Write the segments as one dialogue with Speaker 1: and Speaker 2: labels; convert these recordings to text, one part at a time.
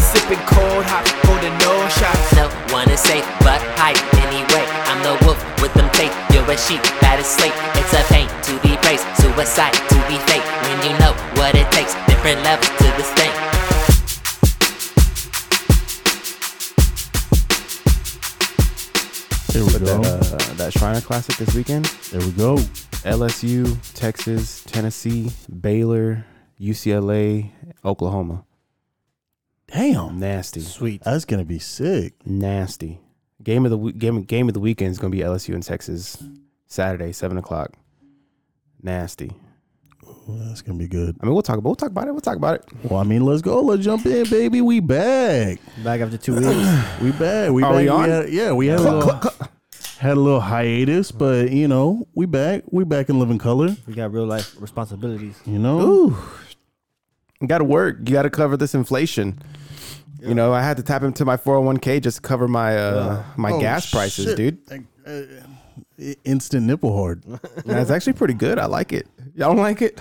Speaker 1: Sipping cold hot, holding no shots.
Speaker 2: No one is safe but hype anyway. I'm the wolf with them fake. You're a sheep that is slate. It's a pain to be praised, suicide to be fake. When you know what it takes, different levels to this thing.
Speaker 3: There we
Speaker 4: But that,
Speaker 3: go.
Speaker 4: uh, that Shriner Classic this weekend,
Speaker 3: There we go.
Speaker 4: LSU, Texas, Tennessee, Baylor, UCLA, Oklahoma.
Speaker 3: Damn.
Speaker 4: Nasty,
Speaker 5: Sweet.
Speaker 3: That's gonna be sick.
Speaker 4: nasty. Game of the we- game game of the weekend is gonna be LSU and Texas Saturday, seven o'clock. Nasty.
Speaker 3: Ooh, that's gonna be good.
Speaker 4: I mean, we'll talk about we'll talk about it. We'll talk about it.
Speaker 3: Well, I mean, let's go. Let's jump in, baby. We back.
Speaker 5: Back after two weeks.
Speaker 3: We back. We
Speaker 4: Are
Speaker 3: back.
Speaker 4: we on?
Speaker 3: had, yeah, we had a little, had a little hiatus, but you know, we back. We back in living color.
Speaker 5: we got real life responsibilities.
Speaker 3: You know,
Speaker 4: You gotta work. You gotta cover this inflation. You know, I had to tap into my 401k just to cover my uh, my
Speaker 3: Oh,
Speaker 4: gas prices,
Speaker 3: shit.
Speaker 4: dude.
Speaker 3: Like, uh, i- instant nipple hard.
Speaker 4: That's actually pretty good. I like it. Y'all don't like it?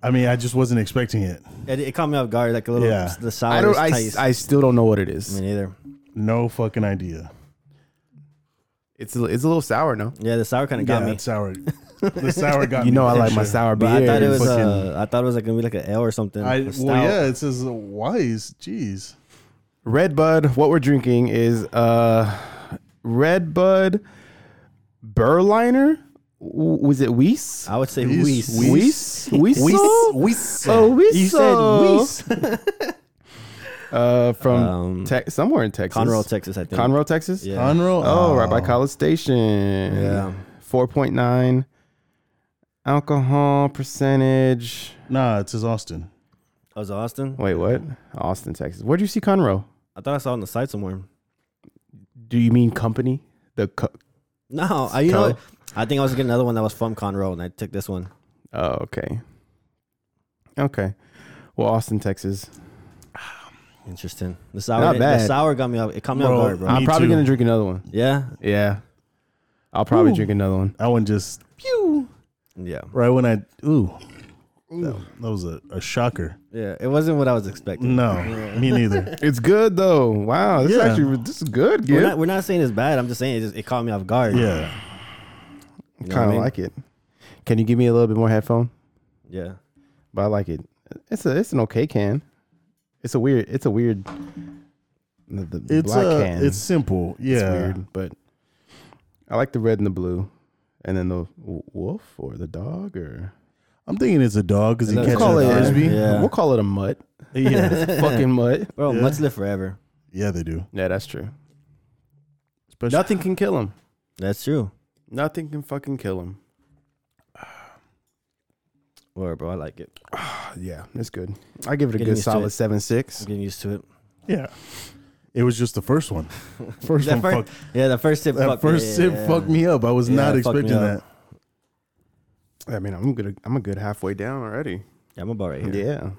Speaker 3: I mean, I just wasn't expecting it.
Speaker 5: It, it caught me off guard, like a little.
Speaker 3: Yeah.
Speaker 5: The
Speaker 4: I
Speaker 5: sour
Speaker 4: don't.
Speaker 5: is
Speaker 4: I,
Speaker 5: taste.
Speaker 4: I still don't know what it
Speaker 5: me
Speaker 4: is.
Speaker 5: neither.
Speaker 3: No fucking idea.
Speaker 4: It's a, it's a little sour, no?
Speaker 5: Yeah, the sour kind of
Speaker 3: Yeah,
Speaker 5: got me.
Speaker 3: that sour. The sour got
Speaker 4: You
Speaker 3: me
Speaker 4: know, I
Speaker 3: for
Speaker 4: like my
Speaker 3: sure.
Speaker 4: sour beer.
Speaker 5: But I thought it was.
Speaker 3: fucking-
Speaker 5: Uh, I thought it was like gonna be like an L or something.
Speaker 3: I,
Speaker 5: a
Speaker 3: well,
Speaker 5: stout.
Speaker 3: yeah, it says uh, wise. Jeez.
Speaker 4: Red Bud. What we're drinking is uh, Red Bud Burliner. W- Was it Weiss?
Speaker 5: I would say
Speaker 3: Weiss.
Speaker 5: Weiss.
Speaker 3: Weiss.
Speaker 4: Weiss. Weiss.
Speaker 3: Weiss.
Speaker 4: Oh, Weiss.
Speaker 5: You said Weiss.
Speaker 4: Uh, from
Speaker 5: Um,
Speaker 4: Tex somewhere in Texas.
Speaker 5: Conroe, Texas, I think.
Speaker 4: Conroe, Texas.
Speaker 5: Yeah.
Speaker 3: Conroe.
Speaker 4: Oh, right by College Station.
Speaker 5: Yeah.
Speaker 4: Four point nine alcohol percentage.
Speaker 3: Nah, it says Austin.
Speaker 5: I was Austin.
Speaker 4: Wait, what? Austin, Texas. Where'd you see Conroe?
Speaker 5: I thought I saw it on the side somewhere.
Speaker 4: Do you mean company? The co-
Speaker 5: No, I, you know,
Speaker 4: Co.
Speaker 5: what? I think I was getting another one that was from Conroe, and I took this one.
Speaker 4: oh, okay, okay. Well, Austin, Texas.
Speaker 5: Interesting. The sour,
Speaker 4: Not
Speaker 5: The
Speaker 4: bad.
Speaker 5: sour got me up. It caught me
Speaker 3: Bro,
Speaker 5: off guard, bro.
Speaker 4: I'm
Speaker 3: Me
Speaker 4: probably
Speaker 3: too.
Speaker 4: gonna drink another one.
Speaker 5: yeah,
Speaker 4: Yeah, I'll probably drink another one.
Speaker 3: That one just
Speaker 5: yeah,
Speaker 3: right when I ooh, That, that was a, a shocker.
Speaker 5: yeah. It wasn't what I was expecting.
Speaker 3: No, me neither.
Speaker 4: It's good though. Wow, this is
Speaker 3: Yeah.
Speaker 4: actually this is good.
Speaker 5: We're,
Speaker 4: Yeah,
Speaker 5: not, we're not saying it's bad. I'm just saying it, just, it caught me off guard.
Speaker 3: Yeah,
Speaker 5: You know what I
Speaker 4: kind of
Speaker 5: mean?
Speaker 4: like it. Can you give me a little bit more headphone?
Speaker 5: Yeah.
Speaker 4: But I like it. It's a it's an okay can. It's a weird. It's a weird. The, the
Speaker 3: it's
Speaker 4: black
Speaker 3: uh,
Speaker 4: can.
Speaker 3: it's simple. Yeah,
Speaker 4: it's weird, but I like the red and the blue, and then the w- wolf or the dog or
Speaker 3: I'm thinking it's a dog because he
Speaker 5: Let's
Speaker 3: catches
Speaker 4: call
Speaker 3: a
Speaker 4: it-
Speaker 3: frisbee.
Speaker 5: Yeah.
Speaker 4: we'll call it a mutt,
Speaker 3: yeah,
Speaker 4: fucking mutt.
Speaker 5: Bro, much live forever.
Speaker 3: yeah, they do.
Speaker 4: Yeah, that's true.
Speaker 3: Especially
Speaker 4: Nothing can kill him.
Speaker 5: That's true.
Speaker 4: Nothing can fucking kill him.
Speaker 5: Word, bro. I like it.
Speaker 4: Uh, Yeah, it's good. I give it a
Speaker 5: Getting
Speaker 4: good
Speaker 5: used to
Speaker 4: solid
Speaker 5: it.
Speaker 4: seven
Speaker 5: I'm
Speaker 4: six.
Speaker 5: getting used to it.
Speaker 3: yeah. It was just the first one. First one
Speaker 5: That fir-
Speaker 3: fucked.
Speaker 5: yeah, the first sip.
Speaker 3: That
Speaker 5: fucked me.
Speaker 3: first
Speaker 5: Yeah,
Speaker 3: sip
Speaker 5: yeah,
Speaker 3: fucked me up. I was
Speaker 5: Yeah,
Speaker 3: not
Speaker 5: it fucked me
Speaker 3: expecting that.
Speaker 5: up.
Speaker 4: I mean, I'm good. I'm a good halfway down already.
Speaker 5: Yeah, I'm about right
Speaker 4: Yeah.
Speaker 5: here.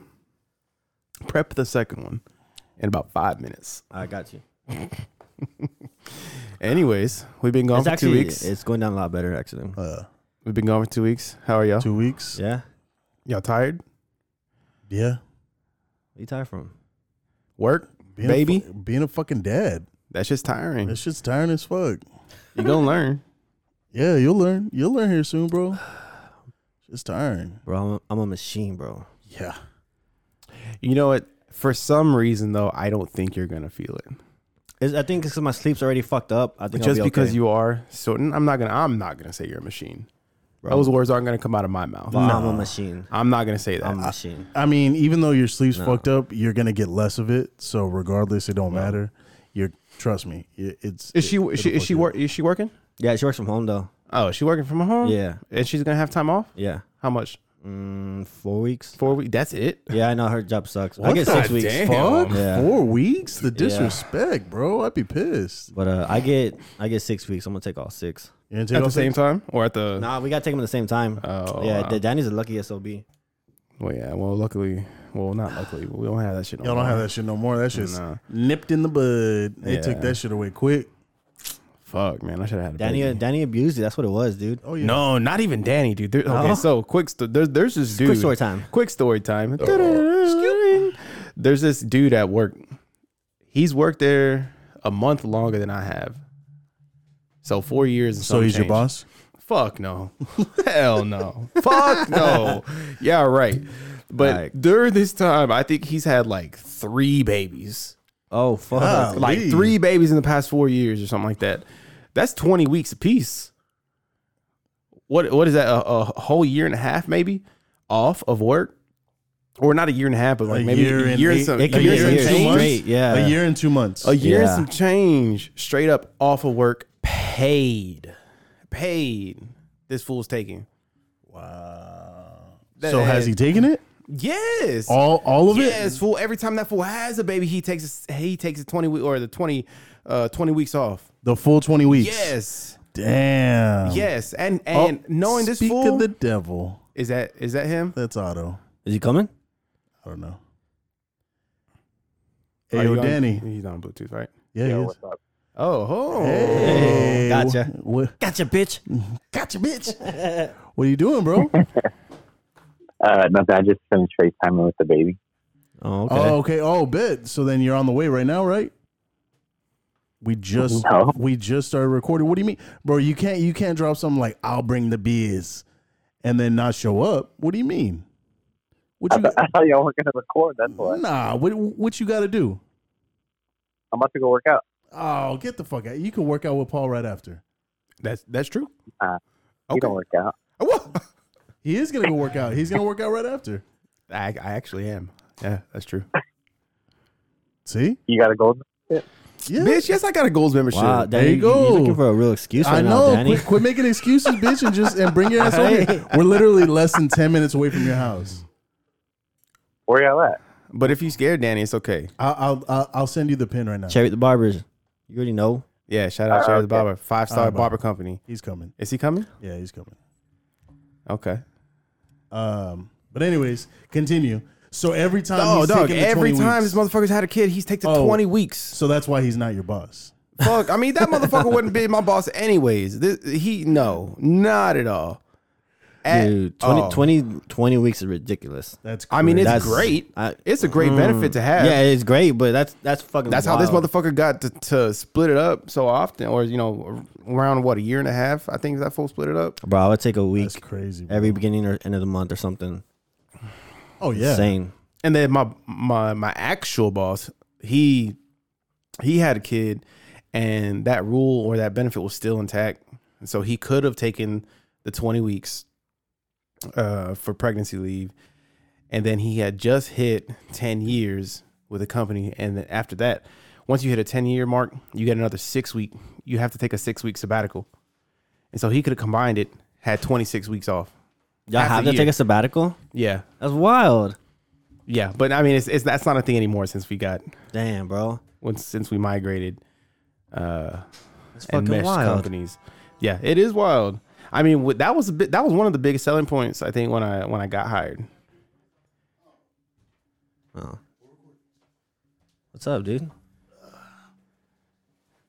Speaker 4: Prep the second one in about five minutes.
Speaker 5: I got you.
Speaker 4: Anyways, we've been gone
Speaker 5: It's
Speaker 4: for
Speaker 5: actually
Speaker 4: two weeks.
Speaker 5: it's going down a lot better actually.
Speaker 3: Uh,
Speaker 4: We've been gone for two weeks. How are y'all?
Speaker 3: two weeks. Yeah.
Speaker 5: Yeah.
Speaker 4: Y'all tired?
Speaker 5: What you tired from?
Speaker 4: Work?
Speaker 3: Being
Speaker 4: Baby?
Speaker 3: a fu- being a fucking dad.
Speaker 4: That's just tiring.
Speaker 3: That shit's tiring as fuck.
Speaker 4: You gonna learn.
Speaker 3: Yeah, you'll learn. You'll learn here soon, bro. It's tiring.
Speaker 5: Bro, I'm a, I'm a machine, bro.
Speaker 3: Yeah.
Speaker 4: You know what? For some reason though, I don't think you're gonna feel it.
Speaker 5: It's, I think because my sleep's already fucked up. I think I'll
Speaker 4: just
Speaker 5: be
Speaker 4: because
Speaker 5: okay.
Speaker 4: you are so I'm not gonna I'm not gonna say you're a machine.
Speaker 5: Bro.
Speaker 4: Those words aren't gonna come out of my mouth.
Speaker 5: I'm a machine.
Speaker 4: I'm not gonna say that.
Speaker 5: I'm a machine.
Speaker 3: I mean, even though your sleep's fucked up, you're gonna get less of it. So regardless, it don't matter. You're trust me. It, it's
Speaker 4: is she
Speaker 3: it-
Speaker 4: is she
Speaker 3: it'll
Speaker 4: is she,
Speaker 3: fuck you up.
Speaker 4: wor- is she working?
Speaker 5: Yeah, she works from home though.
Speaker 4: Oh, is she working from home?
Speaker 5: Yeah.
Speaker 4: And she's gonna have time off?
Speaker 5: Yeah.
Speaker 4: How much?
Speaker 5: mm, four weeks.
Speaker 4: Four weeks. That's it.
Speaker 5: Yeah, I know her job sucks. I get
Speaker 4: the
Speaker 5: six weeks.
Speaker 4: damn?
Speaker 3: Fuck,
Speaker 5: Yeah.
Speaker 3: four weeks? The disrespect, bro. I'd be pissed.
Speaker 5: But uh, I get I get six weeks. I'm gonna take all six.
Speaker 3: You didn't take
Speaker 4: At
Speaker 3: all
Speaker 4: the same
Speaker 3: six?
Speaker 4: time or at the?
Speaker 5: Nah, we gotta take them at the same time.
Speaker 4: Oh,
Speaker 5: yeah,
Speaker 4: wow.
Speaker 5: D- Danny's the luckiest OB.
Speaker 4: Well, yeah. Well, luckily, well, not luckily. but We don't have that shit. No
Speaker 3: Y'all don't
Speaker 4: more.
Speaker 3: have that shit no more. That shit's
Speaker 4: Nah.
Speaker 3: nipped in the bud. They
Speaker 4: Yeah.
Speaker 3: took that shit away quick.
Speaker 4: Fuck, man. I should have had a
Speaker 5: Danny,
Speaker 4: baby.
Speaker 5: Danny abused it. That's what it was, dude.
Speaker 3: Oh yeah.
Speaker 4: No, not even Danny, dude. There, okay, so quick. St- there's there's this dude.
Speaker 5: Quick story time.
Speaker 4: Quick story time. Excuse me. There's this dude at work. He's worked there a month longer than I have. So four years. And
Speaker 3: So
Speaker 4: some
Speaker 3: he's your
Speaker 4: change.
Speaker 3: boss?
Speaker 4: Fuck no. Hell no. Fuck no. Yeah, right. But during this time, I think he's had like three babies.
Speaker 5: Oh fuck.
Speaker 4: Like
Speaker 3: Golly.
Speaker 4: three babies in the past four years or something like that. That's 20 weeks apiece. What what is that? A, a whole year and a half maybe off of work? Or not a year and a half, but like
Speaker 3: A
Speaker 4: maybe
Speaker 3: year
Speaker 4: a
Speaker 3: and
Speaker 4: year and
Speaker 3: eight-
Speaker 4: some
Speaker 5: it
Speaker 4: a
Speaker 5: could
Speaker 4: year
Speaker 5: be
Speaker 4: and
Speaker 5: a
Speaker 4: some
Speaker 5: year
Speaker 4: change.
Speaker 5: straight. Yeah.
Speaker 3: A year and two months.
Speaker 4: A year
Speaker 5: Yeah.
Speaker 4: and some change. Straight up off of work, paid. Paid. This fool's taking.
Speaker 3: Wow.
Speaker 4: That-
Speaker 3: so has he taken it?
Speaker 4: Yes.
Speaker 3: All all of
Speaker 4: yes, fool. Every time that fool has a baby, he takes his, he takes his twenty week or the 20, uh, 20 weeks off.
Speaker 3: it? The full twenty weeks.
Speaker 4: Yes,
Speaker 3: Damn.
Speaker 4: yes, and
Speaker 3: Oh,
Speaker 4: and knowing this
Speaker 3: speak
Speaker 4: fool
Speaker 3: of the devil.
Speaker 4: is that is that him?
Speaker 3: That's Otto.
Speaker 5: Is he coming?
Speaker 3: I don't know.
Speaker 4: Are
Speaker 3: Hey,
Speaker 4: you
Speaker 3: yo,
Speaker 4: on-
Speaker 3: Danny.
Speaker 4: he's on Bluetooth, right?
Speaker 3: Yeah, he
Speaker 6: Yo,
Speaker 3: is.
Speaker 6: what's up?
Speaker 4: Oh, oh.
Speaker 3: Hey,
Speaker 5: Gotcha.
Speaker 3: wh- What,
Speaker 5: Gotcha, bitch.
Speaker 3: gotcha, bitch. what are you doing, bro?
Speaker 6: Uh, nothing. I just been FaceTiming with the baby.
Speaker 5: Oh, okay.
Speaker 3: Oh, okay. Oh, bet. So then you're on the way right now, right? We just
Speaker 6: No.
Speaker 3: we just started recording. What do you mean, bro? You can't you can't drop something like "I'll bring the beers" and then not show up. What do you mean? What
Speaker 6: I,
Speaker 3: you
Speaker 6: th- I thought y'all were gonna record. That's why
Speaker 3: nah? What what you got to do?
Speaker 6: I'm about to go work out.
Speaker 3: Oh, get the fuck out! You can work out with Paul right after.
Speaker 4: That's that's true.
Speaker 6: Uh, You
Speaker 4: okay.
Speaker 6: don't work out.
Speaker 4: Oh, whoa.
Speaker 3: He is gonna go work out. He's gonna work out right after.
Speaker 4: I I actually am. Yeah, that's true.
Speaker 3: See,
Speaker 6: You got to go.
Speaker 3: yeah.
Speaker 4: Bitch, yes, I got a goals membership.
Speaker 5: Wow,
Speaker 3: There you
Speaker 5: Danny,
Speaker 3: go.
Speaker 5: You're looking for a real excuse right
Speaker 3: I
Speaker 5: now,
Speaker 3: know.
Speaker 5: Danny.
Speaker 3: quit, quit making excuses, bitch, and just and bring your ass over here. We're literally less than ten minutes away from your house.
Speaker 6: Where y'all at?
Speaker 4: But if you scared Danny, it's okay.
Speaker 3: I'll I'll, I'll, I'll send you the pin right now.
Speaker 5: Cherry the barbers. You already know.
Speaker 4: Yeah, shout out Charles
Speaker 6: okay.
Speaker 4: Barber, five star
Speaker 3: Alright, bye.
Speaker 4: barber company.
Speaker 3: He's coming.
Speaker 4: Is he coming?
Speaker 3: Yeah, he's coming.
Speaker 4: Okay.
Speaker 3: Um, but anyways, continue. So every time,
Speaker 4: Oh,
Speaker 3: he's
Speaker 4: dog!
Speaker 3: taking the
Speaker 4: Every
Speaker 3: 20
Speaker 4: time
Speaker 3: weeks,
Speaker 4: this motherfucker's had a kid, he's taken
Speaker 3: Oh.
Speaker 4: twenty weeks.
Speaker 3: so that's why he's not your boss.
Speaker 4: Fuck. I mean, that motherfucker wouldn't be my boss anyways. This, he no, not at all. At
Speaker 5: Dude, 20,
Speaker 4: all.
Speaker 5: 20 20 weeks is ridiculous.
Speaker 3: That's Mm.
Speaker 4: I mean, it's
Speaker 3: crazy.
Speaker 5: That's-
Speaker 4: great.
Speaker 5: I-
Speaker 4: it's a great benefit to have.
Speaker 5: Yeah, it's great, but that's that's fucking.
Speaker 4: That's how this
Speaker 5: wild.
Speaker 4: motherfucker got to, to split it up so often, or you know, around what a year and a half. I think that full split it up.
Speaker 5: Bro, I would take a
Speaker 3: that's
Speaker 5: week
Speaker 3: crazy. bro.
Speaker 5: every beginning or end of the month or something.
Speaker 3: oh yeah,
Speaker 5: Insane.
Speaker 4: And then my my my actual boss, he he had a kid, and that rule or that benefit was still intact. And so he could have taken the twenty weeks uh, for pregnancy leave, and then he had just hit ten years with a company, and then after that, once you hit a ten year mark, you get another six week. You have to take a six week sabbatical, and so he could have combined it, had twenty six weeks off.
Speaker 5: Y'all
Speaker 4: Half
Speaker 5: have
Speaker 4: a
Speaker 5: to
Speaker 4: year.
Speaker 5: take a sabbatical.
Speaker 4: Yeah,
Speaker 5: That's wild.
Speaker 4: yeah, but I mean, it's, it's that's not a thing anymore since we got
Speaker 5: Damn, bro.
Speaker 4: once since we migrated uh
Speaker 5: That's
Speaker 4: and
Speaker 5: fucking
Speaker 4: meshed
Speaker 5: wild.
Speaker 4: companies. Yeah, it is wild. I mean, wh- that was a bit, that was one of the biggest selling points I think when I when I got hired.
Speaker 5: Oh. What's up, dude?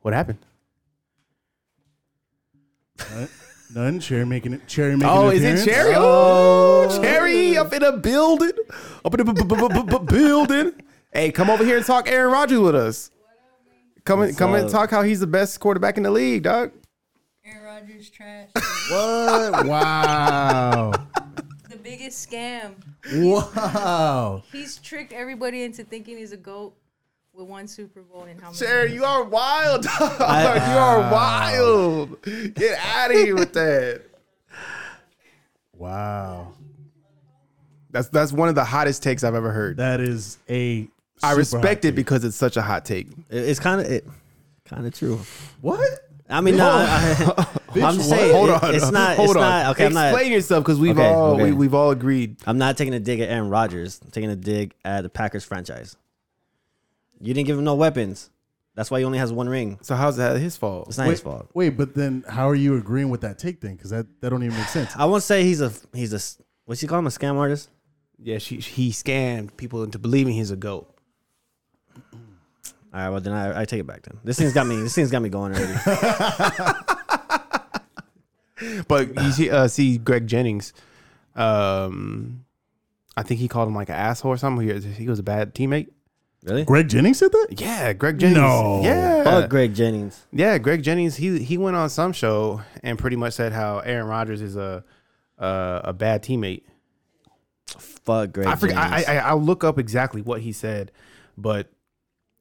Speaker 4: What happened?
Speaker 3: none cherry making it. Cherry making.
Speaker 4: Oh,
Speaker 3: an
Speaker 4: is it
Speaker 3: appearance?
Speaker 4: Cherry? Oh, Cherry up in a building. Up in a bu- bu- bu- bu- bu- building. Hey, come over here and talk Aaron Rodgers with us. Come and come and
Speaker 5: up?
Speaker 4: talk how he's the best quarterback in the league, dog.
Speaker 7: Aaron Rodgers trash.
Speaker 3: What? Wow!
Speaker 7: the biggest scam.
Speaker 3: wow!
Speaker 7: He's tricked everybody into thinking he's a goat with one Super Bowl and how many?
Speaker 4: Cherry, you are wild, dog. you are wild. Get out of here with that.
Speaker 3: Wow!
Speaker 4: That's that's one of the hottest takes I've ever heard.
Speaker 3: That is a.
Speaker 4: I
Speaker 3: super
Speaker 4: respect
Speaker 3: hot
Speaker 4: it because it's such a hot take.
Speaker 5: It- It's kind of it, kind of true.
Speaker 3: take. What?
Speaker 5: I mean, nah, I,
Speaker 4: Bitch,
Speaker 5: I'm
Speaker 4: what?
Speaker 5: saying
Speaker 4: hold
Speaker 5: it-
Speaker 4: on.
Speaker 5: it's not-
Speaker 4: Hold
Speaker 5: it's
Speaker 4: on.
Speaker 5: not- okay, I'm
Speaker 4: Explain
Speaker 5: not-
Speaker 4: yourself because we've
Speaker 5: Okay,
Speaker 4: all
Speaker 5: okay.
Speaker 4: We, we've all agreed.
Speaker 5: I'm not taking a dig at Aaron Rodgers. I'm taking a dig at the Packers franchise. You didn't give him no weapons. That's why he only has one ring.
Speaker 4: So how's that his fault?
Speaker 5: It's not his fault.
Speaker 3: Wait, but then how are you agreeing with that take thing? Because that, that don't even make sense.
Speaker 5: I won't say he's a he's a what's he call him a scam artist.
Speaker 4: yeah, she, he scammed people into believing he's a goat.
Speaker 5: All right, well then I, I take it back. Then this thing's got me. This thing's got me going already.
Speaker 4: But you see, uh, see Greg Jennings. Um, I think he called him like an asshole or something. He, was- he was a bad teammate.
Speaker 5: Really?
Speaker 3: Greg Jennings said that?
Speaker 4: Yeah, Greg Jennings.
Speaker 3: No.
Speaker 4: Yeah.
Speaker 5: Fuck Greg Jennings.
Speaker 4: Yeah, Greg Jennings. He he went on some show and pretty much said how Aaron Rodgers is a uh, a bad teammate.
Speaker 5: Fuck Greg.
Speaker 4: I forget. I,
Speaker 5: Jennings.
Speaker 4: I I'll look up exactly what he said, but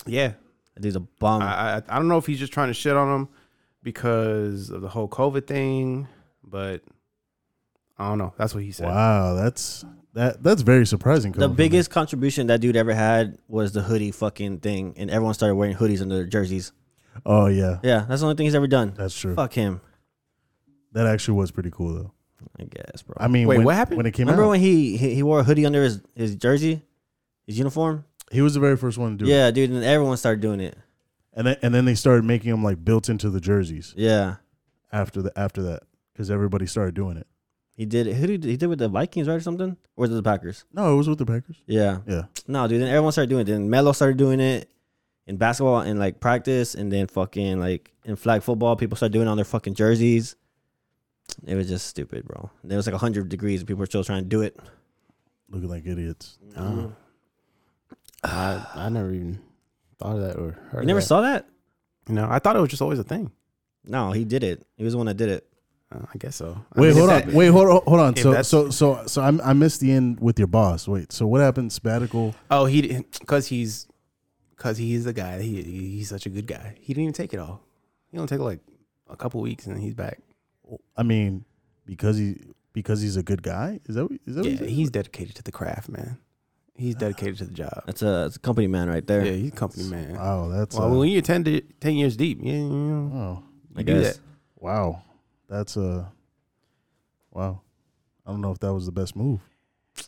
Speaker 4: yeah,
Speaker 5: That dude's a bum.
Speaker 4: I, I I don't know if he's just trying to shit on him because of the whole COVID thing, but I don't know. That's what he said.
Speaker 3: Wow, that's that that's very surprising.
Speaker 5: the
Speaker 3: coming from him.
Speaker 5: biggest contribution that dude ever had was the hoodie fucking thing, and everyone started wearing hoodies under their jerseys.
Speaker 3: Oh yeah,
Speaker 5: Yeah, that's the only thing he's ever done.
Speaker 3: that's true.
Speaker 5: Fuck him.
Speaker 3: That actually was pretty cool though.
Speaker 5: I guess, bro.
Speaker 3: I mean,
Speaker 4: Wait,
Speaker 3: when,
Speaker 4: what happened?
Speaker 3: when it came
Speaker 5: Remember
Speaker 3: out?
Speaker 5: when he, he he wore a hoodie under his his jersey, his uniform?
Speaker 3: he was the very first one to do it,
Speaker 5: Yeah, dude, and everyone started doing it.
Speaker 3: and then and then they started making them like built into the jerseys
Speaker 5: Yeah,
Speaker 3: after the after that because everybody started doing it.
Speaker 5: he did it. Who did he did with the Vikings, right, or something? Or was it the Packers?
Speaker 3: No, it was with the Packers.
Speaker 5: Yeah,
Speaker 3: Yeah,
Speaker 5: no, dude. Then everyone started doing it. Then Melo started doing it in basketball and like practice, and then fucking like in flag football, people started doing it on their fucking jerseys. It was just stupid, bro. It was like hundred degrees, and people were still trying to do it.
Speaker 3: looking like idiots.
Speaker 5: Mm-hmm.
Speaker 4: I, I never even thought of that or heard
Speaker 5: You never
Speaker 4: that.
Speaker 5: saw that?
Speaker 4: No, I thought it was just always a thing.
Speaker 5: No, he did it. He was the one that did it.
Speaker 4: Uh, I guess so. I
Speaker 3: Wait,
Speaker 4: mean,
Speaker 3: hold
Speaker 4: if
Speaker 3: on.
Speaker 4: that-
Speaker 3: Wait, hold on. Hold on.
Speaker 4: if
Speaker 3: So,
Speaker 4: that's-
Speaker 3: so, so, so I'm, I missed the end with your boss. Wait. So, what happened? Sabbatical.
Speaker 4: Oh, he because he's because he's the guy. He he's such a good guy. He didn't even take it all. He don't take like a couple weeks and then he's back.
Speaker 3: I mean, because he because he's a good guy. Is that what- is that?
Speaker 4: Yeah,
Speaker 3: what he said?
Speaker 4: he's dedicated to the craft, man. He's dedicated to the job.
Speaker 5: That's a, that's a company man right
Speaker 4: Yeah,
Speaker 5: there.
Speaker 4: he's a company man.
Speaker 3: Wow, that's
Speaker 4: Well,
Speaker 3: uh,
Speaker 4: when you're 10, to, 10 years deep, yeah, you know,
Speaker 3: wow.
Speaker 5: I
Speaker 4: do
Speaker 5: guess.
Speaker 4: that.
Speaker 3: Wow, that's uh, wow. I don't know if that was the best move.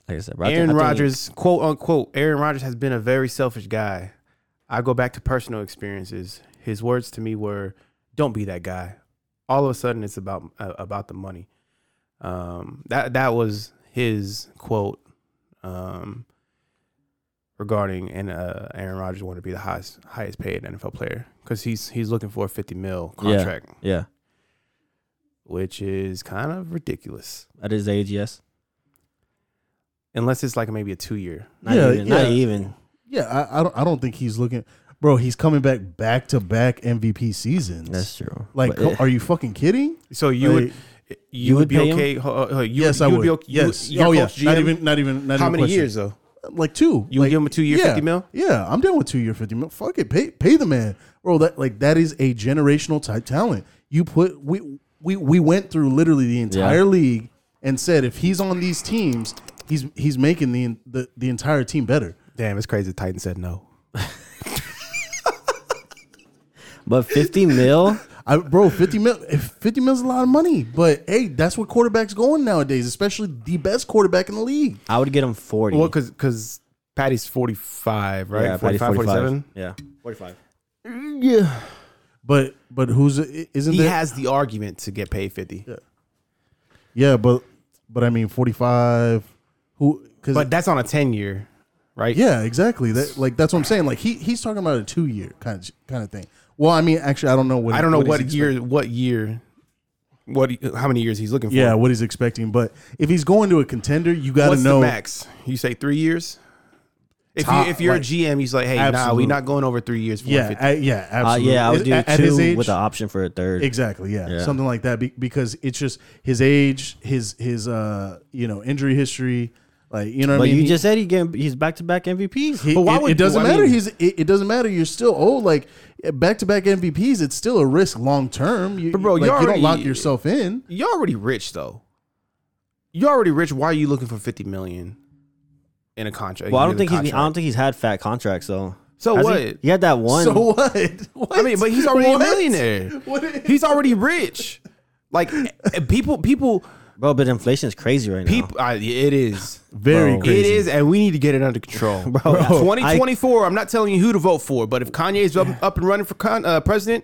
Speaker 5: Like I said, bro, I think-
Speaker 4: Aaron
Speaker 5: I think-
Speaker 4: Rodgers, quote unquote, Aaron Rodgers has been a very selfish guy. I go back to personal experiences. His words to me were, "Don't be that guy." All of a sudden, it's about uh, about the money. Um, that that was his quote um, regarding and uh, Aaron Rodgers wanted to be the highest highest paid NFL player because he's he's looking for a fifty mil contract,
Speaker 5: Yeah,
Speaker 4: which is kind of ridiculous.
Speaker 5: at his age, yes.
Speaker 4: Unless it's like maybe a two year.
Speaker 5: Not
Speaker 3: Yeah,
Speaker 5: even. Not
Speaker 3: yeah.
Speaker 5: even.
Speaker 3: Yeah, I, I don't. I don't think he's looking. Bro, he's coming back back to back MVP seasons.
Speaker 5: That's true.
Speaker 3: like,
Speaker 5: But
Speaker 3: co-
Speaker 5: it-
Speaker 3: are you fucking kidding?
Speaker 4: So you would
Speaker 3: Like,
Speaker 4: you,
Speaker 5: You
Speaker 4: would,
Speaker 5: would
Speaker 4: be
Speaker 5: pay him?
Speaker 4: okay. ho- uh, uh, you
Speaker 3: yes,
Speaker 4: would,
Speaker 3: I
Speaker 4: you
Speaker 3: would.
Speaker 4: would be okay.
Speaker 3: yes.
Speaker 4: You, your
Speaker 3: oh yeah.
Speaker 4: coach,
Speaker 3: Not
Speaker 4: GM?
Speaker 3: even. Not even. Not
Speaker 4: How
Speaker 3: even
Speaker 4: many
Speaker 3: question.
Speaker 4: years though?
Speaker 3: Like two.
Speaker 4: You would
Speaker 3: like,
Speaker 4: give him a two-year, 50 mil?
Speaker 3: Yeah, I'm down with two year fifty mil. Fuck it, pay pay the man, bro. That like that is a generational type talent. You put we we we went through literally the entire league and said if he's on these teams, he's he's making the the, the entire team better.
Speaker 4: Damn, it's crazy. Titan said no.
Speaker 5: But 50 mil?
Speaker 3: I, bro, fifty mil, if fifty mil is a lot of money, but hey, that's what quarterbacks going nowadays, especially the best quarterback in the league.
Speaker 5: I would get him 40.
Speaker 4: Well, because because Patty's forty-five, right?
Speaker 5: yeah, probably
Speaker 4: 45, 47.
Speaker 5: Yeah, 45.
Speaker 4: Yeah,
Speaker 3: But but who's isn't
Speaker 4: he
Speaker 3: there?
Speaker 4: has the argument to get paid fifty,
Speaker 3: yeah, but but I mean forty five. Who? Cause
Speaker 4: but that's on a ten-year, right?
Speaker 3: Yeah, exactly. That like that's what I'm saying. Like he he's talking about a two year kind of kind of thing. Well, I mean, actually, I don't know what
Speaker 4: I don't know what,
Speaker 3: he's
Speaker 4: year,
Speaker 3: expect-
Speaker 4: what year, what how many years he's looking for.
Speaker 3: yeah, what he's expecting, but if he's going to a contender, you got to
Speaker 4: What's
Speaker 3: know.
Speaker 4: the max? You say three years. If
Speaker 3: Top,
Speaker 4: you if you're
Speaker 3: like-
Speaker 4: a GM, he's like, hey, nah,
Speaker 3: Absolute.
Speaker 4: we're not going over three years. For
Speaker 3: Yeah,
Speaker 4: 150.
Speaker 3: I, yeah,
Speaker 5: Uh,
Speaker 3: absolutely.
Speaker 5: yeah, I would do
Speaker 3: at,
Speaker 5: two
Speaker 3: at his age.
Speaker 5: with the option for a third.
Speaker 3: exactly, yeah,
Speaker 5: Yeah.
Speaker 3: something like that. be- Because it's just his age, his his uh you know injury history, like you know. What
Speaker 5: but
Speaker 3: I mean?
Speaker 5: you
Speaker 3: He-
Speaker 5: just said he get, he's back to back MVPs.
Speaker 3: He-
Speaker 4: But why
Speaker 3: it,
Speaker 4: would-
Speaker 3: it doesn't
Speaker 4: I
Speaker 3: matter.
Speaker 4: mean-
Speaker 3: He's it, it doesn't matter. You're still old. Like back to back MVPs, it's still a risk long term. You,
Speaker 4: But bro,
Speaker 3: like,
Speaker 4: you're
Speaker 3: you don't lock
Speaker 4: already-
Speaker 3: yourself in.
Speaker 4: you're already rich though. You're already rich. Why are you looking for fifty million in a contract?
Speaker 5: well, I don't
Speaker 4: in a
Speaker 5: think he's. I
Speaker 4: contract?
Speaker 5: don't think he's had fat contracts though.
Speaker 4: So
Speaker 5: Has
Speaker 4: what?
Speaker 5: He, he had that one.
Speaker 3: So what? What?
Speaker 4: I mean, but he's already a
Speaker 3: What?
Speaker 4: millionaire.
Speaker 3: What?
Speaker 4: He's already rich. Like eh, people, people,
Speaker 5: bro. But inflation is crazy right now.
Speaker 4: people. I, it is.
Speaker 3: Very
Speaker 5: Bro.
Speaker 3: crazy.
Speaker 4: It is, and we need to get it under control.
Speaker 5: Bro, I-
Speaker 4: 2024, I, am not telling you who to vote for, but if Kanye's up, up and running for con, uh, president,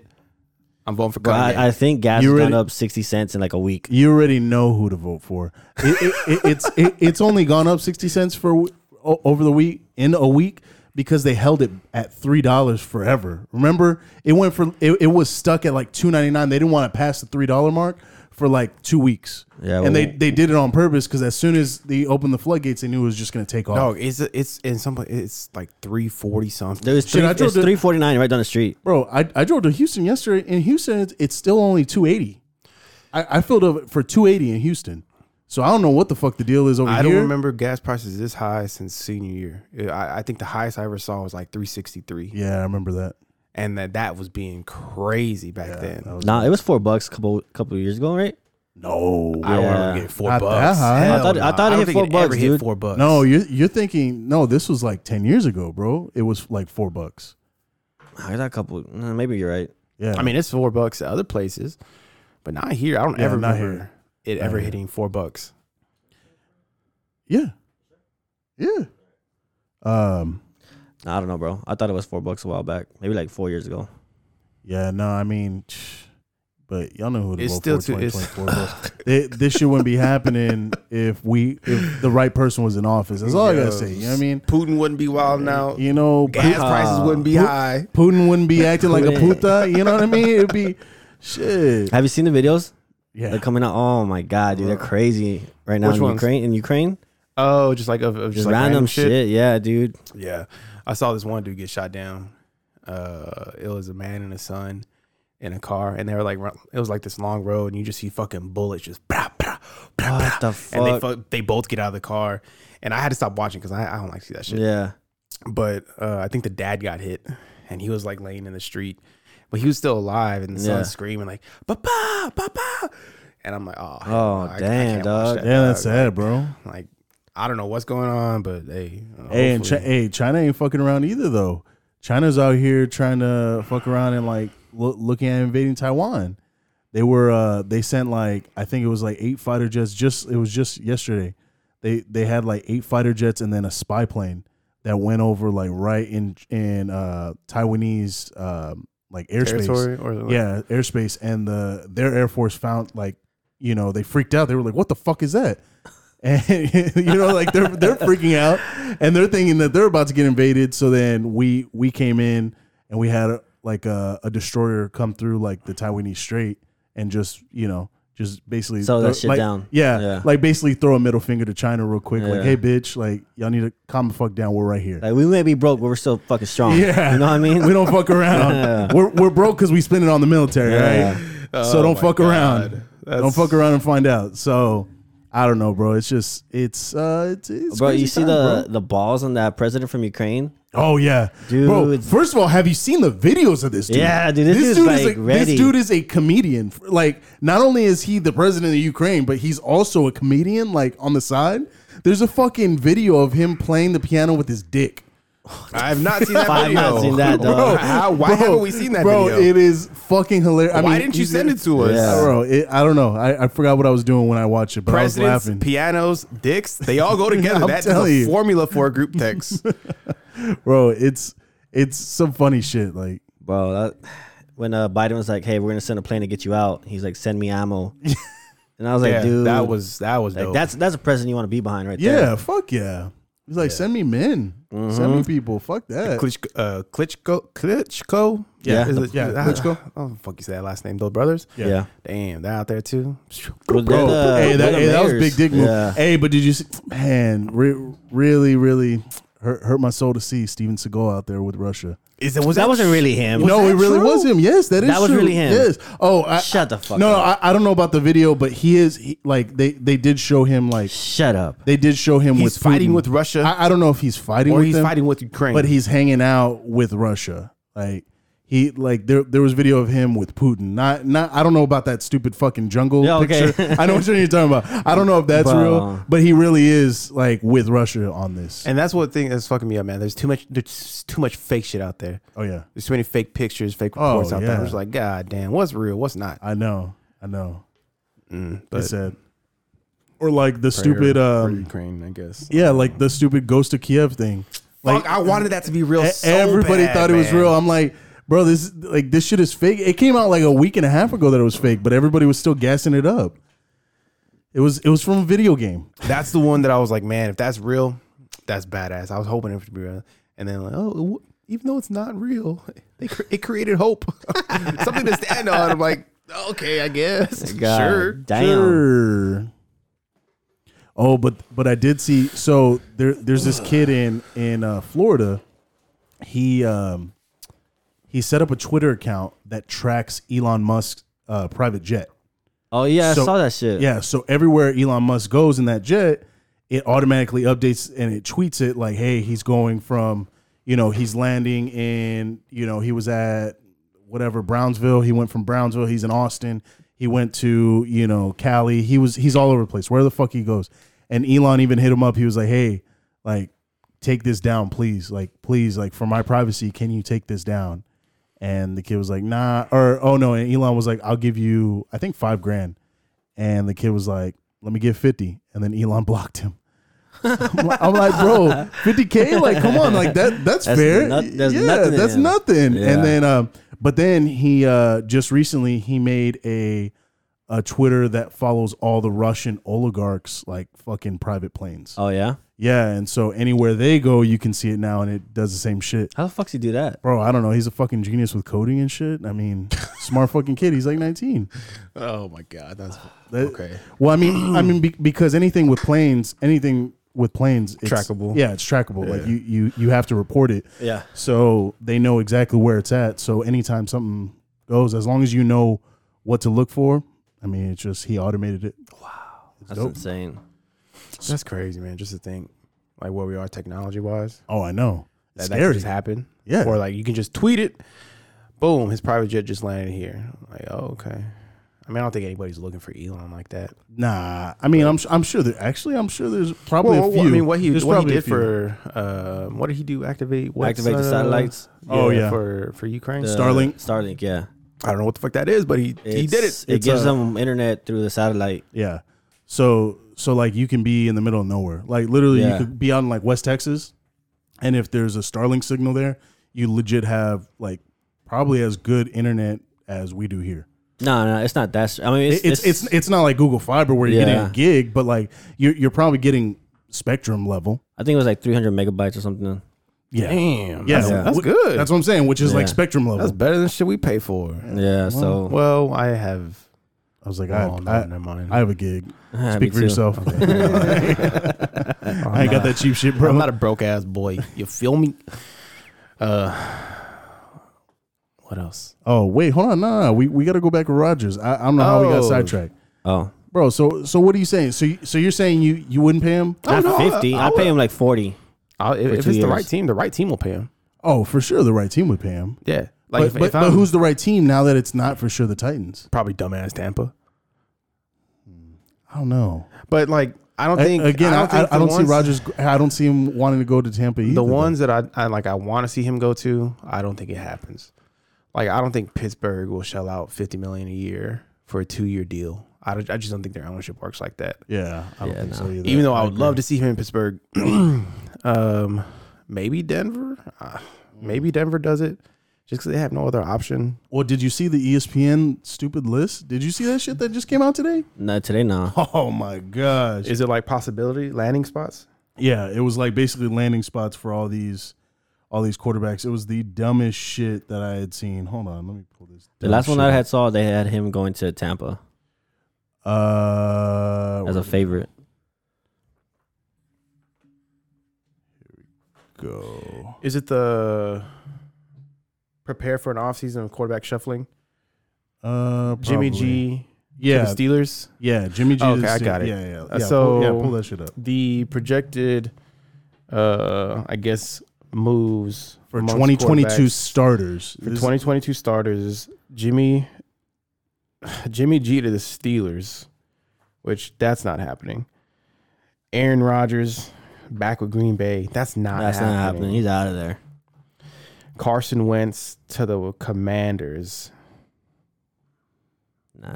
Speaker 4: I'm voting for
Speaker 5: Bro,
Speaker 4: Kanye.
Speaker 5: I, I think gas
Speaker 3: You
Speaker 5: has
Speaker 3: ready-
Speaker 5: gone up sixty cents in like a week.
Speaker 3: You already know who to vote for. It, it, it, it's it, it's only gone up sixty cents for w- o- over the week in a week because they held it at three dollars forever. Remember, it went for it, it was stuck at like two ninety nine. They didn't want to pass the three dollar mark for like two weeks.
Speaker 5: Yeah,
Speaker 3: and they
Speaker 5: well-
Speaker 3: they did it on purpose because as soon as they opened the floodgates, they knew it was just going to take off.
Speaker 4: Dog, it's it's in some it's like 340 something.
Speaker 5: There was
Speaker 3: Shit,
Speaker 5: three,
Speaker 3: I drove
Speaker 5: it's
Speaker 3: to-
Speaker 5: three forty nine right down the street.
Speaker 3: Bro, I, I drove to Houston yesterday. In Houston, it's, it's still only two eighty. I, I filled up for two eighty in Houston. So I don't know what the fuck the deal is over
Speaker 4: I
Speaker 3: here.
Speaker 4: don't remember gas prices this high since senior year. Yeah, I, I think the highest I ever saw was like 363,
Speaker 3: Yeah, I remember that.
Speaker 4: and that that was being crazy back then.
Speaker 5: Nah, it was four bucks a couple couple years ago, right?
Speaker 3: No,
Speaker 4: I don't
Speaker 5: Yeah.
Speaker 4: remember getting four
Speaker 3: Not that
Speaker 4: bucks.
Speaker 3: high. I
Speaker 4: Hell
Speaker 5: thought it- I
Speaker 4: nah.
Speaker 5: thought it
Speaker 4: don't
Speaker 5: hit
Speaker 4: think
Speaker 5: four
Speaker 4: ever
Speaker 5: bucks,
Speaker 4: hit
Speaker 5: dude.
Speaker 4: Four bucks.
Speaker 3: no, you're you're thinking no. This was like ten years ago, bro. It was like four bucks.
Speaker 5: I got a couple. nah, Maybe you're right.
Speaker 3: Yeah,
Speaker 4: I mean it's four bucks at other places, but not here. I don't
Speaker 3: Yeah,
Speaker 4: ever
Speaker 3: not
Speaker 4: remember it ever
Speaker 3: here.
Speaker 4: hitting four bucks.
Speaker 3: yeah, yeah. Um,
Speaker 5: Nah, I don't know, bro. I thought it was four bucks a while back. Maybe like four years ago.
Speaker 3: yeah. No, I mean, tch, but y'all know who to
Speaker 4: It's
Speaker 3: vote
Speaker 4: still
Speaker 3: for.
Speaker 4: too- it's-
Speaker 3: 2024, bro. Th- this shit wouldn't be happening if we if the right person was in office. That's all I gotta
Speaker 4: Yo.
Speaker 3: say. You know what I mean?
Speaker 4: Putin wouldn't be wild now.
Speaker 3: You know,
Speaker 4: Gas
Speaker 3: Pu-
Speaker 4: prices wouldn't be
Speaker 3: Pu-
Speaker 4: high.
Speaker 3: Putin wouldn't be acting like a
Speaker 5: Putin.
Speaker 3: puta. You know what I mean? It'd be shit.
Speaker 5: Have you seen the videos?
Speaker 3: Yeah.
Speaker 5: They're coming out. Oh my god, dude, they're crazy right now
Speaker 4: Which
Speaker 5: in
Speaker 4: ones?
Speaker 5: Ukraine. In Ukraine,
Speaker 4: Oh, just like of, of
Speaker 5: just
Speaker 4: just like
Speaker 5: random, shit. Yeah, dude.
Speaker 4: Yeah, I saw this one dude get shot down. Uh, it was a man and a son in a car, and they were like, run- it was like this long road, and you just see fucking bullets just. Brah, brah, brah,
Speaker 5: What
Speaker 4: brah.
Speaker 5: the
Speaker 4: And they
Speaker 5: fuck?
Speaker 4: fu- they both get out of the car, and I had to stop watching because I, I don't like to see that shit.
Speaker 5: Yeah.
Speaker 4: But uh, I think the dad got hit, and he was like laying in the street, but he was still alive, and the
Speaker 5: Yeah.
Speaker 4: son's screaming like "Papa, Papa," and I'm like, "Oh, hell
Speaker 5: Oh,
Speaker 4: no, I- I
Speaker 5: damn,
Speaker 4: can't watch
Speaker 5: dog.
Speaker 4: that,
Speaker 3: Yeah, that's
Speaker 4: dog.
Speaker 3: sad, bro.
Speaker 4: Like, I don't know what's going on, but hey, uh,
Speaker 3: Hey, and Chi-
Speaker 4: hopefully-
Speaker 3: hey, China ain't fucking around either though. China's out here trying to fuck around and like loo- looking at invading Taiwan. They were uh they sent like I think it was like eight fighter jets just it was just yesterday. They they had like eight fighter jets and then a spy plane that went over like right in in uh Taiwanese um like airspace.
Speaker 4: territory or like,
Speaker 3: Yeah, airspace and the their air force found like you know they freaked out. They were like, "What the fuck is that?" And you know, like they're they're freaking out and they're thinking that they're about to get invaded. So then we we came in and we had like a, a destroyer come through like the Taiwanese Strait and just you know just basically
Speaker 5: Slow that
Speaker 3: throw-
Speaker 5: shit
Speaker 3: like-
Speaker 5: down.
Speaker 3: Yeah,
Speaker 5: Yeah.
Speaker 3: like basically throw a middle finger to China real quick. Like,
Speaker 5: Yeah.
Speaker 3: hey, bitch, like y'all need to calm the fuck down. We're right here.
Speaker 5: Like we may be broke, but we're still fucking strong.
Speaker 3: Yeah.
Speaker 5: You know what I mean?
Speaker 3: we don't fuck around.
Speaker 5: Yeah.
Speaker 3: We're we're broke because we spend it on the military,
Speaker 5: Yeah.
Speaker 3: right? so don't fuck around. Don't fuck around and find out. So I don't know, bro. It's just it's uh it's, it's
Speaker 5: bro,
Speaker 3: crazy
Speaker 5: you see
Speaker 3: time,
Speaker 5: the
Speaker 3: bro.
Speaker 5: the balls on that president from Ukraine?
Speaker 3: oh yeah, bro.
Speaker 5: Dude.
Speaker 3: First of all, have you seen the videos of this dude?
Speaker 5: Yeah, dude, this dude's,
Speaker 3: is
Speaker 5: like,
Speaker 3: a,
Speaker 5: ready.
Speaker 3: this dude is a comedian. Like, not only is he the president of Ukraine, but he's also a comedian. Like on the side, there's a fucking video of him playing the piano with his dick.
Speaker 4: I have not seen that
Speaker 5: I've
Speaker 4: video.
Speaker 5: not seen that, dog.
Speaker 4: Bro, how, why
Speaker 3: Bro,
Speaker 4: haven't we seen that
Speaker 3: bro,
Speaker 4: video?
Speaker 3: It is fucking hilarious. I
Speaker 4: why
Speaker 3: mean,
Speaker 4: didn't you
Speaker 3: he's-
Speaker 4: send it to us?
Speaker 5: Yeah.
Speaker 3: Bro, it, I don't know. I, I forgot what I was doing when I watched it, but I was
Speaker 4: Presidents,
Speaker 3: laughing.
Speaker 4: pianos, dicks, they all go together.
Speaker 3: I'm
Speaker 4: That's
Speaker 3: telling
Speaker 4: the
Speaker 3: you.
Speaker 4: formula for a group text.
Speaker 3: bro. It's it's some funny shit. Like
Speaker 5: Bro, that, when uh, Biden was like, "Hey, we're gonna send a plane to get you out," he's like, "Send me ammo," and I was like,
Speaker 4: yeah,
Speaker 5: "Dude,
Speaker 4: that was that was
Speaker 5: like
Speaker 4: dope.
Speaker 5: that's that's a president you want to be behind, right
Speaker 3: yeah,
Speaker 5: there."
Speaker 3: fuck yeah. He's like, send me men, send
Speaker 4: Mm-hmm.
Speaker 3: me people. Fuck that.
Speaker 4: Klitschko, uh, Klitschko, Klitschko.
Speaker 5: Yeah.
Speaker 4: Is it-
Speaker 3: Yeah, Klitschko.
Speaker 4: Oh, fuck you say that last name, those brothers.
Speaker 3: Yeah.
Speaker 5: yeah.
Speaker 4: Damn, they're out there too.
Speaker 5: Bro,
Speaker 3: Bro,
Speaker 4: uh,
Speaker 5: they're the-
Speaker 3: hey,
Speaker 5: they're
Speaker 3: that, hey,
Speaker 5: the
Speaker 3: that was big
Speaker 5: mayors.
Speaker 3: dick move.
Speaker 5: Yeah.
Speaker 3: Hey, but did you see? Man, re- really, really hurt, hurt my soul to see Steven Seagal out there with Russia.
Speaker 4: Is it was
Speaker 5: that wasn't really him.
Speaker 3: no, it really was him. Yes, that is.
Speaker 5: That was
Speaker 3: true.
Speaker 5: really him.
Speaker 3: Yes. Oh, I,
Speaker 5: Shut the fuck
Speaker 3: No,
Speaker 5: up.
Speaker 3: I, I don't know about the video, but he is he, like they they did show him like
Speaker 5: Shut up.
Speaker 3: they did show him
Speaker 4: He's
Speaker 3: with
Speaker 4: fighting
Speaker 3: Putin.
Speaker 4: with Russia.
Speaker 3: I, I don't know if he's fighting
Speaker 4: or
Speaker 3: with
Speaker 4: he's
Speaker 3: them,
Speaker 4: fighting with Ukraine.
Speaker 3: but he's hanging out with Russia. Like he like there there was video of him with Putin. Not not I don't know about that stupid fucking jungle
Speaker 5: Yeah, okay.
Speaker 3: picture. I know what you're talking about. I don't know if that's
Speaker 5: Bro.
Speaker 3: real, but he really is like with Russia on this.
Speaker 4: and that's what thing that's fucking me up, man. There's too much. There's too much fake shit out there.
Speaker 3: oh yeah,
Speaker 4: There's too many fake pictures, fake
Speaker 3: Oh,
Speaker 4: reports out there.
Speaker 3: yeah.
Speaker 4: I'm just like, God damn, what's real, what's not?
Speaker 3: I know, I know.
Speaker 4: Mm,
Speaker 3: It's
Speaker 4: but
Speaker 3: sad. Or like the
Speaker 4: prayer
Speaker 3: stupid
Speaker 4: for
Speaker 3: um
Speaker 4: Ukraine, I guess.
Speaker 3: yeah, like the stupid ghost of Kiev thing. Like
Speaker 4: Fuck, I wanted that to be real.
Speaker 3: e-
Speaker 4: so
Speaker 3: everybody
Speaker 4: bad,
Speaker 3: thought it was
Speaker 4: man.
Speaker 3: real. I'm like, bro, this like this shit is fake. It came out like a week and a half ago that it was fake, but everybody was still gassing it up. It was it was from a video game.
Speaker 4: That's the one that I was like, man, if that's real, that's badass. I was hoping it would be real, and then like, oh, it w- even though it's not real, they cre- it created hope, something to stand on. I'm like, okay, I guess,
Speaker 5: God
Speaker 4: sure.
Speaker 5: Damn.
Speaker 3: Sure. Oh, but but I did see. So there there's this kid in in uh, Florida. He um he set up a Twitter account that tracks Elon Musk's uh, private jet.
Speaker 5: Oh yeah,
Speaker 3: So-
Speaker 5: I saw that shit.
Speaker 3: Yeah. So everywhere Elon Musk goes in that jet, it automatically updates and it tweets it like, hey, he's going from, you know, he's landing in, you know, he was at whatever Brownsville. He went from Brownsville. He's in Austin. He went to, you know, Cali. He was he's all over the place. Where the fuck he goes. And Elon even hit him up. He was like, hey, like, take this down, please. Like, please, like for my privacy, can you take this down? And the kid was like, nah, or oh no. And Elon was like, I'll give you, I think five grand. And the kid was like, let me get 50. And then Elon blocked him. I'm, like, I'm like, bro, 50K? Like, come on. Like, that that's,
Speaker 5: That's
Speaker 3: fair.
Speaker 5: not- there's
Speaker 3: yeah,
Speaker 5: nothing in
Speaker 3: that's
Speaker 5: him.
Speaker 3: nothing.
Speaker 5: Yeah.
Speaker 3: And then, um, but then he uh, just recently he made a a Twitter that follows all the Russian oligarchs like fucking private planes.
Speaker 5: Oh yeah.
Speaker 3: Yeah, and so anywhere they go, you can see it now, and it does the same shit.
Speaker 5: How the fuck's he do that?
Speaker 3: Bro, I don't know. He's a fucking genius with coding and shit. I mean, smart fucking kid. He's like 19.
Speaker 4: Oh my god, that's
Speaker 3: That-
Speaker 4: okay.
Speaker 3: Well, I mean, I mean, be, because anything with planes, anything with planes, it's,
Speaker 4: Trackable.
Speaker 3: Yeah, it's trackable. Like
Speaker 4: Yeah.
Speaker 3: you, you, you have to report it.
Speaker 5: Yeah.
Speaker 3: So they know exactly where it's at. So anytime something goes, as long as you know what to look for, I mean, it's just he automated it. Wow,
Speaker 5: That's
Speaker 3: dope.
Speaker 5: insane.
Speaker 4: That's crazy, man. Just to think, like where we are technology wise,
Speaker 3: Oh, I know. It's
Speaker 4: that, that could
Speaker 3: scary.
Speaker 4: just happen.
Speaker 3: Yeah.
Speaker 4: or like you can just tweet it. Boom, his private jet just landed here. Like, oh okay. I mean, I don't think anybody's looking for Elon like that.
Speaker 3: Nah, I mean, I'm su- I'm sure there actually I'm sure there's probably
Speaker 4: Well,
Speaker 3: a
Speaker 4: well,
Speaker 3: few.
Speaker 4: I mean, what he
Speaker 3: There's
Speaker 4: what he
Speaker 3: probably a
Speaker 4: did
Speaker 3: few.
Speaker 4: for uh, what did he do? Activate what
Speaker 5: Activate the satellites.
Speaker 3: Oh, yeah.
Speaker 4: for for Ukraine.
Speaker 5: The-
Speaker 3: uh, Starlink?
Speaker 5: Starlink. Yeah.
Speaker 4: I don't know what the fuck that is, but he he did
Speaker 5: It's-
Speaker 4: it.
Speaker 5: It
Speaker 3: It's
Speaker 5: gives
Speaker 3: a-
Speaker 5: them internet through the satellite.
Speaker 3: yeah. So so like you can be in the middle of nowhere. Like literally, you
Speaker 5: Yeah.
Speaker 3: could be out in like West Texas, and if there's a Starlink signal there, you legit have like probably as good internet as we do here.
Speaker 5: No, no, it's not that. str- I mean,
Speaker 3: It's
Speaker 5: it's
Speaker 3: it's it's, not like Google Fiber where you're getting
Speaker 5: Yeah.
Speaker 3: a gig, but like you're you're probably getting spectrum level.
Speaker 5: I think it was like 300 megabytes or something.
Speaker 3: Yeah.
Speaker 4: Damn,
Speaker 3: Yeah,
Speaker 4: that's, that's
Speaker 3: Wh-
Speaker 4: good.
Speaker 3: That's what I'm saying, which is like
Speaker 5: Yeah.
Speaker 3: spectrum level.
Speaker 4: that's better than shit we pay for.
Speaker 5: Yeah. So
Speaker 4: Well, I have.
Speaker 3: I was like, I,
Speaker 4: Oh, no,
Speaker 3: I,
Speaker 4: never mind.
Speaker 3: I have a gig.
Speaker 4: Ah,
Speaker 5: me
Speaker 3: Speak for
Speaker 5: too.
Speaker 3: yourself. I ain't got that cheap shit, bro.
Speaker 4: Oh, I'm not a broke ass boy. You feel me? Uh, what else?
Speaker 3: Oh wait, hold on, no, no, we we got to go back with Rogers. I, I don't know how we got
Speaker 4: Oh.
Speaker 3: sidetracked,
Speaker 5: oh,
Speaker 3: bro. So so what are you saying? So you, so you're saying you you wouldn't pay him? Oh,
Speaker 5: not
Speaker 4: no, I-
Speaker 5: 50.
Speaker 4: I
Speaker 5: I, pay him like 40.
Speaker 4: I'll, if
Speaker 5: For
Speaker 4: if
Speaker 5: two
Speaker 4: it's the
Speaker 5: years.
Speaker 4: right team, the right team will pay him.
Speaker 3: Oh, for sure, the right team would pay him.
Speaker 4: Yeah,
Speaker 3: But
Speaker 4: like if,
Speaker 3: but,
Speaker 4: if
Speaker 3: but
Speaker 4: I'm
Speaker 3: who's the right team now that it's not for sure the Titans?
Speaker 4: probably dumbass Tampa,
Speaker 3: I don't know.
Speaker 4: but like I don't
Speaker 3: A-
Speaker 4: think
Speaker 3: Again, I don't, I,
Speaker 4: think
Speaker 3: I
Speaker 4: the
Speaker 3: don't see
Speaker 4: ones-
Speaker 3: Rogers. I don't see him wanting to go to Tampa either.
Speaker 4: the
Speaker 3: though.
Speaker 4: ones that I, I like I want to see him go to, I don't think it happens. Like I don't think Pittsburgh will shell out 50 million a year for a 2-year deal. I, don't- I just don't think their ownership works like that.
Speaker 3: yeah, I don't
Speaker 5: Yeah,
Speaker 3: think
Speaker 5: no.
Speaker 3: so either.
Speaker 4: Even though I would love to see him in Pittsburgh. um maybe Denver? Uh, maybe Denver does it just cuz they have no other option.
Speaker 3: Well, did you see the E ESPN stupid list? Did you see that shit that just came out today?
Speaker 5: No, today, no.
Speaker 3: Oh my gosh!
Speaker 4: Is it like possibility landing spots?
Speaker 3: Yeah, it was like basically landing spots for all these all these quarterbacks. It was the dumbest shit that I had seen. Hold on, let me pull this.
Speaker 5: The
Speaker 3: dumb
Speaker 5: last one
Speaker 3: shit
Speaker 5: I
Speaker 3: up.
Speaker 5: had saw, they had him going to Tampa
Speaker 3: uh
Speaker 5: as a favorite.
Speaker 3: go.
Speaker 4: Is it the prepare for an offseason of quarterback shuffling?
Speaker 3: Uh,
Speaker 4: Jimmy
Speaker 3: probably.
Speaker 4: G
Speaker 3: Yeah,
Speaker 4: to the Steelers?
Speaker 3: yeah, Jimmy G.
Speaker 4: Oh,
Speaker 3: to the
Speaker 4: okay, I
Speaker 3: Ste-
Speaker 4: got it.
Speaker 3: Yeah, yeah.
Speaker 4: Uh,
Speaker 3: yeah pull,
Speaker 4: so-
Speaker 3: yeah, pull that shit up
Speaker 4: the projected uh I guess moves
Speaker 3: for
Speaker 4: amongst
Speaker 3: 2022
Speaker 4: quarterbacks-
Speaker 3: starters.
Speaker 4: for
Speaker 3: This-
Speaker 4: 2022 starters is Jimmy Jimmy G to the Steelers, which that's not happening. Aaron Rodgers back with Green Bay, that's not
Speaker 5: That's
Speaker 4: happening.
Speaker 5: not happening. He's out of there.
Speaker 4: Carson Wentz to the Commanders.
Speaker 5: Not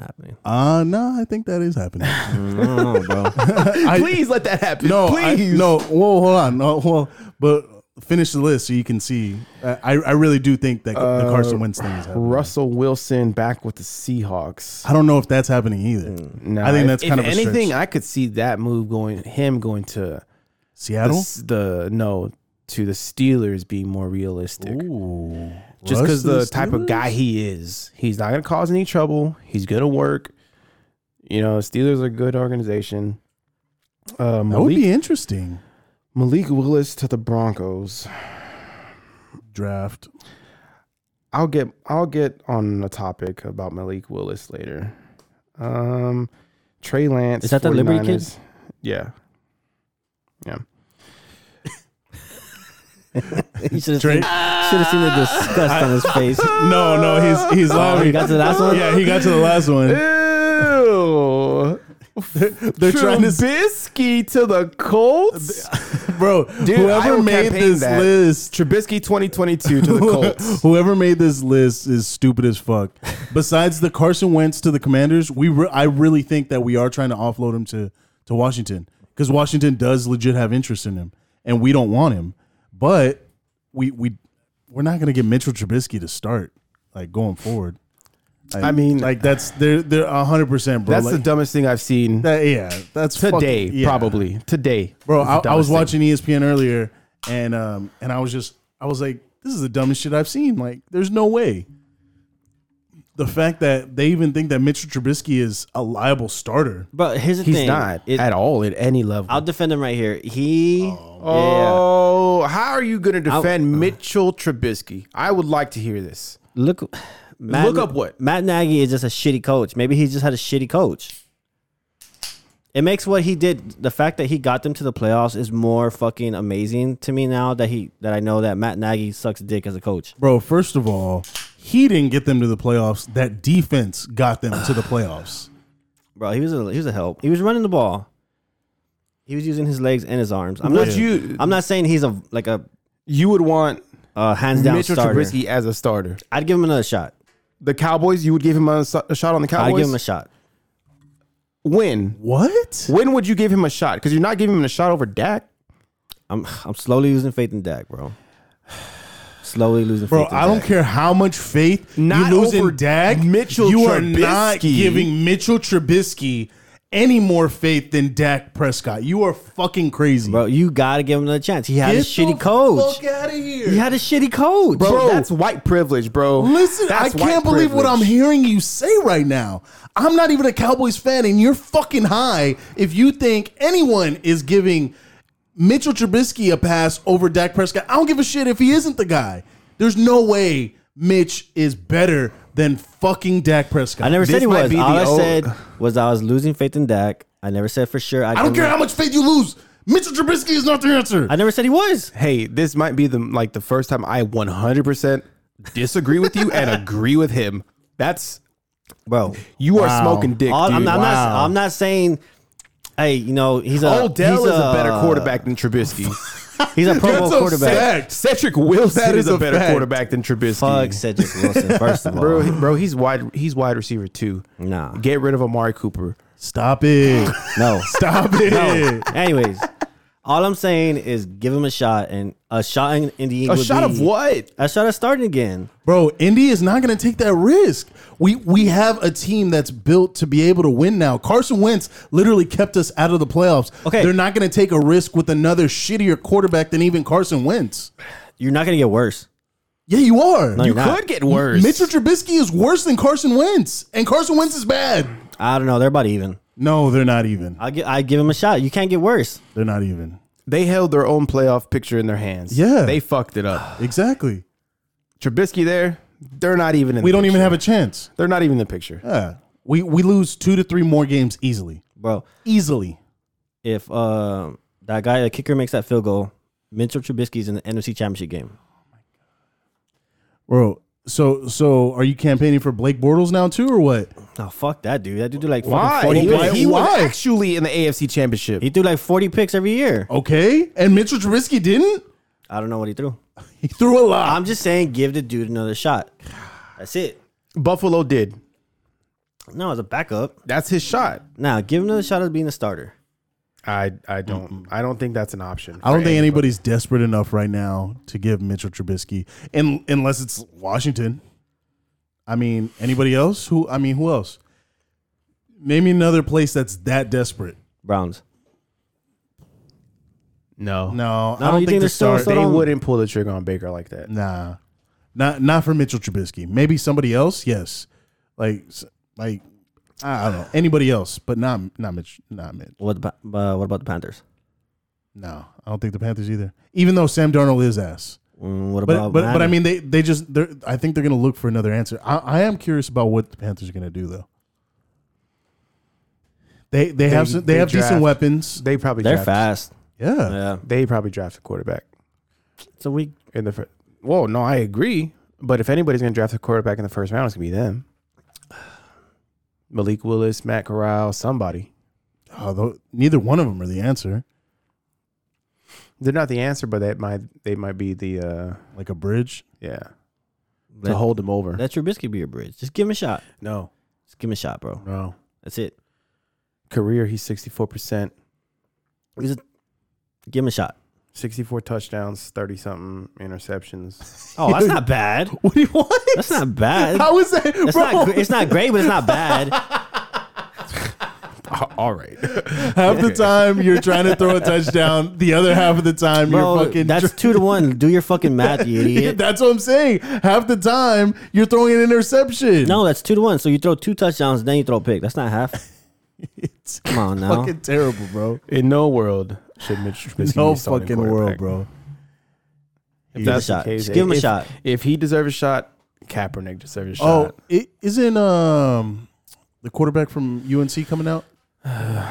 Speaker 5: happening.
Speaker 3: Uh no, I think that is happening.
Speaker 5: No, bro.
Speaker 3: I-
Speaker 4: Please let that happen.
Speaker 3: no, I-
Speaker 4: please.
Speaker 3: no. Whoa, hold on. No, well, but finish the list so you can see. I, I really do think that
Speaker 4: Uh,
Speaker 3: the Carson Wentz thing is happening.
Speaker 4: Russell Wilson back with the Seahawks.
Speaker 3: I don't know if that's happening either.
Speaker 4: No,
Speaker 3: I think
Speaker 4: if-
Speaker 3: that's kind
Speaker 4: if
Speaker 3: of a stretch.
Speaker 4: anything. I could see that move going, him going to the,
Speaker 3: Seattle.
Speaker 4: s- the no to the Steelers being more realistic.
Speaker 3: Ooh, Russ
Speaker 4: Just because
Speaker 3: to
Speaker 4: the,
Speaker 3: the
Speaker 4: type of
Speaker 3: Steelers?
Speaker 4: guy he is, he's not gonna cause any trouble. He's gonna work. You know, Steelers are a good organization.
Speaker 3: that
Speaker 4: Uh,
Speaker 3: would
Speaker 4: Malik,
Speaker 3: be interesting.
Speaker 4: Malik Willis to the Broncos.
Speaker 3: Draft.
Speaker 4: I'll get I'll get on a topic about Malik Willis later. Um, Trey Lance
Speaker 5: Is that the Liberty kid?
Speaker 4: 49ers. Yeah, yeah.
Speaker 5: you should have
Speaker 3: Trey-
Speaker 5: seen, should've seen the disgust on his face.
Speaker 3: No, no, he's he's
Speaker 5: Oh,
Speaker 3: laughing.
Speaker 5: he got to the last one?
Speaker 3: Yeah, he got to the last one.
Speaker 4: Ew.
Speaker 3: They're trying to
Speaker 4: Trubisky to the Colts.
Speaker 3: bro.
Speaker 4: Dude, I
Speaker 3: whoever
Speaker 4: will
Speaker 3: made
Speaker 4: campaign
Speaker 3: this
Speaker 4: that.
Speaker 3: list,
Speaker 4: Trubisky 2022 to the Colts.
Speaker 3: whoever made this list is stupid as fuck. Besides the Carson Wentz to the Commanders, we re- I really think that we are trying to offload him to to Washington because Washington does legit have interest in him, and we don't want him. But we we we're not gonna get Mitchell Trubisky to start like going forward. Like-
Speaker 4: I mean-
Speaker 3: like that's they're they're hundred percent, bro.
Speaker 4: That's
Speaker 3: like,
Speaker 4: the dumbest thing I've seen
Speaker 3: that, yeah, that's fucking-
Speaker 4: today,
Speaker 3: yeah.
Speaker 4: probably today,
Speaker 3: bro.
Speaker 4: is the
Speaker 3: I, I was
Speaker 4: dumbest
Speaker 3: watching
Speaker 4: thing.
Speaker 3: E ESPN earlier, and um, and I was just, I was like, this is the dumbest shit I've seen. Like, there's no way. The fact that they even think that Mitchell Trubisky is a liable starter.
Speaker 5: But here's the
Speaker 4: He's
Speaker 5: thing.
Speaker 4: not
Speaker 5: It-
Speaker 4: at all at any level.
Speaker 5: I'll defend him right here. He. Oh.
Speaker 4: Oh, how are you going to
Speaker 5: I'll-
Speaker 4: defend Mitchell Trubisky? I would like to hear this.
Speaker 5: Look. Matt,
Speaker 4: Look up what?
Speaker 5: Matt Nagy is just a shitty coach. Maybe he just had a shitty coach. It makes what he did, the fact that he got them to the playoffs is more fucking amazing to me now that he that I know that Matt Nagy sucks dick as a coach.
Speaker 3: Bro, first of all, he didn't get them to the playoffs. That defense got them to the playoffs.
Speaker 5: Bro, he was a he was a help. He was running the ball. He was using his legs and his arms. I'm
Speaker 4: Would
Speaker 5: not
Speaker 4: you-
Speaker 5: I'm not saying he's a like a,
Speaker 4: You would want
Speaker 5: a hands down
Speaker 4: Mitchell
Speaker 5: starter.
Speaker 4: Trubisky as a starter.
Speaker 5: I'd give him another shot.
Speaker 4: The Cowboys, you would give him a, so- a shot on the Cowboys.
Speaker 5: I'd give him a shot.
Speaker 4: when?
Speaker 3: What?
Speaker 4: When would you give him a shot? Because you're not giving him a shot over Dak.
Speaker 5: I'm I'm slowly losing faith in Dak, bro. Slowly losing
Speaker 3: Bro,
Speaker 5: faith. in
Speaker 3: I don't
Speaker 5: Dak.
Speaker 3: care how much faith
Speaker 4: Not
Speaker 3: you lose
Speaker 4: over
Speaker 3: in Dak.
Speaker 4: Mitchell
Speaker 3: you are not
Speaker 4: Trubisky.
Speaker 3: giving Mitchell Trubisky any more faith than Dak Prescott. You are fucking crazy.
Speaker 5: Bro, you gotta give him another chance. He had
Speaker 3: Get
Speaker 5: a
Speaker 3: the
Speaker 5: shitty coach.
Speaker 3: Fuck out of here.
Speaker 5: He had a shitty coach.
Speaker 4: Bro, that's white privilege, bro.
Speaker 3: Listen,
Speaker 4: That's
Speaker 3: I
Speaker 4: white
Speaker 3: can't believe what I'm
Speaker 4: privilege.
Speaker 3: hearing you say right now. I'm not even a Cowboys fan, and you're fucking high if you think anyone is giving Mitchell Trubisky a pass over Dak Prescott. I don't give a shit if he isn't the guy. There's no way Mitch is better than fucking Dak Prescott.
Speaker 5: I never
Speaker 4: This
Speaker 5: said he
Speaker 4: might
Speaker 5: was.
Speaker 4: be
Speaker 5: All
Speaker 4: the
Speaker 5: I
Speaker 4: old-
Speaker 5: said was I was losing faith in Dak. I never said for sure.
Speaker 3: I don't care how much faith you lose. Mitchell Trubisky is not the answer.
Speaker 5: I never said he was.
Speaker 4: Hey, this might be the like the first time I 100% disagree with you and agree with him. That's
Speaker 5: Bro,
Speaker 4: you are smoking dick,
Speaker 5: all-
Speaker 4: dude.
Speaker 5: I'm, not, I'm,
Speaker 4: Wow.
Speaker 5: not, I'm not saying, hey, you know, he's a.
Speaker 4: Odell
Speaker 5: he's
Speaker 4: is a, better quarterback than Trubisky.
Speaker 5: He's a Pro Bowl
Speaker 3: a
Speaker 5: quarterback.
Speaker 3: fact.
Speaker 4: Cedric Wilson
Speaker 3: That
Speaker 4: is,
Speaker 3: is
Speaker 4: a
Speaker 3: a
Speaker 4: better
Speaker 3: fact.
Speaker 4: quarterback than Trubisky.
Speaker 5: Fuck Cedric Wilson, first of all.
Speaker 4: Bro, he- bro, he's wide. He's wide receiver too.
Speaker 5: Nah.
Speaker 4: Get rid of Amari Cooper.
Speaker 3: Stop it.
Speaker 5: No.
Speaker 3: Stop it.
Speaker 5: Anyways, all I'm saying is give him a shot and a shot in, in the
Speaker 4: A shot of what?
Speaker 5: A shot of starting again.
Speaker 3: Bro, Indy is not going to take that risk. We we have a team that's built to be able to win now. Carson Wentz literally kept us out of the playoffs.
Speaker 5: Okay.
Speaker 3: They're not going to take a risk with another shittier quarterback than even Carson Wentz.
Speaker 5: You're not going to get worse.
Speaker 3: Yeah, you are.
Speaker 5: No,
Speaker 4: You
Speaker 5: you're not.
Speaker 4: could get worse.
Speaker 3: Mitchell Trubisky is worse than Carson Wentz, and Carson Wentz is bad.
Speaker 5: I don't know. They're about even.
Speaker 3: No, they're not even.
Speaker 5: I give, I give him a shot. You can't get worse.
Speaker 3: They're not even.
Speaker 4: they held their own playoff picture in their hands.
Speaker 3: Yeah.
Speaker 4: they fucked it up.
Speaker 3: Exactly.
Speaker 4: Trubisky there. They're not even. in
Speaker 3: We
Speaker 4: the
Speaker 3: don't even
Speaker 4: picture.
Speaker 3: have a chance.
Speaker 4: They're not even in the picture.
Speaker 3: Yeah. We we lose 2 to 3 more games easily.
Speaker 5: Bro,
Speaker 3: Easily.
Speaker 5: if uh, that guy, the kicker, makes that field goal, Mitchell Trubisky's in the NFC Championship game.
Speaker 3: Bro, so so are you campaigning for Blake Bortles now too or what?
Speaker 5: Oh, fuck that dude. That dude do like fucking
Speaker 4: Why?
Speaker 5: 40
Speaker 4: He,
Speaker 5: picks.
Speaker 4: was, he
Speaker 5: He,
Speaker 4: was
Speaker 3: Why?
Speaker 4: actually in the AFC Championship.
Speaker 5: threw like 40 picks every year.
Speaker 3: Okay, and Mitchell Trubisky didn't.
Speaker 5: I don't know what he threw.
Speaker 3: He threw a lot.
Speaker 5: I'm just saying, give the dude another shot. That's it.
Speaker 4: Buffalo did.
Speaker 5: No, as a backup.
Speaker 4: That's his shot.
Speaker 5: Now, give him another shot at being a starter.
Speaker 4: I I don't I don't think that's an option.
Speaker 3: I don't
Speaker 4: for
Speaker 3: think
Speaker 4: anybody.
Speaker 3: anybody's desperate enough right now to give Mitchell Trubisky, un unless it's Washington. I mean, anybody else? Who? I mean, who else? Name me another place that's that desperate.
Speaker 5: Browns.
Speaker 4: No,
Speaker 3: No,
Speaker 5: No,
Speaker 3: I don't
Speaker 5: you
Speaker 3: think
Speaker 5: think
Speaker 3: the
Speaker 5: they're still-
Speaker 3: start.
Speaker 5: still-
Speaker 4: They
Speaker 5: on.
Speaker 4: wouldn't pull the trigger on Baker like that.
Speaker 3: nah, not not for Mitchell Trubisky. Maybe somebody else. Yes, like s- like I I don't know anybody else, but not not Mitch, not Mitch.
Speaker 5: What about uh, what about the Panthers?
Speaker 3: No, I don't think the Panthers either. Even though Sam Darnold is ass.
Speaker 5: Mm, what
Speaker 3: But
Speaker 5: about
Speaker 3: but, but I
Speaker 5: Miami?
Speaker 3: mean they they just they're I think they're gonna look for another answer. I, I am curious about what the Panthers are gonna do though. They they, have some, they,
Speaker 4: they
Speaker 3: have decent
Speaker 4: draft.
Speaker 3: weapons.
Speaker 4: They probably
Speaker 5: they're
Speaker 4: draft-
Speaker 5: fast.
Speaker 3: Yeah.
Speaker 5: Yeah.
Speaker 4: They probably draft a quarterback
Speaker 5: So we
Speaker 4: in the first. Well, no, I agree. But if anybody's gonna draft a quarterback in the first round, it's gonna be them. Malik Willis, Matt Corral, somebody.
Speaker 3: Although neither one of them are the answer.
Speaker 4: They're not the answer, but that might they might be the uh
Speaker 3: Like a bridge.
Speaker 4: yeah
Speaker 5: let,
Speaker 4: to hold them over.
Speaker 5: let Trubisky be your bridge. Just give him a shot.
Speaker 4: No,
Speaker 5: Just give him a shot, bro.
Speaker 4: no.
Speaker 5: That's it.
Speaker 4: Career, he's sixty four percent,
Speaker 5: He's a- give him a shot.
Speaker 4: sixty four touchdowns, thirty something interceptions.
Speaker 5: Oh, that's not bad.
Speaker 3: What do you want?
Speaker 5: That's not bad.
Speaker 3: How is that,
Speaker 5: That's
Speaker 3: bro?
Speaker 5: not. gr- It's not great, but it's not bad.
Speaker 4: All right,
Speaker 3: half the time you're trying to throw a touchdown. The other half of the time
Speaker 5: Bro,
Speaker 3: you're fucking.
Speaker 5: that's two to one. Do your fucking math, you idiot.
Speaker 3: that's what I'm saying. Half the time you're throwing an interception.
Speaker 5: No, that's two to one. So you throw two touchdowns, then you throw a pick. That's not half.
Speaker 3: it's
Speaker 5: Come on now.
Speaker 3: fucking terrible, bro.
Speaker 4: in no world should Mitch Trubisky
Speaker 3: No
Speaker 4: be starting
Speaker 3: fucking world,
Speaker 4: quarterback.
Speaker 3: bro.
Speaker 4: If
Speaker 5: Give him a
Speaker 4: that's the
Speaker 5: shot.
Speaker 4: case,
Speaker 5: Just give him a
Speaker 4: if-
Speaker 5: shot.
Speaker 4: If he deserves a shot, Kaepernick deserves a
Speaker 3: Oh,
Speaker 4: shot.
Speaker 3: it isn't um the quarterback from UNC coming out?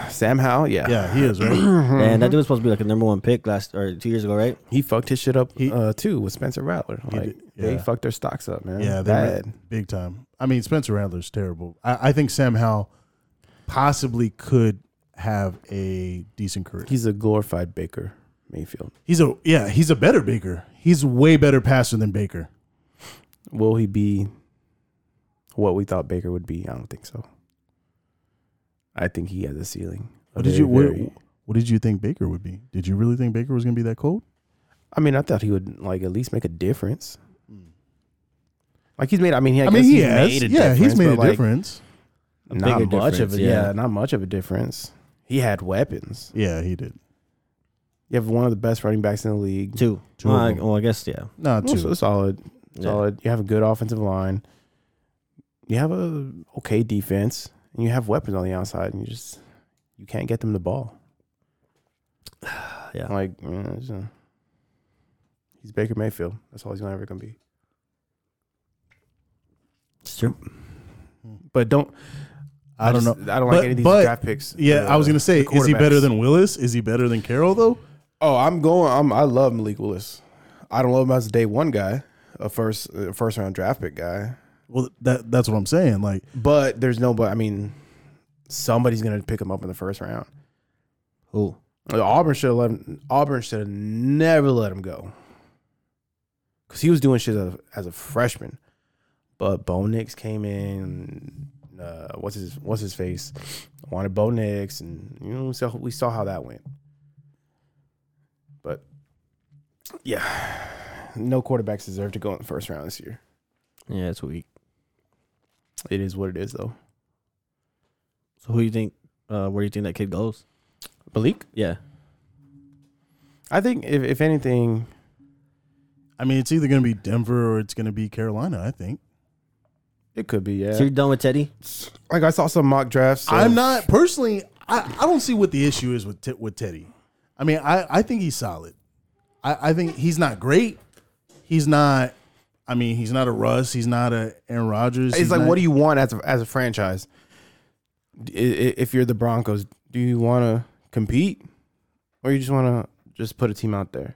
Speaker 4: Sam Howell, yeah.
Speaker 3: Yeah, he is right.
Speaker 5: And that dude was supposed to be like a number one pick last or two years ago, right?
Speaker 4: He fucked his shit up
Speaker 3: He-
Speaker 4: uh, too with Spencer Rattler. Like
Speaker 3: did-
Speaker 4: they
Speaker 3: yeah.
Speaker 4: fucked their stocks up, man.
Speaker 3: yeah, they're
Speaker 4: bad.
Speaker 3: big time. I mean, Spencer Rattler's terrible. I, I think Sam Howell possibly could have a decent career.
Speaker 4: He's a glorified Baker Mayfield.
Speaker 3: He's a yeah, he's a better Baker. He's way better passer than Baker.
Speaker 4: Will he be what we thought Baker would be? I don't think so. I think he has a ceiling. A
Speaker 3: What did
Speaker 4: very,
Speaker 3: you what,
Speaker 4: very-
Speaker 3: what did you think Baker would be? Did you really think Baker was going to be that cold?
Speaker 4: I mean, I thought he would like at least make a difference. Like he's made. I mean, he, I
Speaker 3: I, mean,
Speaker 4: guess
Speaker 3: he
Speaker 4: he's
Speaker 3: has.
Speaker 4: Made a
Speaker 3: yeah, he's
Speaker 4: difference,
Speaker 3: made
Speaker 4: but,
Speaker 3: a
Speaker 4: like,
Speaker 3: difference.
Speaker 4: Not
Speaker 5: bigger
Speaker 4: much of
Speaker 5: difference,
Speaker 4: a
Speaker 5: yeah.
Speaker 4: yeah, not much of a difference. He had weapons.
Speaker 3: Yeah, he did.
Speaker 4: You have one of the best running backs in the league.
Speaker 5: Two.
Speaker 3: Two
Speaker 5: well,
Speaker 3: of
Speaker 5: I,
Speaker 3: them.
Speaker 5: well, I guess yeah.
Speaker 3: No, two.
Speaker 4: Also solid,
Speaker 5: Yeah.
Speaker 4: solid. You have a good offensive line. You have a okay defense, and you have weapons on the outside, and you just you can't get them the ball.
Speaker 5: Yeah.
Speaker 4: like you know, it's, uh, he's Baker Mayfield. That's all he's gonna ever gonna be.
Speaker 5: It's true.
Speaker 4: But don't
Speaker 3: I, don't know.
Speaker 4: just- I don't like
Speaker 3: But-
Speaker 4: any of these
Speaker 3: but-
Speaker 4: draft picks.
Speaker 3: Yeah, I was
Speaker 4: uh,
Speaker 3: gonna say,
Speaker 4: the
Speaker 3: is he better
Speaker 4: quarterbacks.
Speaker 3: than Willis? Is he better than Carroll though?
Speaker 4: Oh, I'm going. I'm, I love Malik Willis. I don't love him as a day one guy, a first uh, first round draft pick guy.
Speaker 3: Well, that that's what I'm saying. Like,
Speaker 4: But there's no. But I mean, somebody's gonna pick him up in the first round.
Speaker 5: Who?
Speaker 4: Uh, Auburn should have let him, Auburn should have never let him go because he was doing shit as a, as a freshman. But Bo Nix came in. Uh, what's his What's his face? Wanted Bo Nix, and you know, so we saw how that went. But yeah, no quarterbacks deserve to go in the first round this year.
Speaker 5: Yeah, it's weak.
Speaker 4: It is what it is, though.
Speaker 5: So who do you think? Uh, where do you think that kid goes?
Speaker 4: Malik,
Speaker 5: Yeah.
Speaker 4: I think if if anything,
Speaker 3: I mean, it's either gonna be Denver or it's gonna be Carolina. I think.
Speaker 4: it could be yeah.
Speaker 5: So you're done with Teddy?
Speaker 4: Like I saw some mock drafts. of-
Speaker 3: I'm not personally. I, I don't see what the issue is with Te- with Teddy. I mean, I, I think he's solid. I, I think he's not great. He's not. I mean, he's not a Russ. He's not a Aaron Rodgers.
Speaker 4: It's like, what do you want as a, as a franchise? I- i- If you're the Broncos, do you want to compete, or you just want to just put a team out there?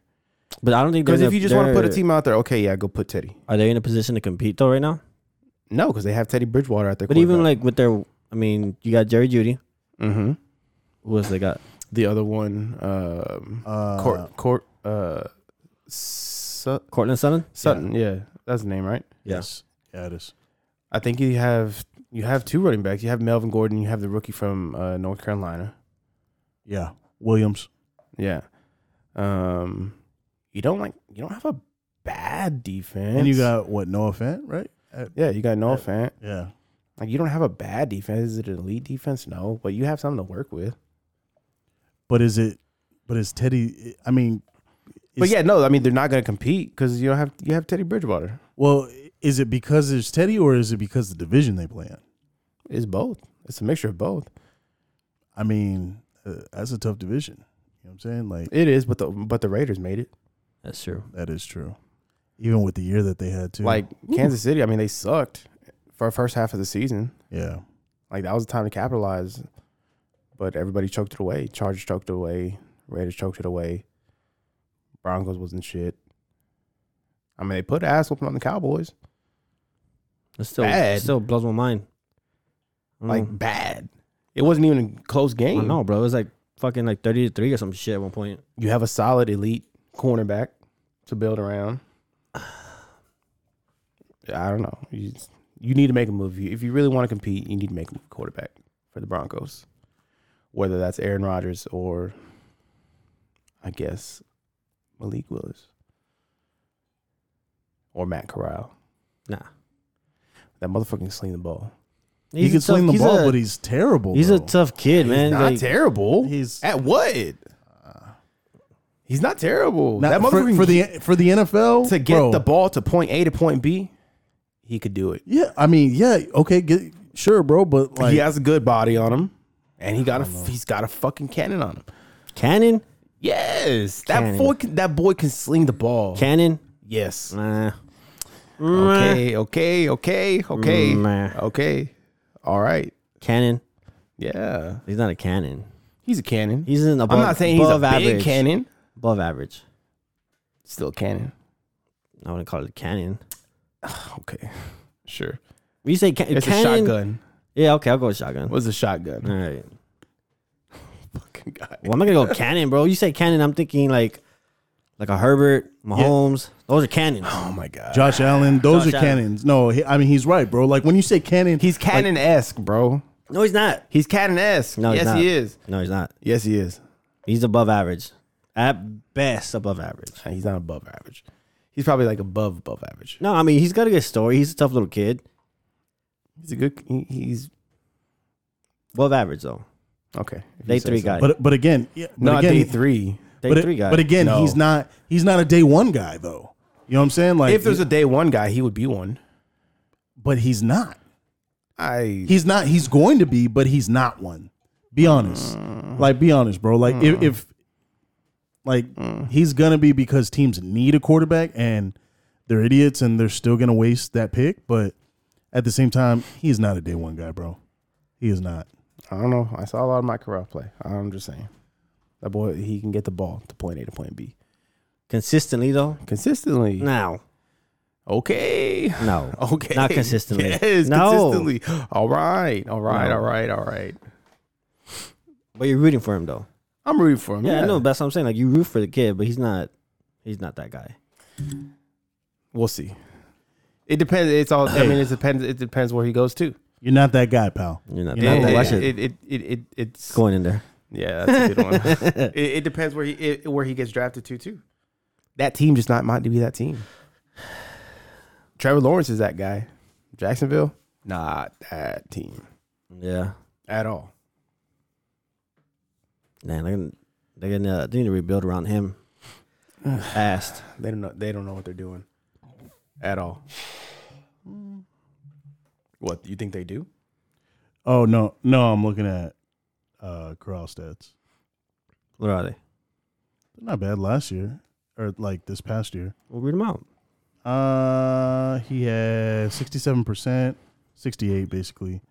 Speaker 5: But I don't think
Speaker 4: Because
Speaker 5: they're
Speaker 4: if you just
Speaker 5: gonna-
Speaker 4: want to put a
Speaker 5: they're-
Speaker 4: team out there, okay, yeah, go put Teddy.
Speaker 5: are they in a position to compete though right now?
Speaker 4: No, because they have Teddy Bridgewater out there.
Speaker 5: But even like with their, I mean, you got Jerry Judy.
Speaker 4: hmm
Speaker 5: Who else they got?
Speaker 4: the other one, um,
Speaker 3: Uh,
Speaker 4: Court, Court, uh, Sut-
Speaker 5: Cortland Sutton.
Speaker 4: Sutton, yeah. that's the name, right?
Speaker 5: Yeah.
Speaker 3: Yes. Yeah, it is.
Speaker 4: I think you have You have two running backs. You have Melvin Gordon. You have the rookie from uh, North Carolina.
Speaker 3: Yeah, Williams.
Speaker 4: Yeah. Um, you don't like you don't have a bad defense.
Speaker 3: And you got what Noah Fant, right? At-
Speaker 4: yeah, you got Noah Fant.
Speaker 3: yeah,
Speaker 4: Like you don't have a bad defense. Is it an elite defense? No, but you have something to work with.
Speaker 3: but is it? But is Teddy? I mean,
Speaker 4: But
Speaker 3: is-
Speaker 4: yeah, no, I mean they're not going to compete because you don't have you have Teddy Bridgewater.
Speaker 3: Well, is it because there's Teddy, or is it because the division they play in?
Speaker 4: It's both. It's a mixture of both.
Speaker 3: I mean, uh, that's a tough division. You know what I'm saying? Like
Speaker 4: It is, but the but the Raiders made it.
Speaker 5: That's true.
Speaker 3: that is true. Even with the year that they had too.
Speaker 4: Like Kansas City, I mean they sucked for the first half of the season.
Speaker 3: yeah,
Speaker 4: Like that was the time to capitalize, but everybody choked it away. Chargers choked it away. Raiders choked it away. Broncos wasn't shit. I mean, they put an ass whooping on the Cowboys.
Speaker 5: It still
Speaker 4: Bad.
Speaker 5: still blows my mind. I don't
Speaker 4: Like
Speaker 5: know.
Speaker 4: bad. It wasn't even a close
Speaker 5: I
Speaker 4: game.
Speaker 5: don't know, bro. It was like fucking like thirty to three or some shit at one point.
Speaker 4: You have a solid elite cornerback to build around. I don't know. You, you need to make a move. If you really want to compete, you need to make a move quarterback for the Broncos. Whether that's Aaron Rodgers or I guess Malik Willis or Matt Corral.
Speaker 5: Nah.
Speaker 4: That motherfucker can sling the ball.
Speaker 3: he
Speaker 5: He's
Speaker 3: can
Speaker 5: a tough-
Speaker 3: sling the
Speaker 5: he's
Speaker 3: ball,
Speaker 5: a-
Speaker 3: but he's terrible.
Speaker 5: he's a
Speaker 3: bro.
Speaker 5: tough kid, man.
Speaker 4: He's not
Speaker 5: Like,
Speaker 4: terrible.
Speaker 3: He's-
Speaker 4: at what? He's not terrible.
Speaker 3: Not-
Speaker 4: that motherfucker
Speaker 3: for,
Speaker 4: can
Speaker 3: for the for the NFL
Speaker 4: to get
Speaker 3: bro.
Speaker 4: the ball to point A to point B, he could do it.
Speaker 3: Yeah, I mean, yeah, okay, get, sure, bro, but like,
Speaker 4: he has a good body on him, and he got a he's got a fucking cannon on him.
Speaker 5: Cannon,
Speaker 4: Yes,
Speaker 5: Cannon.
Speaker 4: that boy can, that boy can sling the ball.
Speaker 5: Cannon.
Speaker 4: yes.
Speaker 5: Nah.
Speaker 4: Okay. Okay. Okay. Okay.
Speaker 5: Meh.
Speaker 4: Okay. All right.
Speaker 5: Cannon.
Speaker 4: Yeah.
Speaker 5: He's not a cannon.
Speaker 4: He's a cannon.
Speaker 5: He's an above.
Speaker 4: I'm not saying he's a
Speaker 5: above average.
Speaker 4: big cannon.
Speaker 5: Above average.
Speaker 4: Still a cannon.
Speaker 5: I wouldn't call it a cannon.
Speaker 4: Okay. Sure.
Speaker 5: You say ca-
Speaker 4: It's
Speaker 5: cannon?
Speaker 4: a shotgun.
Speaker 5: Yeah, okay, I'll go with shotgun.
Speaker 4: What's a shotgun?
Speaker 5: All right.
Speaker 4: Fucking guy.
Speaker 5: Well, I'm not gonna go cannon, bro. You say cannon, I'm thinking like, like a Herbert, Mahomes. Those are cannons.
Speaker 4: Oh my god.
Speaker 3: Josh Allen, those
Speaker 5: Josh
Speaker 3: are
Speaker 5: Allen.
Speaker 3: cannons. No, he, I mean, he's right, bro. Like when you say cannon,
Speaker 4: He's cannon esque, bro.
Speaker 5: No, he's not.
Speaker 4: He's cannon esque.
Speaker 5: No, he's
Speaker 4: yes,
Speaker 5: not.
Speaker 4: he is.
Speaker 5: No, he's not.
Speaker 4: Yes, he is.
Speaker 5: He's above average. At best, above average.
Speaker 4: Uh, He's not above average. He's probably like above above average.
Speaker 5: No, I mean he's got a good story. He's a tough little kid.
Speaker 4: He's a good. he- he's
Speaker 5: Above average though.
Speaker 4: okay. if you
Speaker 5: Day
Speaker 4: say
Speaker 5: three
Speaker 4: so.
Speaker 5: guy.
Speaker 3: but but again, yeah, but
Speaker 4: Not
Speaker 3: again,
Speaker 4: day three.
Speaker 5: Day
Speaker 3: but,
Speaker 5: three guy.
Speaker 3: but again,
Speaker 4: No.
Speaker 3: he's not he's not a day one guy though. You know what I'm saying? Like,
Speaker 4: If there's a day one guy, he would be one.
Speaker 3: but he's not.
Speaker 4: I.
Speaker 3: He's not. He's going to be, but he's not one. Be honest. Like, be honest, bro. Like, if, if like he's gonna be because teams need a quarterback and they're idiots and they're still gonna waste that pick. But at the same time, he's not a day one guy, bro. He is not.
Speaker 4: I don't know. I saw a lot of Mike Corral play. I'm just saying, that boy he can get the ball to point A to point B
Speaker 5: consistently though.
Speaker 4: consistently.
Speaker 5: No,
Speaker 4: Okay.
Speaker 5: no.
Speaker 4: Okay.
Speaker 5: Not consistently.
Speaker 4: Yes.
Speaker 5: No.
Speaker 4: Consistently. All right. All right.
Speaker 5: No.
Speaker 4: All right. All right.
Speaker 5: But you're rooting for him though.
Speaker 4: I'm rooting for him.
Speaker 5: Yeah, I know. That's what I'm saying. Like you root for the kid, but he's not. He's not that guy.
Speaker 4: We'll see. It depends. It's all. I mean, it depends. It depends where he goes to.
Speaker 3: You're not that guy, pal.
Speaker 5: You're not.
Speaker 3: You're
Speaker 5: that
Speaker 3: not
Speaker 5: guy.
Speaker 3: that-
Speaker 5: Watch
Speaker 4: it,
Speaker 5: it.
Speaker 4: it, it, it, it, it's
Speaker 5: Going in there.
Speaker 4: Yeah, that's a good one. it, it depends where he it, where he gets drafted to too. That team just not might be that team. Trevor Lawrence is that guy. Jacksonville, not that team
Speaker 5: Yeah.
Speaker 4: at all.
Speaker 5: Man, they're gonna, they're gonna uh, they need to rebuild around him. Fast.
Speaker 4: They don't know. They don't know what they're doing at all. What you think they do?
Speaker 3: Oh no, no, I'm looking at uh Corral stats.
Speaker 5: What are they?
Speaker 3: They're not bad last year. Or like this past year.
Speaker 5: We'll read them out.
Speaker 3: Uh he had sixty seven percent, sixty eight basically.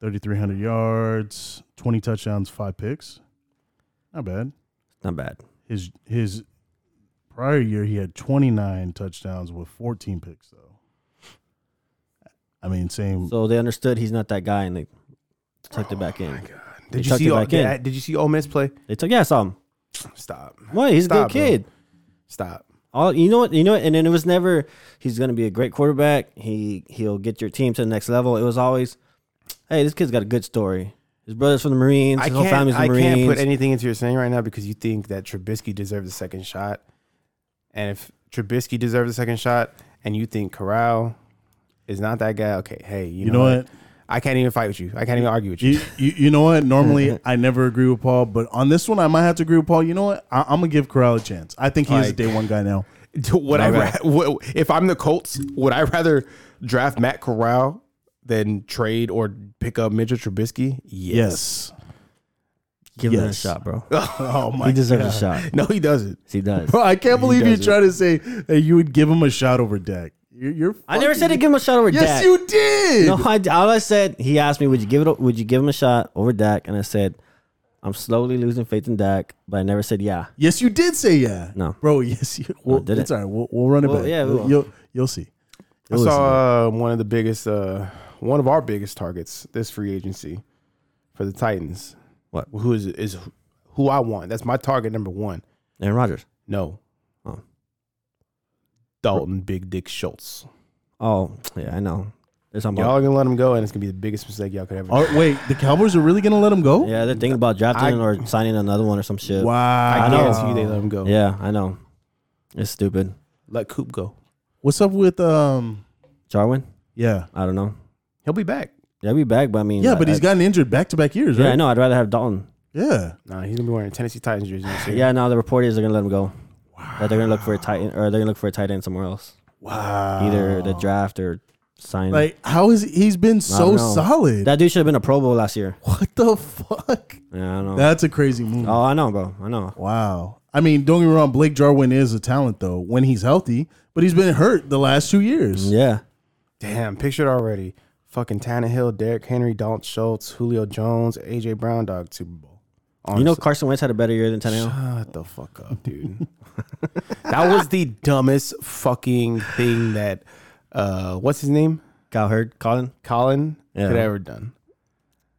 Speaker 3: Thirty three hundred yards, twenty touchdowns, five picks. Not bad.
Speaker 5: Not bad.
Speaker 3: His his prior year he had twenty nine touchdowns with fourteen picks though. I mean same
Speaker 5: So they understood he's not that guy, and they tucked it
Speaker 4: Oh
Speaker 5: back in. They
Speaker 4: Did you
Speaker 5: tucked
Speaker 4: see
Speaker 5: it
Speaker 4: all,
Speaker 5: back in.
Speaker 4: did, did you see Ole Miss play?
Speaker 5: They took yeah, I saw him.
Speaker 4: Stop.
Speaker 5: What? He's a
Speaker 4: Stop,
Speaker 5: good
Speaker 4: bro.
Speaker 5: kid.
Speaker 4: Stop.
Speaker 5: All you know what you know, what? and then it was never he's gonna be a great quarterback. He he'll get your team to the next level. It was always hey, this kid's got a good story. His brother's from the Marines.
Speaker 4: I
Speaker 5: His whole
Speaker 4: can't.
Speaker 5: family's
Speaker 4: I
Speaker 5: from the Marines.
Speaker 4: can't put anything into your saying right now because you think that Trubisky deserves a second shot, and if Trubisky deserves a second shot, and you think Corral is not that guy, okay, hey, you,
Speaker 3: You know what?
Speaker 4: I can't even fight with you. I can't even argue with you.
Speaker 3: You, you, you know what? Normally, I never agree with Paul, but on this one, I might have to agree with Paul. You know what? I, I'm gonna give Corral a chance. I think he is a
Speaker 4: Like-
Speaker 3: day one guy now.
Speaker 4: would I
Speaker 5: Okay.
Speaker 4: ra- would- if I'm the Colts, would I rather draft Matt Corral than trade or pick up Mitchell Trubisky?
Speaker 3: Yes.
Speaker 5: Give him a
Speaker 3: Yes.
Speaker 5: shot, bro.
Speaker 4: oh my!
Speaker 5: He deserves a shot.
Speaker 4: No, he doesn't.
Speaker 5: Yes, he does.
Speaker 3: Bro, I can't believe you
Speaker 4: doesn't.
Speaker 3: try to say that you would give him a shot over Dak. You're, you're
Speaker 5: I never
Speaker 3: fucking-
Speaker 5: said to give him a shot over
Speaker 3: Yes,
Speaker 5: Dak.
Speaker 3: you did.
Speaker 5: No, I, all I said, he asked me, "Would you give it? a- Would you give him a shot over Dak?" And I said, "I'm slowly losing faith in Dak," but I never said yeah.
Speaker 3: Yes, you did say yeah.
Speaker 5: No.
Speaker 3: bro. Yes, you. Well,
Speaker 5: didn't.
Speaker 3: it's all right. We'll, we'll run it
Speaker 5: Well,
Speaker 3: back.
Speaker 5: yeah, we
Speaker 3: you'll,
Speaker 5: will.
Speaker 3: you'll you'll see.
Speaker 4: I saw uh, one of the biggest, uh, one of our biggest targets this free agency for the Titans.
Speaker 5: What?
Speaker 4: Who is is who I want? That's my target number one.
Speaker 5: Aaron Rodgers.
Speaker 4: No,
Speaker 5: Oh.
Speaker 4: Dalton Big Dick Schultz.
Speaker 5: Oh, yeah, I know. They're talking
Speaker 4: Y'all
Speaker 5: about.
Speaker 4: are gonna let him go, and it's gonna be the biggest mistake y'all could ever.
Speaker 3: Oh wait, the Cowboys are really gonna let him go?
Speaker 5: Yeah, they're thinking about drafting
Speaker 4: I-
Speaker 5: him or signing another one or some shit.
Speaker 3: Wow.
Speaker 4: I
Speaker 5: I know.
Speaker 4: guarantee you they let him go.
Speaker 5: Yeah, I know. It's stupid.
Speaker 4: Let Coop go.
Speaker 3: What's up with um?
Speaker 5: Jarwin.
Speaker 3: Yeah,
Speaker 5: I don't know.
Speaker 4: He'll be back.
Speaker 5: Yeah, be back, but I mean,
Speaker 3: yeah, but
Speaker 5: I,
Speaker 3: he's gotten injured back to back years,
Speaker 5: Yeah,
Speaker 3: right?
Speaker 5: I know. I'd rather have Dalton.
Speaker 3: Yeah.
Speaker 4: Nah, he's gonna be wearing a Tennessee Titans jersey. next year.
Speaker 5: Yeah, now the report is they're gonna let him go. That they're gonna look for a tight end, or they're gonna look for a tight end somewhere else,
Speaker 3: Wow.
Speaker 5: either the draft or sign.
Speaker 3: Oh. Like how is he's been
Speaker 5: I
Speaker 3: so
Speaker 5: don't know.
Speaker 3: solid?
Speaker 5: That dude should have been a Pro Bowl last year.
Speaker 3: what the fuck?
Speaker 5: Yeah, I know.
Speaker 3: That's a crazy move.
Speaker 5: oh, I know, bro. I know.
Speaker 3: Wow. I mean, don't get me wrong. Blake Jarwin is a talent though when he's healthy, but he's been hurt the last two years.
Speaker 5: Yeah.
Speaker 4: Damn, pictured already. Fucking Tannehill, Derrick Henry, Dalton Schultz, Julio Jones, AJ Brown, dog Super Bowl.
Speaker 5: You know Carson Wentz had a better year than Tannehill.
Speaker 4: Shut the fuck up, dude. that was the dumbest fucking thing that uh what's his name?
Speaker 5: Kyle Hurd, Colin.
Speaker 4: Colin
Speaker 5: Yeah.
Speaker 4: could ever done.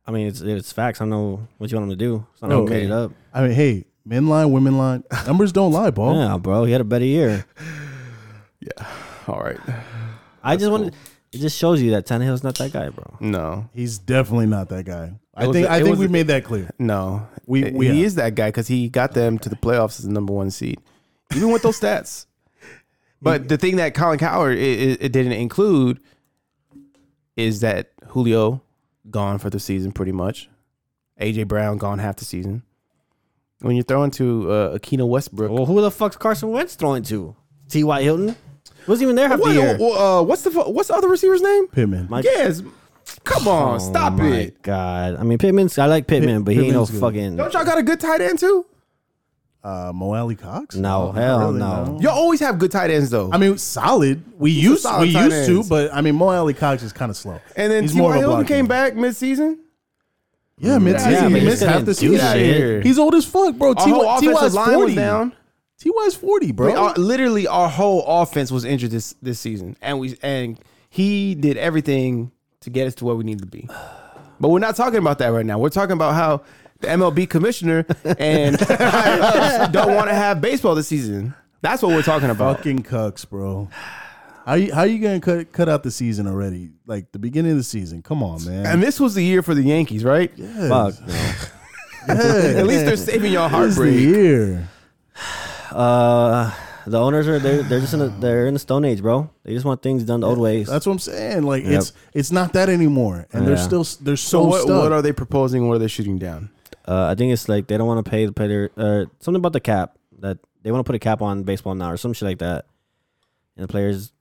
Speaker 5: I mean, it's it's facts. I don't know what you want him to do. It's not
Speaker 3: Okay.
Speaker 5: okay. made it up.
Speaker 3: I mean, hey, men lie, women lie. Numbers don't lie, ball.
Speaker 5: Yeah, bro. He had a better year.
Speaker 4: All right.
Speaker 5: I just wanted. It just shows you that Tannehill's not that guy, bro.
Speaker 4: No.
Speaker 3: He's definitely not that guy. I
Speaker 4: was
Speaker 3: think
Speaker 4: a-
Speaker 3: I
Speaker 4: it
Speaker 3: think
Speaker 4: was
Speaker 3: we
Speaker 4: a-
Speaker 3: made that clear.
Speaker 4: No.
Speaker 3: We-
Speaker 4: He-
Speaker 3: we-
Speaker 4: he
Speaker 3: yeah.
Speaker 4: is that guy because he got them to the playoffs as the number one seed. Even with those stats. But the thing that Colin Coward it, it, it didn't include is that Julio gone for the season pretty much. AJ Brown gone half the season. When you're throwing to uh, Akina Westbrook,
Speaker 5: Well, who the fuck's Carson Wentz throwing to? T. Y. Hilton wasn't even there half
Speaker 4: What,
Speaker 5: the year.
Speaker 4: uh, what's the fu- what's the other receiver's name?
Speaker 3: Pittman.
Speaker 5: My-
Speaker 4: Yes. Come on,
Speaker 5: Oh
Speaker 4: stop
Speaker 5: my
Speaker 4: it.
Speaker 5: God, I mean Pittman's. I like Pittman, but he ain't no
Speaker 3: Pittman's good.
Speaker 5: fucking.
Speaker 4: Don't y'all got a good tight end too?
Speaker 3: Uh, Mo Alley Cox? Oh,
Speaker 5: No,
Speaker 3: Not
Speaker 5: hell no.
Speaker 4: Y'all always have good tight ends though.
Speaker 3: I mean, solid. We
Speaker 4: a
Speaker 3: used
Speaker 4: solid
Speaker 3: we
Speaker 4: tight
Speaker 3: used to,
Speaker 4: ends.
Speaker 3: but I mean, Mo Alley Cox is kind of slow.
Speaker 4: and then
Speaker 3: He's
Speaker 4: T.Y.
Speaker 3: more of a
Speaker 4: Hilton
Speaker 3: blocker.
Speaker 4: came back mid-season.
Speaker 3: Yeah, mid
Speaker 4: Yeah,
Speaker 3: season.
Speaker 4: but
Speaker 3: he
Speaker 4: he's
Speaker 3: missed
Speaker 5: gonna
Speaker 3: half the
Speaker 5: do shit.
Speaker 3: season.
Speaker 4: Here.
Speaker 3: He's old as fuck, bro.
Speaker 4: Our whole
Speaker 3: Ty
Speaker 4: offensive
Speaker 3: Ty's
Speaker 4: line was
Speaker 3: forty.
Speaker 4: down.
Speaker 3: Ty's forty,
Speaker 4: We- uh,
Speaker 3: bro.
Speaker 4: our- literally, our whole offense was injured this this season, and we and he did everything to get us to where we need to be. But we're not talking about that right now. We're talking about how the MLB commissioner and don't want to have baseball this season. That's what we're talking about.
Speaker 3: Fucking cucks, bro. How you, how you gonna cut cut out the season already? Like the beginning of the season. Come on, man.
Speaker 4: And this was the year for the Yankees, right?
Speaker 5: Fuck. No.
Speaker 3: Yeah,
Speaker 4: At least they're saving y'all
Speaker 3: this is the
Speaker 4: heartbreak.
Speaker 3: year.
Speaker 5: Uh, the owners are they're, they're just in the, they're in the stone age, bro. They just want things done the old ways.
Speaker 3: That's what I'm saying. Like it's it's not that anymore, and they're
Speaker 5: Yeah.
Speaker 3: still they're
Speaker 4: So
Speaker 3: so,
Speaker 4: what,
Speaker 3: stuck.
Speaker 4: what are they proposing? What are they shooting down?
Speaker 5: Uh, I think it's like they don't want to pay the player. Uh, something about the cap that they want to put a cap on baseball now or some shit like that. And the players,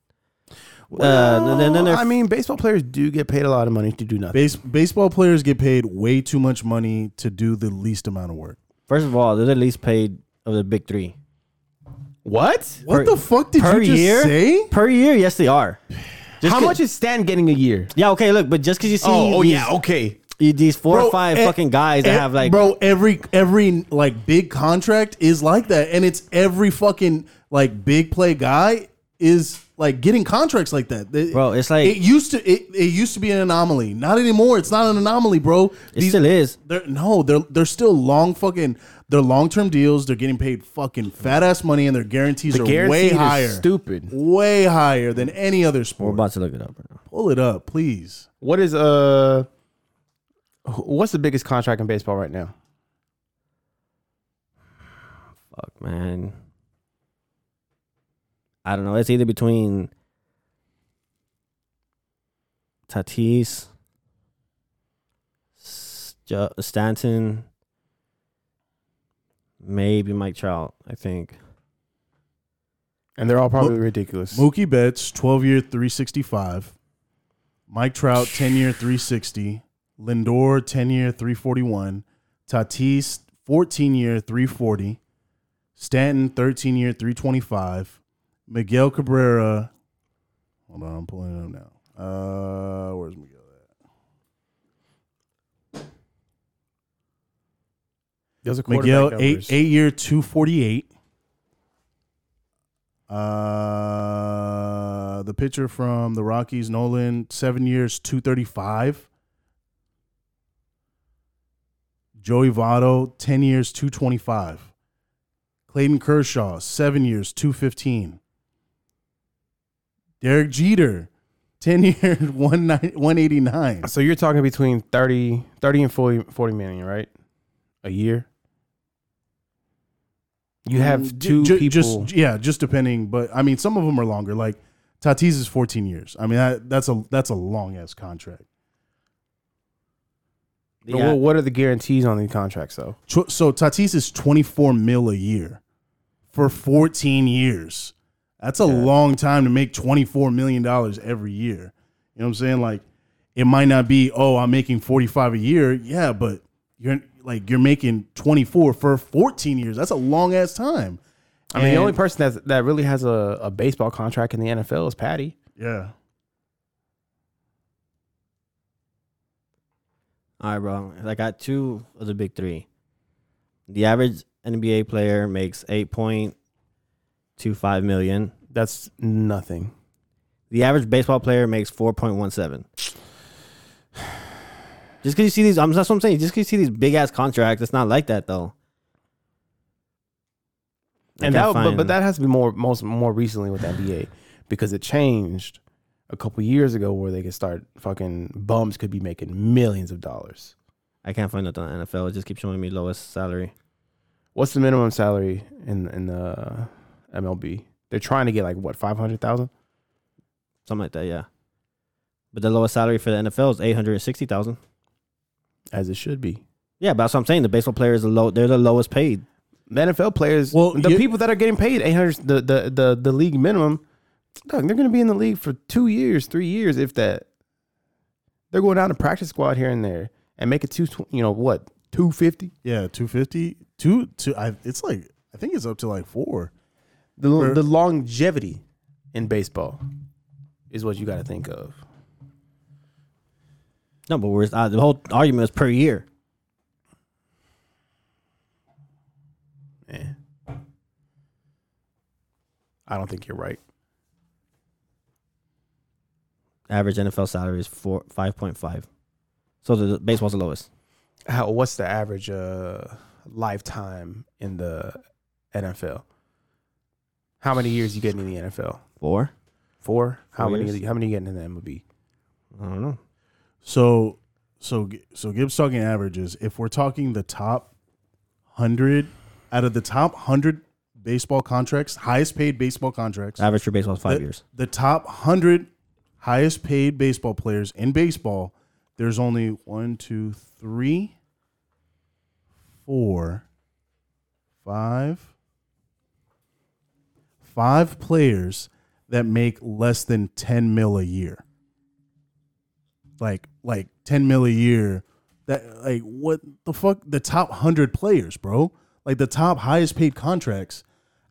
Speaker 5: uh, and then, then they're
Speaker 4: I mean, baseball players do get paid a lot of money to do nothing.
Speaker 3: Base, baseball players get paid way too much money to do the least amount of work.
Speaker 5: first of all they're the least paid of the big three
Speaker 4: What?
Speaker 3: What
Speaker 5: Per-
Speaker 3: the fuck did
Speaker 5: per
Speaker 3: you just
Speaker 5: year
Speaker 3: say?
Speaker 5: per year. Yes, they are. Just
Speaker 4: How
Speaker 5: 'cause-
Speaker 4: much is Stan getting a year?
Speaker 5: Yeah, okay. Look, but just because you see,
Speaker 4: Oh, oh
Speaker 5: these,
Speaker 4: yeah, okay.
Speaker 5: you- these four
Speaker 3: Bro,
Speaker 5: or five
Speaker 3: e-
Speaker 5: fucking guys that
Speaker 3: e-
Speaker 5: have like
Speaker 3: bro every every like big contract is like that, and it's every fucking like big play guy is like getting contracts like that. They-
Speaker 5: Bro, it's like-
Speaker 3: it used to it, it used to be an anomaly. Not anymore. It's not an anomaly, bro.
Speaker 5: it still is.
Speaker 3: They're no, they're they're still long fucking they're long term deals. They're getting paid fucking fat ass money, and their guarantees are way
Speaker 4: Guaranteed is
Speaker 3: higher,
Speaker 4: Stupid.
Speaker 3: way higher than any other sport.
Speaker 5: We're about to look it up right now.
Speaker 3: Pull it up, please.
Speaker 4: What is uh What's the biggest contract in baseball right now?
Speaker 5: Fuck, man. I don't know. It's either between Tatis, St- uh, Stanton, maybe Mike Trout. I think.
Speaker 4: And they're all probably
Speaker 3: Mo-
Speaker 4: ridiculous.
Speaker 3: Mookie Betts, 12 year 365. Mike Trout, 10 year 360. Lindor, 10 year 341. Tatis, 14 year 340. Stanton, 13 year 325. Miguel Cabrera. Hold on, I'm pulling it up now. Uh, where's Miguel at?
Speaker 4: Those are quarterback
Speaker 3: Miguel, eight
Speaker 4: numbers.
Speaker 3: eight year two forty eight. Uh, the pitcher from the Rockies, Nolan, seven years two thirty five. Joey Votto, ten years two twenty five. Clayton Kershaw, seven years two fifteen. Derek Jeter, ten years one one eighty nine.
Speaker 4: So you're talking between 30, 30 and 40, 40 million, right? A year. You have
Speaker 3: Mm,
Speaker 4: two
Speaker 3: ju- ju-
Speaker 4: people.
Speaker 3: Just, yeah, just depending. But I mean, some of them are longer. Like Tatis is 14 years. I mean, that, that's a that's a long ass contract.
Speaker 4: but what, what are the guarantees on these contracts though?
Speaker 3: Tw- So Tatis is 24 mil a year for 14 years. That's a long time to make 24 million dollars every year. You know what I'm saying? Like, it might not be. Oh, I'm making 45 a year. Yeah, but you're like you're making 24 for 14 years. That's a long ass time.
Speaker 4: I mean, the only
Speaker 3: And-
Speaker 4: person that's, that really has a, a baseball contract in the NFL is Patty.
Speaker 3: yeah.
Speaker 5: All right, bro. I got two of the big three. The average NBA player makes eight point two five million.
Speaker 4: That's nothing.
Speaker 5: The average baseball player makes four point one seven. Just because you see these, I'm that's what I'm saying. Just because you see these big ass contracts, it's not like that though. I
Speaker 4: and
Speaker 5: can't
Speaker 4: that, but,
Speaker 5: find-
Speaker 4: but that has to be more most more recently with the NBA because it changed a couple years ago where they could start fucking bums could be making millions of dollars.
Speaker 5: I can't find nothing on NFL. It just keeps showing me lowest salary.
Speaker 4: What's the minimum salary in in the MLB? They're trying to get like what five hundred thousand.
Speaker 5: something like that. Yeah, but the lowest salary for the NFL is eight hundred sixty thousand.
Speaker 4: as it should be.
Speaker 5: Yeah, but that's what I'm saying. The baseball player is the low. They're the lowest paid.
Speaker 4: The NFL players,
Speaker 3: Well,
Speaker 4: the
Speaker 3: you-
Speaker 4: people that are getting paid eight hundred, the, the the the league minimum, dog, they're going to be in the league for two years, three years, if that. They're going down to practice squad here and there and make it two, tw- you know what, two fifty.
Speaker 3: Yeah, 250. Two, two, I, it's like, I think it's up to like four.
Speaker 4: The
Speaker 3: For-
Speaker 4: the longevity in baseball is what you got to think of.
Speaker 5: No, but we're, uh, the whole argument is per year.
Speaker 4: Yeah. I don't think you're right.
Speaker 5: Average NFL salary is four five point five. So the, the baseball's the lowest.
Speaker 4: How what's the average uh, lifetime in the NFL? How many years you getting in the NFL?
Speaker 5: Four.
Speaker 4: Four. How
Speaker 5: Four
Speaker 4: many?
Speaker 5: years.
Speaker 4: How many getting in the MLB?
Speaker 5: I don't know.
Speaker 3: So, so, so Gibbs talking averages. If we're talking the top 100, out of the top 100 baseball contracts, highest paid baseball contracts,
Speaker 5: Average for baseball is five
Speaker 3: the,
Speaker 5: years.
Speaker 3: The top 100 highest paid baseball players in baseball, there's only one, two, three, four, five, five players that make less than 10 mil a year. Like, like 10 mil a year. That, like, what the fuck? The top 100 players, bro. Like, the top highest paid contracts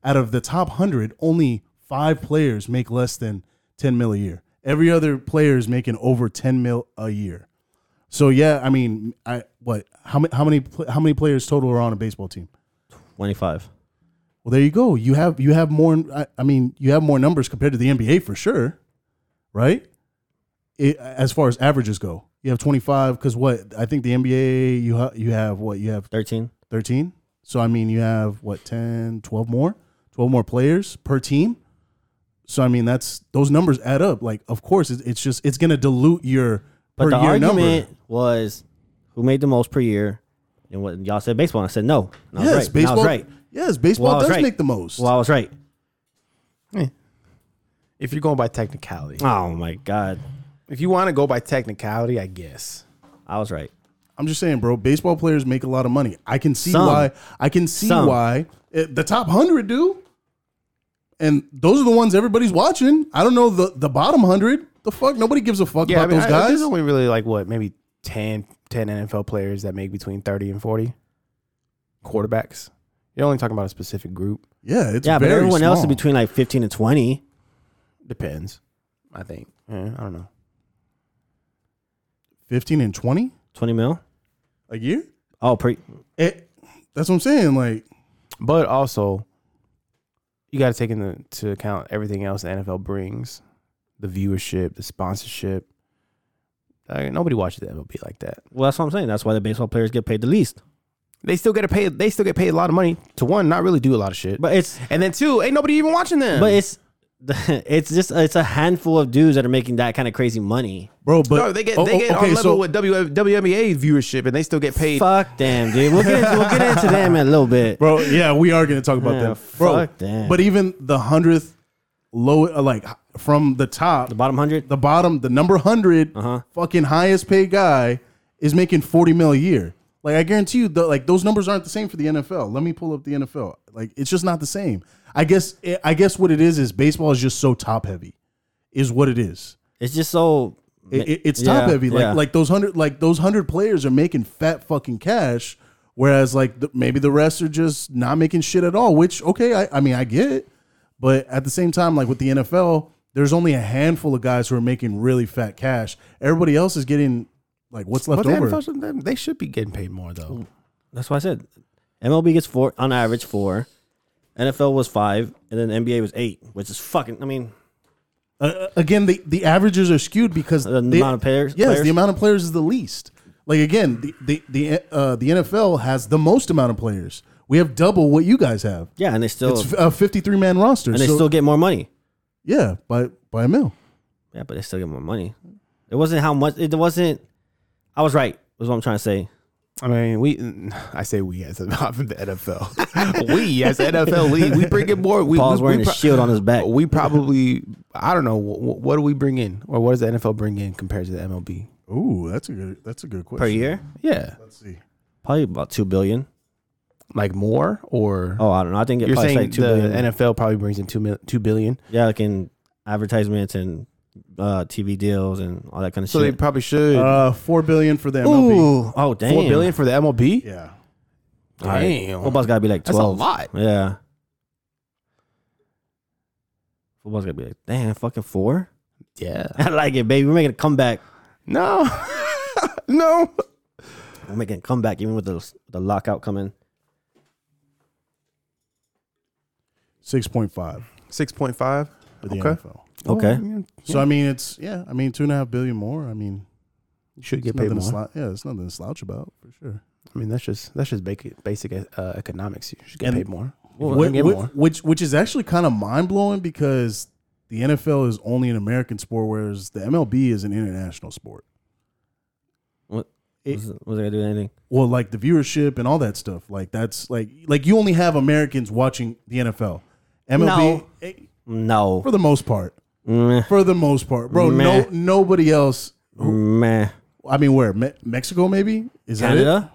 Speaker 3: out of the top 100, only five players make less than 10 mil a year. Every other player is making over 10 mil a year. So yeah, I mean, I what how many how many pl- how many players total are on a baseball team?
Speaker 5: Twenty five.
Speaker 3: Well, there you go. You have you have more. I, I mean, you have more numbers compared to the NBA for sure, right? It, as far as averages go, you have twenty five. Because what I think the NBA you ha- you have what you have
Speaker 5: Thirteen.
Speaker 3: 13 so i mean you have what 10 12 more 12 more players per team so i mean that's those numbers add up like of course it's, it's just it's going to dilute your
Speaker 5: But
Speaker 3: per
Speaker 5: the
Speaker 3: year number
Speaker 5: argument was who made the most per year. And what y'all said baseball. And I said no. And I was
Speaker 3: yes,
Speaker 5: right. And I
Speaker 3: baseball.
Speaker 5: was right.
Speaker 3: Yes, baseball
Speaker 5: Well, I was
Speaker 3: does
Speaker 5: right.
Speaker 3: make the most.
Speaker 5: Well, I was right.
Speaker 4: If you're going by technicality,
Speaker 5: Oh my god,
Speaker 4: if you want to go by technicality, I guess.
Speaker 5: I was right.
Speaker 3: I'm just saying, bro. Baseball players make a lot of money. I can see
Speaker 5: Some.
Speaker 3: why. I can see
Speaker 5: Some.
Speaker 3: why Eh, the top hundred do. And those are the ones everybody's watching. I don't know the the bottom hundred. The fuck, nobody gives a fuck
Speaker 4: Yeah, I
Speaker 3: about
Speaker 4: mean,
Speaker 3: those
Speaker 4: I-
Speaker 3: guys.
Speaker 4: there's only really like what maybe 10, 10 NFL players that make between thirty and forty quarterbacks. You're only talking about a specific group.
Speaker 3: yeah, it's
Speaker 5: yeah, but
Speaker 3: very
Speaker 5: everyone else is
Speaker 3: small.
Speaker 5: between like fifteen and twenty.
Speaker 4: Depends, I think. Yeah, I don't know.
Speaker 3: fifteen and twenty
Speaker 5: Twenty mil.
Speaker 3: a year.
Speaker 5: Oh, per,
Speaker 3: Eh, that's what I'm saying. Like,
Speaker 4: But also, you got to take into to account everything else the NFL brings the viewership, the sponsorship. Like, nobody watches the MLB like that.
Speaker 5: well, that's what I'm saying. That's why the baseball players get paid the least.
Speaker 4: They still get to pay. They still get paid a lot of money to one, not really do a lot of shit.
Speaker 5: But it's
Speaker 4: and then two, ain't nobody even watching them.
Speaker 5: but it's it's just it's a handful of dudes that are making that kind of crazy money.
Speaker 3: bro, but
Speaker 4: Bro, they get
Speaker 3: oh,
Speaker 4: they
Speaker 3: oh,
Speaker 4: get on level
Speaker 3: so-
Speaker 4: with w, WNBA viewership, and they still get paid.
Speaker 5: Fuck them, dude. We'll get into, we'll get into them in a little bit.
Speaker 3: bro. Yeah, we are going to talk about
Speaker 5: Yeah,
Speaker 3: them, bro.
Speaker 5: fuck them.
Speaker 3: But even the hundredth low, uh, like from the top,
Speaker 5: The bottom hundred.
Speaker 3: the bottom, the number 100
Speaker 5: Uh-huh.
Speaker 3: fucking highest paid guy is making forty mil a year. Like I guarantee you, the, like those numbers aren't the same for the NFL. Let me pull up the NFL. Like it's just not the same. I guess I guess what it is is baseball is just so top heavy, is what it is.
Speaker 5: It's just so
Speaker 3: It, it- it's top
Speaker 5: Yeah,
Speaker 3: heavy. Like
Speaker 5: yeah.
Speaker 3: like those hundred like those hundred players are making fat fucking cash, whereas like the, maybe the rest are just not making shit at all. Which okay, I, I mean I get, it. but at the same time, like with the NFL, there's only a handful of guys who are making really fat cash. Everybody else is getting like what's left
Speaker 4: But the
Speaker 3: over.
Speaker 4: NFL should- they should be getting paid more though.
Speaker 5: That's why I said MLB gets four on average four. NFL was five, and then NBA was eight, which is fucking. I mean,
Speaker 3: Uh, again, the, the averages are skewed because
Speaker 5: The amount of players-
Speaker 3: Yes,
Speaker 5: players?
Speaker 3: the amount of players is the least. Like again, the the the, uh, the NFL has the most amount of players. We have double what you guys have.
Speaker 5: yeah, and they still
Speaker 3: It's a 53 man roster.
Speaker 5: and they
Speaker 3: so-
Speaker 5: still get more money.
Speaker 3: Yeah, by by a mil.
Speaker 5: Yeah, but they still get more money. It wasn't how much. It wasn't. I was right. Was what I'm trying to say.
Speaker 4: I mean, we I say we as not the NFL. we as NFL league, we bring in more. We,
Speaker 5: Paul's
Speaker 4: we- we
Speaker 5: wearing a
Speaker 4: pro-
Speaker 5: shield on his back.
Speaker 4: We probably I don't know what, what do we bring in or what does the NFL bring in compared to the MLB?
Speaker 3: Ooh, that's a good that's a good question.
Speaker 5: per year,
Speaker 4: Yeah,
Speaker 3: Let's see.
Speaker 5: probably about two billion.
Speaker 4: like more or
Speaker 5: Oh, I don't know. I think it
Speaker 4: you're
Speaker 5: probably
Speaker 4: saying
Speaker 5: like two
Speaker 4: the
Speaker 5: billion.
Speaker 4: NFL probably brings in two mil, two billion.
Speaker 5: yeah, like in advertisements and uh, TV deals and all that kind of
Speaker 4: So they
Speaker 5: shit.
Speaker 4: probably should
Speaker 3: Uh, four billion for the MLB.
Speaker 5: Ooh, oh damn,
Speaker 4: four billion for the MLB.
Speaker 3: Yeah,
Speaker 5: All right.
Speaker 4: Damn.
Speaker 5: Football's gotta be like
Speaker 4: That's a
Speaker 5: twelve.
Speaker 4: lot.
Speaker 5: Yeah. Football's gotta be like, damn, fucking four.
Speaker 4: Yeah.
Speaker 5: I like it, baby. We're making a comeback.
Speaker 4: No. no.
Speaker 5: We're making a comeback, even with the the lockout coming.
Speaker 3: six point five
Speaker 4: Six point five.
Speaker 3: for the
Speaker 4: Okay.
Speaker 3: NFL.
Speaker 5: Okay.
Speaker 3: So I mean, it's yeah. I mean, two and a half billion more. I mean,
Speaker 4: You should
Speaker 3: it's
Speaker 4: get paid
Speaker 3: nothing
Speaker 4: more.
Speaker 3: to slouch. Yeah, it's nothing to slouch about for sure.
Speaker 4: I mean, that's just that's just basic basic uh, economics. You should get
Speaker 3: And-
Speaker 4: paid more.
Speaker 3: Wh-
Speaker 4: you can get
Speaker 3: wh-
Speaker 4: more.
Speaker 3: Which which is actually kind of mind blowing because the NFL is only an American sport, whereas the MLB is an international sport.
Speaker 5: What
Speaker 3: It-
Speaker 5: was, was I gonna do anything?
Speaker 3: well like the viewership and all that stuff like that's like like you only have americans watching the nfl mlb
Speaker 5: No.
Speaker 3: eh,
Speaker 5: No.
Speaker 3: for the most part
Speaker 5: Meh.
Speaker 3: for the most part bro
Speaker 5: Meh.
Speaker 3: no nobody else
Speaker 5: Meh.
Speaker 3: i mean where Me- mexico maybe is that it
Speaker 5: Canada?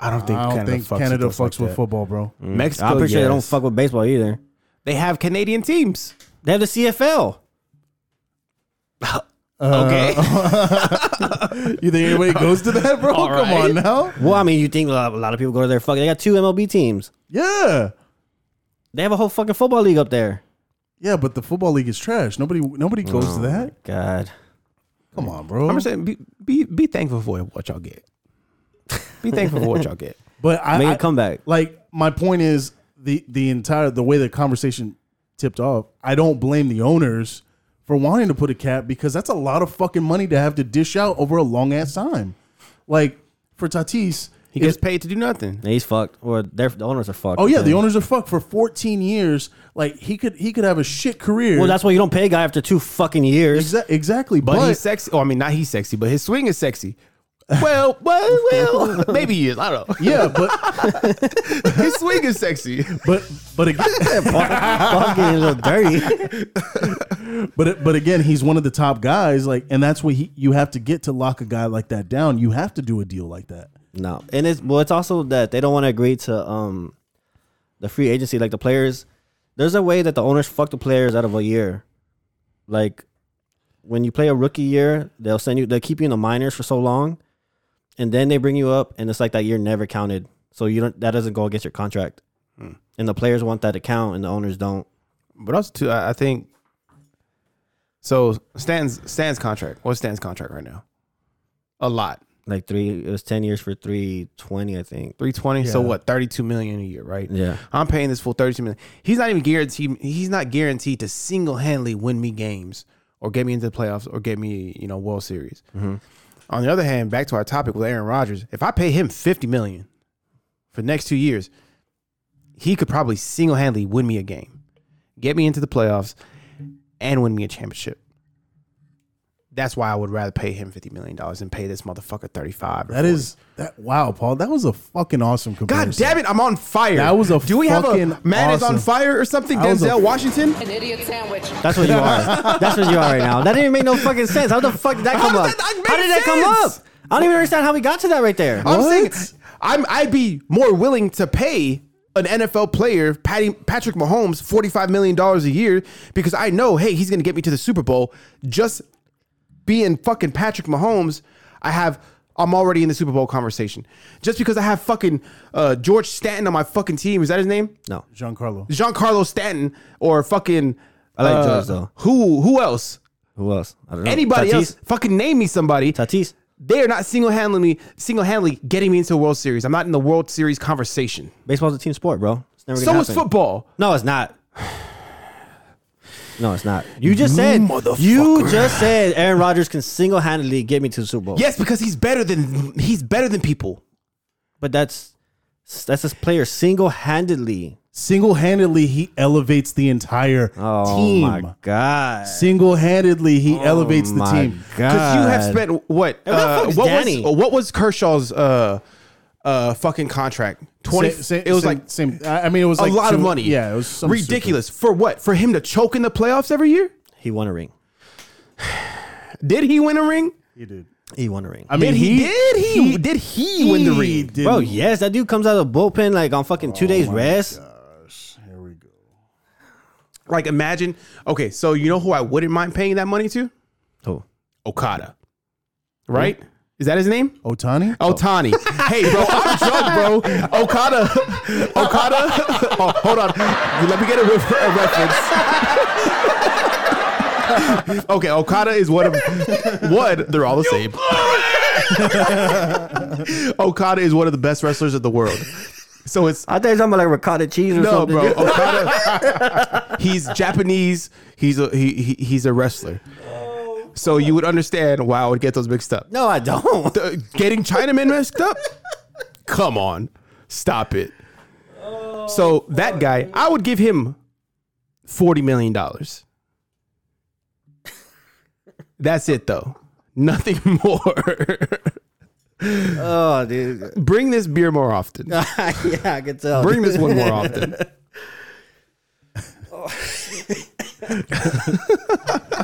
Speaker 4: I don't think
Speaker 3: i don't
Speaker 4: Canada
Speaker 3: think
Speaker 4: fucks,
Speaker 3: canada fucks
Speaker 4: with, us like
Speaker 3: with
Speaker 4: that.
Speaker 3: football bro
Speaker 4: Mexico,
Speaker 5: I'm pretty sure they don't
Speaker 4: yes.
Speaker 5: fuck with baseball either.
Speaker 4: They have Canadian teams.
Speaker 5: They have the CFL.
Speaker 4: Okay.
Speaker 5: Uh,
Speaker 3: you think anybody goes to that bro come on now
Speaker 5: Well, I mean, you think a lot, a lot of people go to their fucking. They got two MLB teams.
Speaker 3: yeah
Speaker 5: They have a whole fucking football league up there.
Speaker 3: yeah but the football league is trash nobody nobody goes to that
Speaker 5: God.
Speaker 3: come on bro
Speaker 4: I'm just saying, be, be be thankful for what y'all get. Be thankful for what y'all get.
Speaker 3: but i,
Speaker 5: Make
Speaker 3: I
Speaker 5: a comeback.
Speaker 3: like my point is the the entire the way the conversation tipped off i don't blame the owners for wanting to put a cap because that's a lot of fucking money to have to dish out over a long ass time like for tatis
Speaker 4: He gets paid to do nothing.
Speaker 5: He's fucked. Or their the owners are fucked.
Speaker 3: oh yeah the owners
Speaker 5: owners.
Speaker 3: are fucked for 14 years like he could he could have a shit career
Speaker 5: Well, that's why you don't pay a guy after two fucking years.
Speaker 3: Exa- exactly
Speaker 4: But,
Speaker 3: but,
Speaker 4: he's sexy. Oh, I mean, not he's sexy, but his swing is sexy. Well, well, well. Maybe he is. I don't know.
Speaker 3: Yeah, but
Speaker 4: His swing is sexy.
Speaker 3: but but again,
Speaker 5: Ball getting a little dirty.
Speaker 3: But but again, he's one of the top guys. Like, and that's what he you have to get to lock a guy like that down. You have to do a deal like that.
Speaker 5: No, and it's well, it's also that they don't want to agree to um the free agency like the players. There's a way that the owners fuck the players out of a year. Like when you play a rookie year, they'll send you, they'll keep you in the minors for so long, and then they bring you up, and it's like that year never counted. So you don't that doesn't go against your contract,
Speaker 3: Hmm.
Speaker 5: and the players want that to count, and the owners don't.
Speaker 4: But also too, I, I think. So Stan's Stan's contract. What's Stan's contract right now? A lot.
Speaker 5: Like three, it was ten years for three twenty, I think.
Speaker 4: 320 so what 32 million a year right
Speaker 5: Yeah.
Speaker 4: i'm paying this full 32 million he's not even guaranteed he's not guaranteed to single-handedly win me games or get me into the playoffs or get me you know world series
Speaker 3: Mm-hmm.
Speaker 4: on the other hand back to our topic with aaron rodgers if i pay him 50 million for the next two years he could probably single-handedly win me a game get me into the playoffs and win me a championship that's why I would rather pay him fifty million dollars than pay this motherfucker thirty five.
Speaker 3: That is that. Wow, Paul, that was a fucking awesome comparison.
Speaker 4: God damn it, I'm on fire.
Speaker 3: That was a
Speaker 4: Do we have a
Speaker 3: fucking
Speaker 4: man is on
Speaker 3: awesome-
Speaker 4: fire or something?
Speaker 3: That was a-
Speaker 4: Denzel Washington?
Speaker 8: An idiot sandwich.
Speaker 5: That's what you are. That's what you are right now. That didn't even make no fucking sense. How the fuck did that
Speaker 4: How
Speaker 5: come up?
Speaker 4: does that not
Speaker 5: how
Speaker 4: make
Speaker 5: did that come
Speaker 4: sense?
Speaker 5: up? I don't even understand how we got to that right there.
Speaker 4: I'm saying
Speaker 3: What?
Speaker 4: I'm I'd be more willing to pay an NFL player, Patty, Patrick Mahomes, $45 million a year because I know, hey, he's going to get me to the Super Bowl. Just being fucking Patrick Mahomes, I have, I'm already in the Super Bowl conversation. Just because I have fucking uh, George Stanton on my fucking team, is that his name?
Speaker 5: No.
Speaker 3: Giancarlo.
Speaker 4: Giancarlo Stanton or fucking.
Speaker 5: I like
Speaker 4: uh,
Speaker 5: George though.
Speaker 4: Who who else?
Speaker 5: Who else? I don't know.
Speaker 4: Anybody
Speaker 5: Tatis?
Speaker 4: else? Fucking name me somebody.
Speaker 5: Tatis.
Speaker 4: they are not single handedly single handedly getting me into a World Series. I'm not in the World Series conversation.
Speaker 5: Baseball's a team sport, bro. It's never gonna
Speaker 4: So
Speaker 5: happen.
Speaker 4: is football.
Speaker 5: No, it's not. No, it's not. You just said. You just said Aaron Rodgers can single handedly get me to the Super Bowl.
Speaker 4: Yes, because he's better than he's better than people.
Speaker 5: but that's that's this player single handedly.
Speaker 3: Single handedly, he elevates the entire
Speaker 5: Oh
Speaker 3: team.
Speaker 5: my god.
Speaker 3: Single handedly, he elevates the
Speaker 5: my
Speaker 3: team.
Speaker 5: God.
Speaker 4: Because you have spent what? uh,
Speaker 5: And where the fuck is
Speaker 4: what
Speaker 5: Danny?
Speaker 4: was what was Kershaw's uh uh fucking contract? Twenty.
Speaker 3: Sa- sa-
Speaker 4: it was
Speaker 3: same-
Speaker 4: like
Speaker 3: same. I I mean, it was
Speaker 4: a
Speaker 3: like
Speaker 4: lot of
Speaker 3: two-
Speaker 4: money.
Speaker 3: Yeah, it was some
Speaker 4: ridiculous. For what? For him to choke in the playoffs every year?
Speaker 5: He won a ring.
Speaker 4: Did he win a ring?
Speaker 3: stupid- He did.
Speaker 5: He won a ring.
Speaker 3: I mean,
Speaker 4: did he, did he, did he, win the
Speaker 3: he
Speaker 4: ring?
Speaker 3: did-
Speaker 5: Bro, yes, that dude comes out of the bullpen like on fucking
Speaker 4: Oh
Speaker 5: two days rest.
Speaker 4: Like imagine. Okay, so you know who I wouldn't mind paying that money to?
Speaker 5: Who?
Speaker 4: Okada. Right? Is that his name?
Speaker 3: Otani.
Speaker 4: Otani. hey, bro, I'm drunk, bro. Okada. Okada. Oh, hold on. Let me get a, re- a reference. okay, Okada is one of one. They're all the same. Okada is one of the best wrestlers in the world. So it's
Speaker 5: I thought he was talking about like ricotta cheese or
Speaker 4: no,
Speaker 5: something.
Speaker 4: bro. Okada, he's Japanese. He's a he, he he's a wrestler. So you would understand why I would get those mixed up.
Speaker 5: No, I don't.
Speaker 4: The- getting Chinaman mixed up? Come on, stop it.
Speaker 5: Oh,
Speaker 4: So that guy, I would give him forty million dollars. That's it though. Nothing more.
Speaker 5: Oh, dude.
Speaker 4: Bring this beer more often.
Speaker 5: yeah, I can tell.
Speaker 4: Bring this one more often.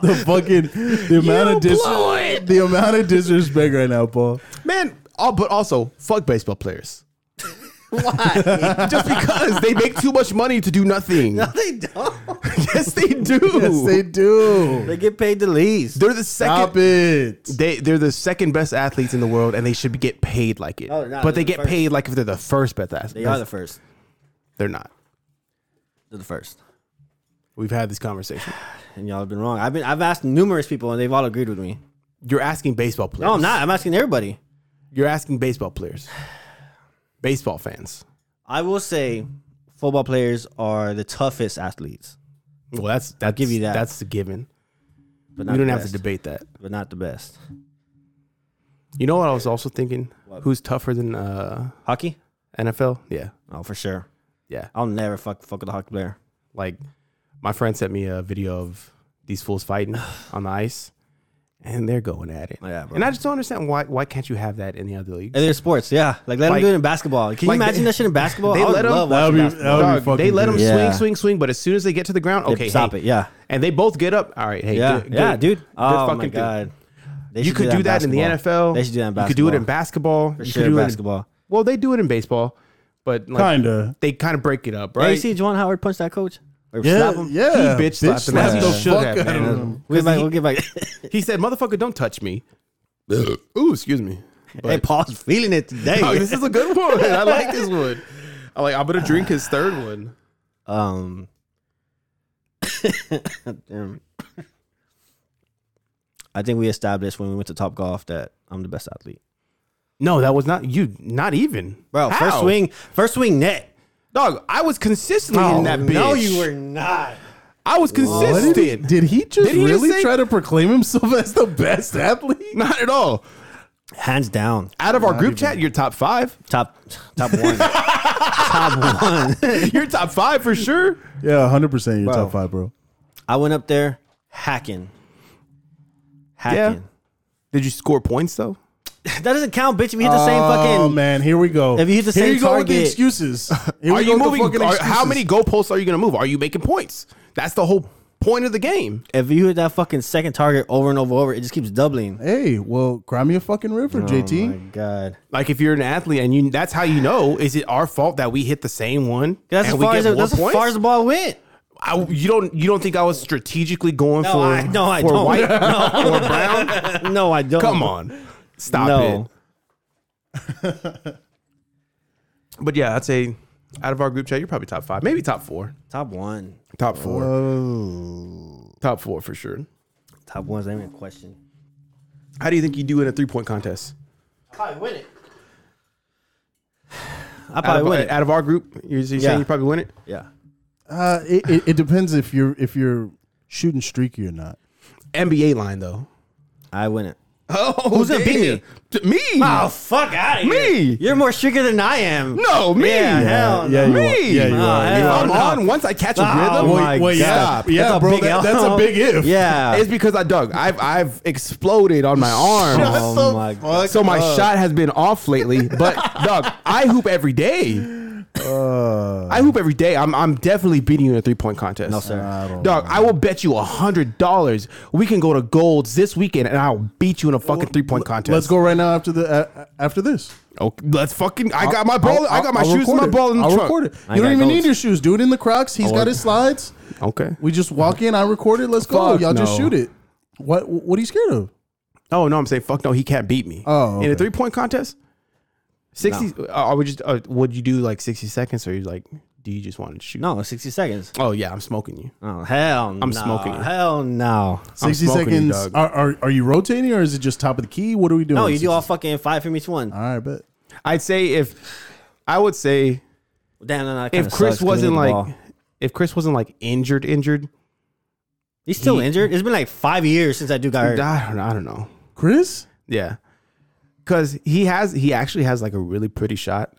Speaker 3: the fucking the amount of dis-
Speaker 4: blow it.
Speaker 3: the amount of disrespect right now, Paul.
Speaker 4: Man, all, but also fuck baseball players. Why? Just because they make too much money to do nothing.
Speaker 5: they don't.
Speaker 4: yes, they do.
Speaker 3: Yes, they do.
Speaker 5: They get paid the least.
Speaker 4: are the
Speaker 3: Stop
Speaker 4: second.
Speaker 3: it.
Speaker 4: They they're the second best athletes in the world, and they should be, get paid like it.
Speaker 5: No, they're not.
Speaker 4: but they
Speaker 5: Oh, They're the
Speaker 4: get
Speaker 5: first.
Speaker 4: paid like if they're the first best athlete.
Speaker 5: They are the first.
Speaker 4: They're not.
Speaker 5: They're the first.
Speaker 4: We've had this conversation.
Speaker 5: And y'all have been wrong. I've been I've asked numerous people and they've all agreed with me.
Speaker 4: You're asking baseball players.
Speaker 5: No, I'm not. I'm asking everybody.
Speaker 4: You're asking baseball players. Baseball fans.
Speaker 5: I will say football players are the toughest athletes.
Speaker 4: Well, that's that's
Speaker 5: give you that.
Speaker 4: That's the given.
Speaker 5: But
Speaker 4: we
Speaker 5: the
Speaker 4: don't have to
Speaker 5: best.
Speaker 4: debate that.
Speaker 5: But not the best.
Speaker 4: You know what I was also thinking? Who's tougher than uh,
Speaker 5: Hockey?
Speaker 4: NFL? Yeah,
Speaker 5: Oh, for sure.
Speaker 4: yeah.
Speaker 5: I'll never fuck fuck with a hockey player.
Speaker 4: Like my friend sent me a video of these fools fighting on the ice, and they're going at it.
Speaker 5: Yeah, bro.
Speaker 4: And I just don't understand why why can't you have that in the other league?
Speaker 5: And there's sports, yeah. Like let
Speaker 4: Like-
Speaker 5: them do it in basketball. Can you
Speaker 4: like,
Speaker 5: imagine
Speaker 4: they-
Speaker 5: that shit in basketball?
Speaker 4: They
Speaker 5: I would
Speaker 4: let 'em-
Speaker 5: love
Speaker 3: That would
Speaker 5: watching
Speaker 3: be-
Speaker 5: basketball.
Speaker 3: that would be
Speaker 4: Dog,
Speaker 3: fucking
Speaker 4: they let them
Speaker 3: good.
Speaker 5: Yeah.
Speaker 4: swing, swing, swing, but as soon as they get to the ground,
Speaker 5: They
Speaker 4: okay,
Speaker 5: stop
Speaker 4: hey.
Speaker 5: it, yeah.
Speaker 4: And they both get up. All right, hey,
Speaker 5: yeah,
Speaker 4: good-
Speaker 5: yeah,
Speaker 4: good-
Speaker 5: dude.
Speaker 4: good
Speaker 5: Oh my
Speaker 4: fucking thing.
Speaker 5: god, They
Speaker 4: you
Speaker 5: should
Speaker 4: could do that, in the
Speaker 5: basketball.
Speaker 4: NFL.
Speaker 5: They should do that in basketball.
Speaker 4: You could do it in basketball.
Speaker 5: For
Speaker 4: you
Speaker 5: sure,
Speaker 4: could do it in-
Speaker 5: basketball.
Speaker 4: well, they do it in baseball, but like,
Speaker 3: Kinda.
Speaker 4: they kind of break it up,
Speaker 5: Hey,
Speaker 4: right?
Speaker 5: you see Juwan Howard punch that coach or
Speaker 3: Yeah,
Speaker 5: slap him?
Speaker 3: yeah.
Speaker 4: He bitch slapped him. That's
Speaker 3: slapped
Speaker 4: no
Speaker 3: the
Speaker 4: should
Speaker 3: fuck
Speaker 4: have,
Speaker 3: out of
Speaker 4: man.
Speaker 3: him.
Speaker 5: We'll get back. We'll get back.
Speaker 4: He said, "Motherfucker, don't touch me." Ooh, excuse me. But-
Speaker 5: hey, Paul's feeling it today.
Speaker 4: Oh, this is a good one. I like this one. I like. I'm gonna drink his third one.
Speaker 5: Um, damn. I think we established when we went to Top Golf that I'm the best athlete.
Speaker 4: No, that was not you. Not even,
Speaker 5: Bro,
Speaker 4: How?
Speaker 5: first swing, first swing net.
Speaker 4: dog. I was consistently
Speaker 3: Oh,
Speaker 4: in that bitch.
Speaker 5: No, you were not.
Speaker 4: I was
Speaker 3: What
Speaker 4: consistent.
Speaker 3: did, he, did he just
Speaker 4: Did he just
Speaker 3: really
Speaker 4: say-
Speaker 3: try to proclaim himself as the best athlete?
Speaker 4: Not at all.
Speaker 5: Hands down,
Speaker 4: Out of our group chat, you're top five.
Speaker 5: top top one, top one.
Speaker 4: You're top five for sure.
Speaker 3: Yeah, hundred percent. You're
Speaker 5: Bro.
Speaker 3: top five, bro.
Speaker 5: I went up there hacking, hacking.
Speaker 4: Did you score points though?
Speaker 5: That doesn't count, bitch. If you hit the same
Speaker 3: Oh
Speaker 5: fucking,
Speaker 3: man, here we go.
Speaker 5: If you hit the
Speaker 3: here
Speaker 5: same
Speaker 3: you go with the
Speaker 5: target-
Speaker 3: excuses. Here
Speaker 4: are
Speaker 3: we go
Speaker 4: you
Speaker 3: with the
Speaker 4: moving?
Speaker 3: fucking
Speaker 4: are- how
Speaker 3: excuses.
Speaker 4: many goal posts are you going to move? Are you making points? That's the whole point of the game.
Speaker 5: if you hit that fucking second target over and over over, it just keeps doubling.
Speaker 3: Hey, well, cry me a fucking river,
Speaker 5: Oh my
Speaker 3: JT.
Speaker 5: god.
Speaker 4: Like if you're an athlete and you, that's how you know. Is it our fault that we hit the same one?
Speaker 5: That's
Speaker 4: and
Speaker 5: as
Speaker 4: we
Speaker 5: far
Speaker 4: get
Speaker 5: as,
Speaker 4: more
Speaker 5: that's as far as the ball went.
Speaker 4: I, you don't you don't think I was strategically going
Speaker 5: No,
Speaker 4: for
Speaker 5: I, no, I
Speaker 4: for
Speaker 5: don't.
Speaker 4: white
Speaker 5: No.
Speaker 4: or brown?
Speaker 5: no, I don't.
Speaker 4: Come on, stop
Speaker 5: no.
Speaker 4: it. But yeah, I'd say out of our group chat, you're probably top five, maybe top four,
Speaker 5: Top one.
Speaker 4: top four,
Speaker 5: Uh,
Speaker 4: top four for sure.
Speaker 5: Top one's not even a question.
Speaker 4: How do you think you do in a three point contest? Out
Speaker 5: I
Speaker 4: of,
Speaker 5: probably win it.
Speaker 4: out of our group, you're, you're
Speaker 5: Yeah.
Speaker 4: saying you probably win it.
Speaker 5: Yeah.
Speaker 3: Uh, it, it, it depends if you're if you're shooting streaky or not.
Speaker 4: NBA line though.
Speaker 5: I win it.
Speaker 4: Oh,
Speaker 5: Who's gonna beat
Speaker 4: damn. Me.
Speaker 5: Oh, fuck out of
Speaker 4: Me.
Speaker 5: You're more streaky than I am.
Speaker 4: No, me.
Speaker 5: Yeah, hell
Speaker 3: yeah,
Speaker 5: no.
Speaker 3: you
Speaker 4: Me.
Speaker 3: are. Yeah, you
Speaker 5: Oh,
Speaker 3: are.
Speaker 5: hell
Speaker 4: If I'm
Speaker 5: no.
Speaker 4: on once I catch a
Speaker 5: Oh,
Speaker 4: rhythm.
Speaker 5: my
Speaker 3: Wait,
Speaker 5: God.
Speaker 3: yeah,
Speaker 4: Stop.
Speaker 3: yeah,
Speaker 5: That's a
Speaker 3: bro.
Speaker 5: big
Speaker 3: that- that's a
Speaker 5: L.
Speaker 3: big if.
Speaker 5: Yeah.
Speaker 4: It's because I dug. I've I've exploded on my arm.
Speaker 5: oh
Speaker 3: so
Speaker 5: my god.
Speaker 4: so my shot has been off lately. But Doug, I hoop every day.
Speaker 3: Uh.
Speaker 4: I hoop every day. I'm I'm definitely beating you in a three point contest.
Speaker 5: No, sir. I
Speaker 4: Doug, I will bet you a hundred dollars we can go to Golds this weekend, and I'll beat you in a fucking three point contest.
Speaker 3: Let's go right now after the uh, after this.
Speaker 4: Okay, let's fucking. I got my ball. I got my
Speaker 3: I'll
Speaker 4: shoes and my
Speaker 3: record it.
Speaker 4: ball in the
Speaker 3: I'll
Speaker 4: truck.
Speaker 3: record it.
Speaker 5: I
Speaker 3: You don't
Speaker 5: got
Speaker 3: even need
Speaker 5: goats.
Speaker 3: your shoes. Do it in the Crocs. He's got his slides.
Speaker 4: Oh, Okay.
Speaker 3: We just walk in. I record it. Let's go.
Speaker 4: Fuck
Speaker 3: Y'all just
Speaker 4: no.
Speaker 3: shoot it. What What are you scared of?
Speaker 4: Oh no, I'm saying fuck no. He can't beat me.
Speaker 3: Oh,
Speaker 4: in a
Speaker 3: okay.
Speaker 4: three point contest. Sixty. Uh, are we just? Uh, would you do like sixty seconds, or you like? Do you just want to shoot?
Speaker 5: No, 60 seconds.
Speaker 4: Oh yeah, I'm smoking you.
Speaker 5: Oh, hell no.
Speaker 4: I'm smoking it.
Speaker 5: Hell no.
Speaker 4: I'm
Speaker 3: 60
Speaker 4: smoking you,
Speaker 3: seconds.
Speaker 4: dog.
Speaker 3: are, are Are you rotating or is it just top of the key? What are we doing?
Speaker 5: No, you do all fucking five from each one.
Speaker 3: All right, bet.
Speaker 4: I'd say if I would say
Speaker 5: Damn, no, no, that
Speaker 4: if
Speaker 5: kinda
Speaker 4: Chris
Speaker 5: sucks 'cause we
Speaker 4: wasn't
Speaker 5: need the
Speaker 4: like
Speaker 5: ball.
Speaker 4: if Chris wasn't like injured, injured.
Speaker 5: He's still
Speaker 4: he-
Speaker 5: injured. It's been like five years since that dude got
Speaker 4: I
Speaker 5: hurt.
Speaker 4: don't, know, I don't know.
Speaker 3: Chris,
Speaker 4: Yeah, because he has he actually has like a really pretty shot.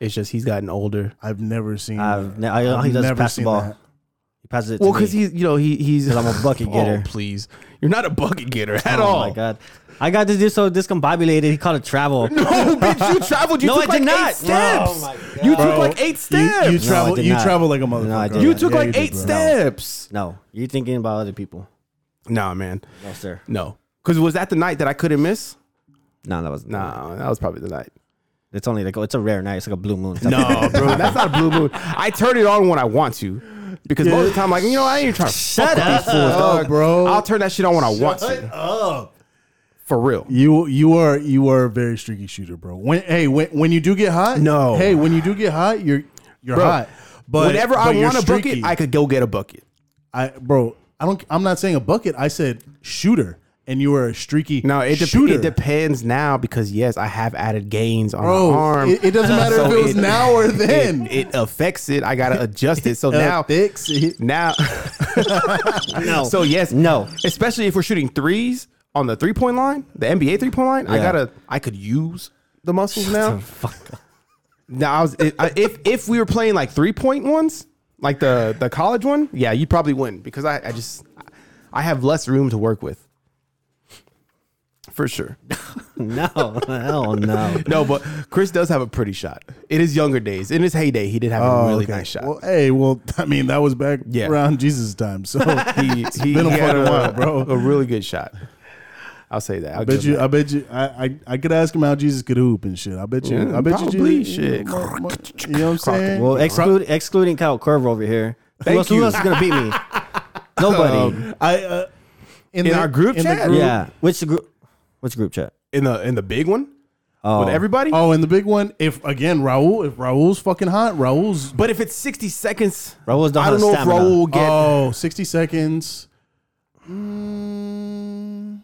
Speaker 4: It's just he's gotten older.
Speaker 3: I've never seen.
Speaker 5: I've ne- I don't think he does pass the ball.
Speaker 3: that.
Speaker 5: He passes it to
Speaker 4: Well,
Speaker 5: me.
Speaker 4: because he's you know he he's
Speaker 5: 'Cause I'm a bucket getter.
Speaker 4: Oh, please, you're not a bucket getter at
Speaker 5: oh
Speaker 4: all.
Speaker 5: my god. I got this dude so discombobulated. He called it travel.
Speaker 4: Oh, bitch, you traveled. You
Speaker 5: No,
Speaker 4: took
Speaker 5: I
Speaker 4: like
Speaker 5: did not.
Speaker 4: eight steps.
Speaker 5: Oh my God.
Speaker 4: You took
Speaker 3: Bro,
Speaker 4: like eight
Speaker 3: You,
Speaker 4: steps. You,
Speaker 3: you travel.
Speaker 5: did
Speaker 3: you
Speaker 5: not.
Speaker 3: travel like a motherfucker.
Speaker 5: No, I did not.
Speaker 4: took
Speaker 3: Yeah,
Speaker 4: like
Speaker 3: you did,
Speaker 4: eight
Speaker 3: bro.
Speaker 4: steps.
Speaker 5: No, you're thinking about other people.
Speaker 4: Nah, man.
Speaker 5: No, sir.
Speaker 4: No. Because was that the night that I couldn't miss?
Speaker 5: No, that was
Speaker 4: No, that was probably the night.
Speaker 5: It's only like oh, it's a rare night. It's like a blue moon.
Speaker 4: No, bro, that's not a blue moon. I turn it on when I want to. Because most of the time, like, you know, I ain't trying to
Speaker 5: Shut up.
Speaker 3: Oh, bro.
Speaker 4: I'll turn that shit on when I want to.
Speaker 3: up.
Speaker 4: For real.
Speaker 3: You you are you are a very streaky shooter, bro. When hey when when you do get hot,
Speaker 4: No.
Speaker 3: Hey, when you do get hot, you're you're
Speaker 4: Bro,
Speaker 3: hot. But
Speaker 4: Whenever I
Speaker 3: but you're
Speaker 4: want a bucket,
Speaker 3: streaky.
Speaker 4: I could go get a bucket.
Speaker 3: I bro, I don't. I'm not saying a bucket. I said shooter, and you were a streaky.
Speaker 4: No, it, dep-
Speaker 3: shooter.
Speaker 4: it depends now because, yes, I have added gains on my
Speaker 3: Bro,
Speaker 4: arm.
Speaker 3: it, it doesn't matter if
Speaker 4: So
Speaker 3: it was now or then.
Speaker 4: It, it affects it. I gotta adjust it. So now,
Speaker 3: fix it.
Speaker 4: now,
Speaker 5: No.
Speaker 4: so yes,
Speaker 5: No.
Speaker 4: Especially if we're shooting threes on the three point line, the NBA three point line. I
Speaker 5: Yeah.
Speaker 4: gotta, I could use the muscles now.
Speaker 5: Fuck.
Speaker 4: Now, I was, I- if if we were playing like three point ones, like the the college one, yeah, you'd probably win because I, I just I have less room to work with. for sure.
Speaker 5: No, hell no.
Speaker 4: No, but Chris does have a pretty shot. In his younger days, in his heyday, he did have
Speaker 5: Oh,
Speaker 4: a really nice shot.
Speaker 3: Well, hey, well, I mean, that was back
Speaker 4: Yeah.
Speaker 3: around Jesus' time. So
Speaker 4: he he,
Speaker 3: been a
Speaker 4: he had
Speaker 3: fucking
Speaker 4: a,
Speaker 3: while, bro.
Speaker 4: a really good shot. I'll say that. I'll
Speaker 3: I bet
Speaker 4: give
Speaker 3: you,
Speaker 4: him
Speaker 3: I
Speaker 4: that.
Speaker 3: bet you, I, I, I could ask him how Jesus could hoop and shit. I bet you,
Speaker 4: Yeah,
Speaker 3: I bet
Speaker 4: probably,
Speaker 3: you, Jesus-
Speaker 4: shit.
Speaker 3: You know, mo- you know what I'm saying?
Speaker 5: Well, exclude, excluding Kyle Curve over here.
Speaker 4: Thank
Speaker 5: who else, who
Speaker 4: you.
Speaker 5: else is gonna beat me? Nobody.
Speaker 3: I uh,
Speaker 4: in our group
Speaker 3: in the
Speaker 4: chat?
Speaker 3: group-
Speaker 5: yeah. Which group? Which group chat?
Speaker 4: in the in the big one
Speaker 5: Oh,
Speaker 4: with everybody.
Speaker 3: Oh, and the big one, if again Raul, if Raul's fucking hot, Raul's
Speaker 4: But if it's sixty seconds,
Speaker 5: Raul's not
Speaker 4: I don't know
Speaker 5: stamina.
Speaker 4: if Raul will get.
Speaker 3: oh, 60 seconds. Mm,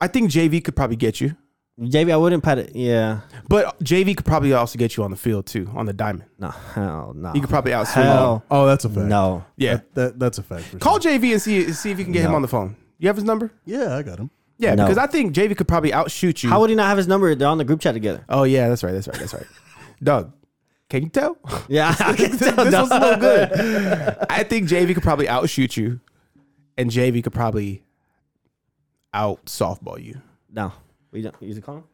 Speaker 4: I think JV could probably get you,
Speaker 5: JV, I wouldn't pat it. Yeah.
Speaker 4: but JV could probably also get you on the field too, on the diamond.
Speaker 5: No. Hell no.
Speaker 4: He could probably outswing.
Speaker 5: Hell
Speaker 3: oh, that's a fact.
Speaker 5: no.
Speaker 4: Yeah,
Speaker 3: That, that- that's a fact. For
Speaker 4: call
Speaker 3: sure.
Speaker 4: JV and see see if you can get him
Speaker 5: No.
Speaker 4: on the phone. You have his number?
Speaker 3: Yeah, I got him.
Speaker 4: Yeah,
Speaker 5: No.
Speaker 4: because I think JV could probably outshoot you.
Speaker 5: How would he not have his number? They're on the group chat together.
Speaker 4: oh yeah, that's right, that's right, that's right. Doug, can you tell?
Speaker 5: Yeah, I can
Speaker 4: this
Speaker 5: tell.
Speaker 4: was
Speaker 5: dog.
Speaker 4: no good. I think JV could probably outshoot you, and JV could probably out softball you.
Speaker 5: No, we don't use a call.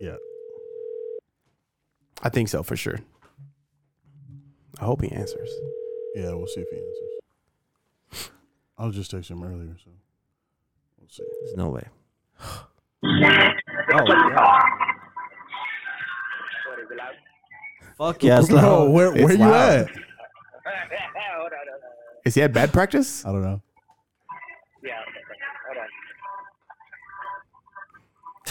Speaker 3: Yeah.
Speaker 4: I think so for sure. I hope he answers.
Speaker 3: Yeah, we'll see if he answers. I was just texting him earlier, so we'll see.
Speaker 5: There's no way. Oh, Fuck yeah, it's
Speaker 3: Bro,
Speaker 5: loud.
Speaker 3: where,
Speaker 4: It's
Speaker 3: where you
Speaker 4: loud.
Speaker 3: at?
Speaker 4: Is he at bad practice?
Speaker 3: I don't know.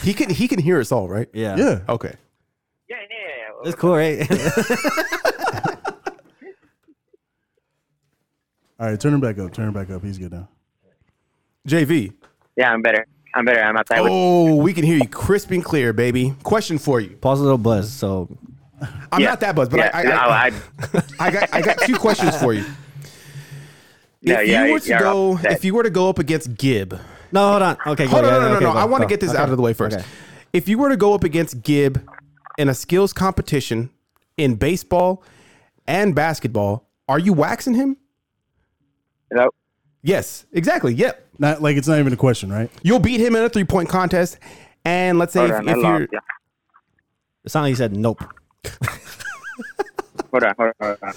Speaker 4: He can he can hear us all, right?
Speaker 5: Yeah.
Speaker 3: Yeah.
Speaker 6: Oh.
Speaker 4: Okay.
Speaker 5: It's cool, right?
Speaker 3: All right, turn him back up. Turn him back up. He's good now.
Speaker 4: JV.
Speaker 6: Yeah, I'm better. I'm better. I'm outside. with
Speaker 4: Oh, we can hear you crisp and clear, baby. Question for you.
Speaker 5: Pause a little buzz. So
Speaker 4: I'm
Speaker 6: Yeah.
Speaker 4: not that buzzed, but
Speaker 6: yeah,
Speaker 4: I, I,
Speaker 6: no,
Speaker 4: I,
Speaker 6: I,
Speaker 4: I got I got two questions for you.
Speaker 6: no,
Speaker 4: if
Speaker 6: yeah,
Speaker 4: you were to
Speaker 6: you're
Speaker 4: go,
Speaker 6: upset.
Speaker 4: if you were to go up against Gibb,
Speaker 5: no, hold on. Okay,
Speaker 4: hold
Speaker 5: go,
Speaker 4: on, no,
Speaker 5: yeah,
Speaker 4: no,
Speaker 5: okay,
Speaker 4: no,
Speaker 5: go,
Speaker 4: I want to
Speaker 5: go.
Speaker 4: get this
Speaker 5: Okay.
Speaker 4: out of the way first.
Speaker 5: Okay.
Speaker 4: If you were to go up against Gibb in a skills competition in baseball and basketball, are you waxing him?
Speaker 6: Nope.
Speaker 4: Yes, exactly. Yep.
Speaker 3: Not like it's not even a question, right?
Speaker 4: You'll beat him in a three point contest, and let's say
Speaker 6: Hold
Speaker 4: if,
Speaker 6: on, Oh, I
Speaker 4: if
Speaker 6: lost.
Speaker 4: you're
Speaker 6: Yeah.
Speaker 5: It sounded like he said nope.
Speaker 6: Hold on, hold on, hold on.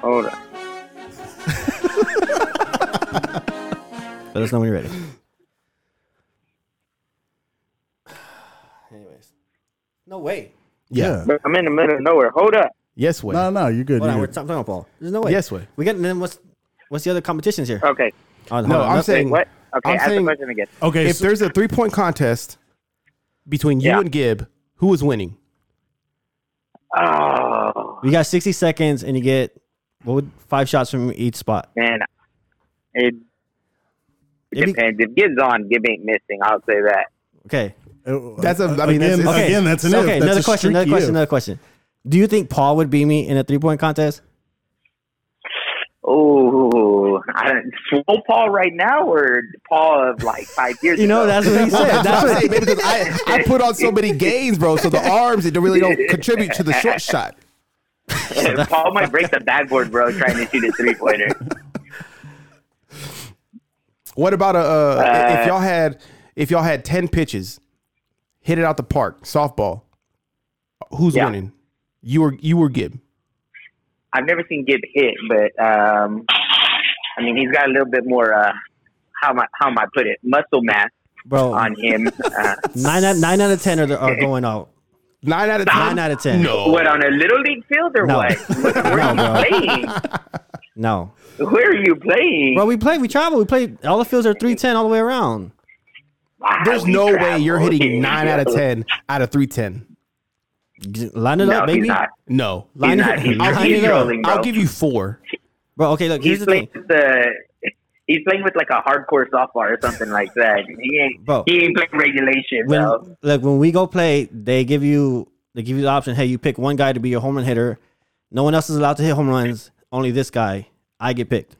Speaker 6: Hold on.
Speaker 5: Let us know when you're ready. Anyways, no way.
Speaker 4: yeah,
Speaker 6: But I'm in the middle of nowhere. Hold up.
Speaker 4: yes way,
Speaker 3: No, no, you're good.
Speaker 5: Hold on,
Speaker 3: you're
Speaker 5: we're
Speaker 3: good.
Speaker 5: talking about ball. There's no way.
Speaker 4: yes way.
Speaker 5: We got. Then what's what's the other competitions here?
Speaker 6: Okay.
Speaker 5: Oh, hold
Speaker 4: No,
Speaker 5: on.
Speaker 4: I'm
Speaker 5: Nope.
Speaker 4: saying
Speaker 6: Wait, what? Okay,
Speaker 4: I'm
Speaker 6: ask
Speaker 4: saying-
Speaker 6: the question again.
Speaker 3: okay,
Speaker 4: If
Speaker 3: so,
Speaker 4: there's a three point contest between you
Speaker 6: Yeah.
Speaker 4: and Gibb, who is winning?
Speaker 6: Oh
Speaker 5: You got 60 seconds and you get what would five shots from each spot.
Speaker 6: man, it,
Speaker 5: It'd be-
Speaker 6: depends. If Gibbs on, Gibb ain't missing. I'll say that.
Speaker 5: Okay.
Speaker 3: uh,
Speaker 4: that's a- I
Speaker 3: uh, again,
Speaker 4: mean, that's- it's-
Speaker 5: Okay.
Speaker 3: again, that's an
Speaker 5: So,
Speaker 3: if.
Speaker 5: okay.
Speaker 3: That's
Speaker 5: another
Speaker 3: a
Speaker 5: question. Another
Speaker 3: streaky
Speaker 5: question.
Speaker 3: if.
Speaker 5: Another question. Do you think Paul would beat me in a three point contest?
Speaker 6: Oh, I don't. Swole Paul right now or Paul of like five years?
Speaker 5: You know,
Speaker 6: ago?
Speaker 5: that's what he said. That's
Speaker 4: I'm
Speaker 5: what
Speaker 4: saying, baby, 'cause I, I put on so many gains, bro. So the arms it really don't contribute to the short shot.
Speaker 6: Paul might break the backboard, bro, trying to shoot a three pointer.
Speaker 4: What about a uh, if y'all had if y'all had ten pitches, hit it out the park, softball. Who's
Speaker 6: Yeah.
Speaker 4: winning? You were you were Gibb.
Speaker 6: I've never seen Gibb hit, but um, I mean, he's got a little bit more. Uh, how am I? How am I put it? Muscle mass
Speaker 5: bro.
Speaker 6: on him. Uh,
Speaker 5: Nine out nine out of ten are, are going out.
Speaker 4: Nine out of ten.
Speaker 5: Nine out of ten.
Speaker 4: No.
Speaker 6: what on a little league field or
Speaker 5: No.
Speaker 6: what?
Speaker 5: No,
Speaker 6: Where
Speaker 5: bro.
Speaker 6: are you playing?
Speaker 5: No.
Speaker 6: Where are you playing?
Speaker 5: Bro, we play. We travel. We play. All the fields are three ten all the way around.
Speaker 6: Wow,
Speaker 4: There's
Speaker 6: we
Speaker 4: no way
Speaker 6: travel.
Speaker 4: you're hitting
Speaker 6: Okay.
Speaker 4: nine out of ten out of three ten.
Speaker 5: Just Line it
Speaker 6: No,
Speaker 5: up,
Speaker 6: he's
Speaker 5: baby.
Speaker 6: not.
Speaker 4: No.
Speaker 5: Line
Speaker 6: not.
Speaker 5: it
Speaker 6: He's
Speaker 5: up.
Speaker 4: I'll,
Speaker 5: Line
Speaker 4: give
Speaker 5: it
Speaker 4: you,
Speaker 5: up.
Speaker 6: trolling, bro.
Speaker 4: I'll give you four.
Speaker 5: Bro, okay. Look, here's
Speaker 6: He's
Speaker 5: the thing.
Speaker 6: playing with the. He's playing with like a hardcore softball or something like that. He ain't.
Speaker 5: Bro.
Speaker 6: He ain't playing regulation,
Speaker 5: when
Speaker 6: bro.
Speaker 5: look when we go play, they give you they give you the option. Hey, you pick one guy to be your home run hitter. No one else is allowed to hit home runs. Only this guy. I get picked.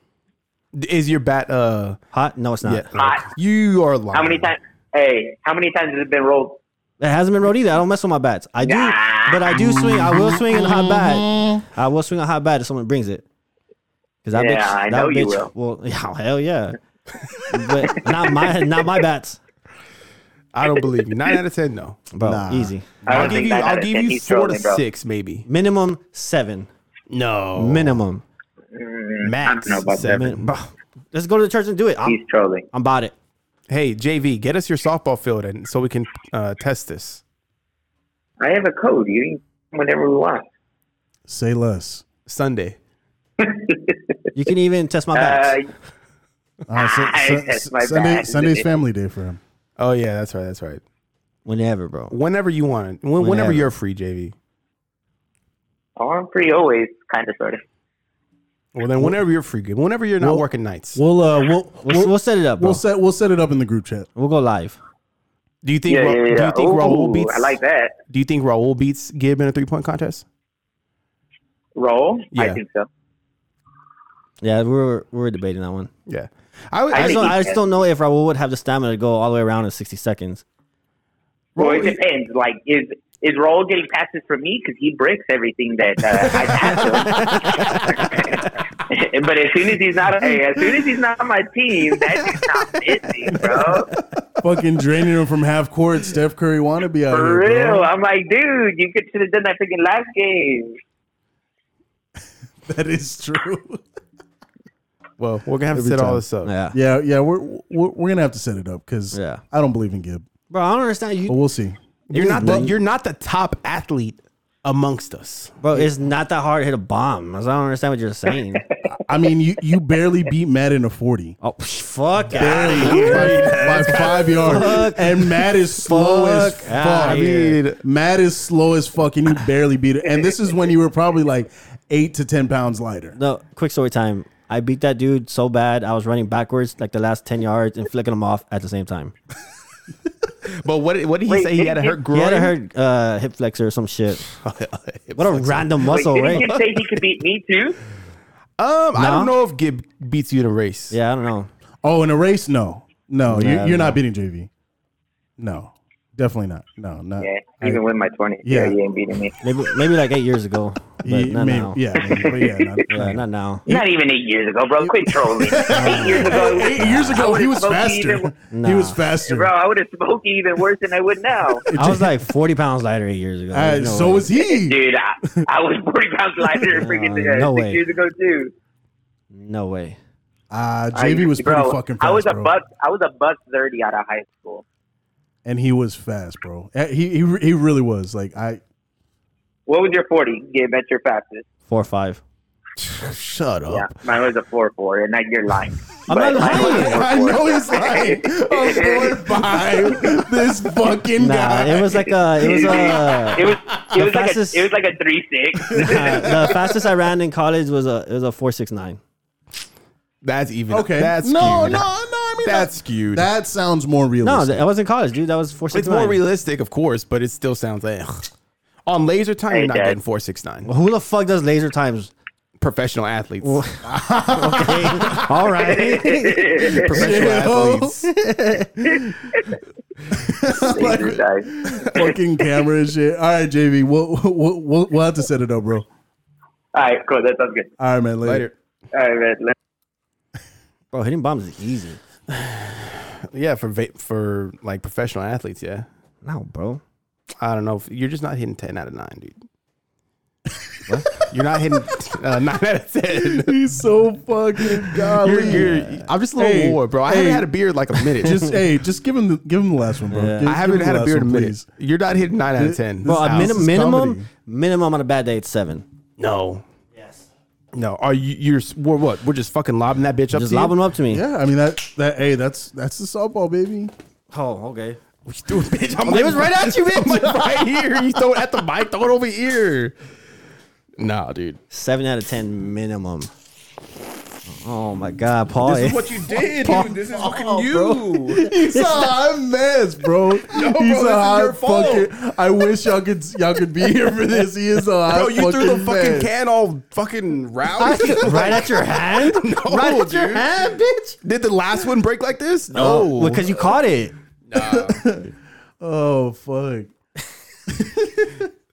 Speaker 4: Is your bat uh
Speaker 5: Hot? No, it's not.
Speaker 4: yeah.
Speaker 6: Hot.
Speaker 4: You are lying.
Speaker 6: How many times? Hey, how many times has it been rolled?
Speaker 5: It hasn't been rolled either. I don't mess with my bats. I do,
Speaker 6: Nah.
Speaker 5: but I do swing. I will swing in a hot bat. I will swing a hot bat if someone brings it. Because that
Speaker 6: Mm-hmm. Yeah,
Speaker 5: bitch,
Speaker 6: I
Speaker 5: that
Speaker 6: know you
Speaker 5: bitch, Well, yeah, hell yeah. but not my not my bats.
Speaker 4: I don't believe you. Nine out of ten, no.
Speaker 5: Bro,
Speaker 3: Nah.
Speaker 5: easy.
Speaker 6: I
Speaker 4: I'll
Speaker 6: don't
Speaker 4: give
Speaker 6: think
Speaker 4: you.
Speaker 6: nine out
Speaker 4: I'll
Speaker 6: of
Speaker 4: give
Speaker 6: 10
Speaker 4: you
Speaker 6: he's
Speaker 4: four to
Speaker 6: trolling, bro.
Speaker 4: six, maybe.
Speaker 5: Minimum seven.
Speaker 4: No,
Speaker 5: Minimum.
Speaker 4: max
Speaker 6: I don't know about
Speaker 4: seven.
Speaker 5: Min- bro, let's go to the church and do it.
Speaker 6: He's
Speaker 5: I'm,
Speaker 6: trolling.
Speaker 5: I'm about it.
Speaker 4: Hey JV, get us your softball field and so we can uh, test this.
Speaker 6: I have a code. You can come whenever we want.
Speaker 3: Say less.
Speaker 4: Sunday.
Speaker 5: You can even test my
Speaker 6: Uh,
Speaker 5: bats.
Speaker 3: Uh, Sun-
Speaker 6: I
Speaker 3: Sun-
Speaker 6: test my
Speaker 3: Sunday,
Speaker 6: bad.
Speaker 3: Sunday's family day for him.
Speaker 4: Oh yeah, that's right. That's right.
Speaker 5: Whenever, bro.
Speaker 4: Whenever you want. When, whenever.
Speaker 5: Whenever.
Speaker 4: you're free, JV.
Speaker 6: oh, I'm free always, kind of, sort of.
Speaker 4: Well then, whenever you're free, good. Whenever you're not
Speaker 3: Well-
Speaker 4: working nights.
Speaker 3: We'll uh, we'll
Speaker 5: We'll, we'll, set it up, bro.
Speaker 3: we'll
Speaker 5: We'll,
Speaker 3: set we'll set it up in the group chat.
Speaker 5: go live.
Speaker 4: do you think?
Speaker 6: Yeah,
Speaker 4: Ra-
Speaker 6: yeah, yeah.
Speaker 4: Do you think Raul
Speaker 6: Ooh,
Speaker 4: beats?
Speaker 6: I like that.
Speaker 4: Do you think Raul beats Gib in a three point contest?
Speaker 6: Roll? I
Speaker 4: Yeah.
Speaker 6: think so.
Speaker 5: Yeah, we're we're debating that one.
Speaker 4: Yeah. I, would-
Speaker 6: I
Speaker 5: I just,
Speaker 6: think
Speaker 5: don't,
Speaker 6: he
Speaker 5: I just
Speaker 6: can.
Speaker 5: don't know if Raul would have the stamina to go all the way around in 60 seconds.
Speaker 6: Well, it
Speaker 4: Raul-
Speaker 6: depends. Like, is is Raul getting passes from me because he breaks everything that uh, I pass him? but as soon as he's not, hey, as soon as he's not on my team, that dude's not missing, bro.
Speaker 3: Fucking draining him from half court. Steph Curry wannabe out
Speaker 6: For
Speaker 3: here. bro.
Speaker 6: real, I'm like, dude, you could should have done that freaking last game.
Speaker 3: That is true.
Speaker 4: well, we're gonna have to
Speaker 3: Every
Speaker 4: set all
Speaker 3: time.
Speaker 4: this up.
Speaker 5: Yeah.
Speaker 3: yeah, yeah. We're we're, we're gonna have to set it up because
Speaker 5: Yeah.
Speaker 3: I don't believe in Gib,
Speaker 5: Bro, I don't understand you.
Speaker 3: but we'll see.
Speaker 4: You're not the
Speaker 3: Well-
Speaker 4: you're not the top athlete amongst us.
Speaker 5: Bro, it's not that hard to hit a bomb. I don't understand what you're saying.
Speaker 3: I mean, you you barely beat Madden a forty.
Speaker 5: oh, psh, fuck. outta
Speaker 3: Barely
Speaker 5: here.
Speaker 3: by, by five yards,
Speaker 5: Fuck.
Speaker 3: and Matt is slow as
Speaker 5: Fuck
Speaker 3: fuck.
Speaker 5: outta
Speaker 3: I mean, Matt is slow as fuck, and you barely beat it. And this is when you were probably like eight to ten pounds lighter.
Speaker 5: No, quick story time. I beat that dude so bad. I was running backwards like the last 10 yards and flicking him off at the same time.
Speaker 4: But what did- what did he
Speaker 6: Wait,
Speaker 4: say? He
Speaker 6: did-
Speaker 4: had a
Speaker 6: did-
Speaker 4: hurt
Speaker 5: He
Speaker 4: groin.
Speaker 5: had a hurt uh, hip flexor or some shit.
Speaker 3: Oh,
Speaker 5: What a random
Speaker 6: Wait,
Speaker 5: muscle,
Speaker 6: did
Speaker 5: right?
Speaker 6: he just say he could beat me too?
Speaker 4: Um, I don't
Speaker 5: No?
Speaker 4: know if Gib beats you in a race.
Speaker 5: Yeah, I don't know.
Speaker 3: Oh, in a race, no, no,
Speaker 5: Yeah,
Speaker 3: you're, you're
Speaker 5: no.
Speaker 3: not beating JV. No, definitely not. No, not.
Speaker 6: Yeah, even with my 20, yeah,
Speaker 3: Yeah.
Speaker 6: he ain't beating me.
Speaker 5: Maybe maybe like eight years ago, but
Speaker 3: Ye-
Speaker 5: not
Speaker 3: maybe-
Speaker 5: now.
Speaker 3: yeah, maybe, but yeah, not,
Speaker 5: Yeah, not now.
Speaker 6: Not even eight years ago, bro. Quit trolling. eight years ago,
Speaker 3: Eight years
Speaker 6: I
Speaker 3: ago,
Speaker 6: would've
Speaker 3: he was
Speaker 6: smoked you
Speaker 3: faster.
Speaker 6: even-
Speaker 5: Nah.
Speaker 3: He was faster.
Speaker 6: Bro, I would have smoked you even worse than I would now.
Speaker 5: I was like 40 pounds lighter eight years ago.
Speaker 3: Uh,
Speaker 5: No
Speaker 3: so
Speaker 5: way.
Speaker 3: was he.
Speaker 6: Dude, I, I was 40 pounds lighter freaking uh,
Speaker 5: no
Speaker 6: six
Speaker 5: way.
Speaker 6: years ago, too.
Speaker 5: No way.
Speaker 3: Uh, JV was pretty
Speaker 6: Bro,
Speaker 3: fucking fast,
Speaker 6: I was a
Speaker 3: bro.
Speaker 6: buck. I was a buck thirty out of high school.
Speaker 3: and he was fast, bro. Uh, He he re- he really was. Like I,
Speaker 6: What was your forty? Gabe, at your fastest.
Speaker 5: Four or five.
Speaker 4: Shut
Speaker 3: Oh.
Speaker 4: up.
Speaker 6: Yeah, mine was a four four, and like you're lying.
Speaker 5: I'm
Speaker 6: But
Speaker 5: not
Speaker 6: mine was
Speaker 5: lying.
Speaker 6: a 4.4.
Speaker 3: I know he's lying.
Speaker 4: Oh,
Speaker 3: A four five. This fucking
Speaker 5: Nah,
Speaker 3: guy.
Speaker 5: it was like a, uh, it was a,
Speaker 6: It was it was
Speaker 5: fastest-
Speaker 6: like a, it was like a three six.
Speaker 5: the fastest I ran in college was a, it was a four six nine.
Speaker 4: That's even.
Speaker 3: okay.
Speaker 4: That's
Speaker 3: no,
Speaker 4: skewed.
Speaker 3: no, no. I mean
Speaker 4: That's
Speaker 3: that-
Speaker 4: skewed.
Speaker 3: That sounds more
Speaker 5: No,
Speaker 3: realistic.
Speaker 5: that I was in college, dude. That was four six
Speaker 4: it's more
Speaker 5: nine.
Speaker 4: realistic, of course, but it still sounds like. ugh. On laser time, you're
Speaker 6: Hey,
Speaker 4: not
Speaker 6: Dad.
Speaker 4: getting four six nine.
Speaker 5: Who the fuck does laser times?
Speaker 4: Professional athletes.
Speaker 5: Okay, all right.
Speaker 4: Professional
Speaker 3: Yo.
Speaker 4: athletes.
Speaker 3: fucking camera and shit. All right, JV, we'll we'll, we'll we'll have to set it up, bro.
Speaker 6: All right, cool. That sounds good.
Speaker 3: All right, man. Later.
Speaker 4: Later.
Speaker 6: All right, man. Let-
Speaker 5: Bro, hitting bombs is easy.
Speaker 4: Yeah, for va- for like professional athletes. Yeah,
Speaker 5: No, bro.
Speaker 4: I don't know. if- You're just not hitting ten out of nine, dude. You're not hitting uh, nine out of ten.
Speaker 3: He's so fucking
Speaker 4: You're,
Speaker 3: golly.
Speaker 4: you're, I'm just a little
Speaker 3: Hey,
Speaker 4: bored, bro. I haven't
Speaker 3: hey.
Speaker 4: had a beer in like a minute.
Speaker 3: Just hey, just give him the give him the last one, bro.
Speaker 5: Yeah.
Speaker 3: Give-
Speaker 4: I
Speaker 3: give
Speaker 4: haven't
Speaker 3: him the
Speaker 4: had a
Speaker 3: last
Speaker 4: beer in a
Speaker 3: one,
Speaker 4: minute.
Speaker 3: please.
Speaker 4: You're not hitting nine out of ten.
Speaker 5: Bro, a
Speaker 4: This house
Speaker 5: minim-
Speaker 4: is-
Speaker 5: minimum,
Speaker 3: comedy.
Speaker 5: minimum on a bad day, it's seven.
Speaker 4: no. Yes. No. Are you? You're. s- We're what? We're just fucking lobbing that bitch up. to
Speaker 5: Just
Speaker 4: you?
Speaker 5: lob them up to me.
Speaker 3: Yeah, I mean that that hey, that's that's the softball, baby.
Speaker 5: Oh, okay.
Speaker 4: What you doing, bitch? I'm like,
Speaker 5: It was right at you,
Speaker 4: I'm like,
Speaker 5: bitch.
Speaker 4: right here. You throw it at the mic. Throw it over here. Nah, dude.
Speaker 5: Seven out of ten minimum. Oh my god, Paul.
Speaker 4: This is what you did, dude. This is fucking you.
Speaker 3: He's a hot mess, bro.
Speaker 4: this
Speaker 3: He's
Speaker 4: is
Speaker 3: a hot
Speaker 4: your fault.
Speaker 3: fucking. I wish y'all could y'all could be here for this. He is a hot
Speaker 4: Bro, you threw the
Speaker 3: fucking
Speaker 4: fucking
Speaker 3: mess.
Speaker 4: can all fucking round.
Speaker 5: right at your hand?
Speaker 4: No,
Speaker 5: right at your
Speaker 4: dude.
Speaker 5: hand, bitch.
Speaker 4: Did the last one break like this? Oh. No.
Speaker 5: Because you caught it.
Speaker 3: Oh fuck!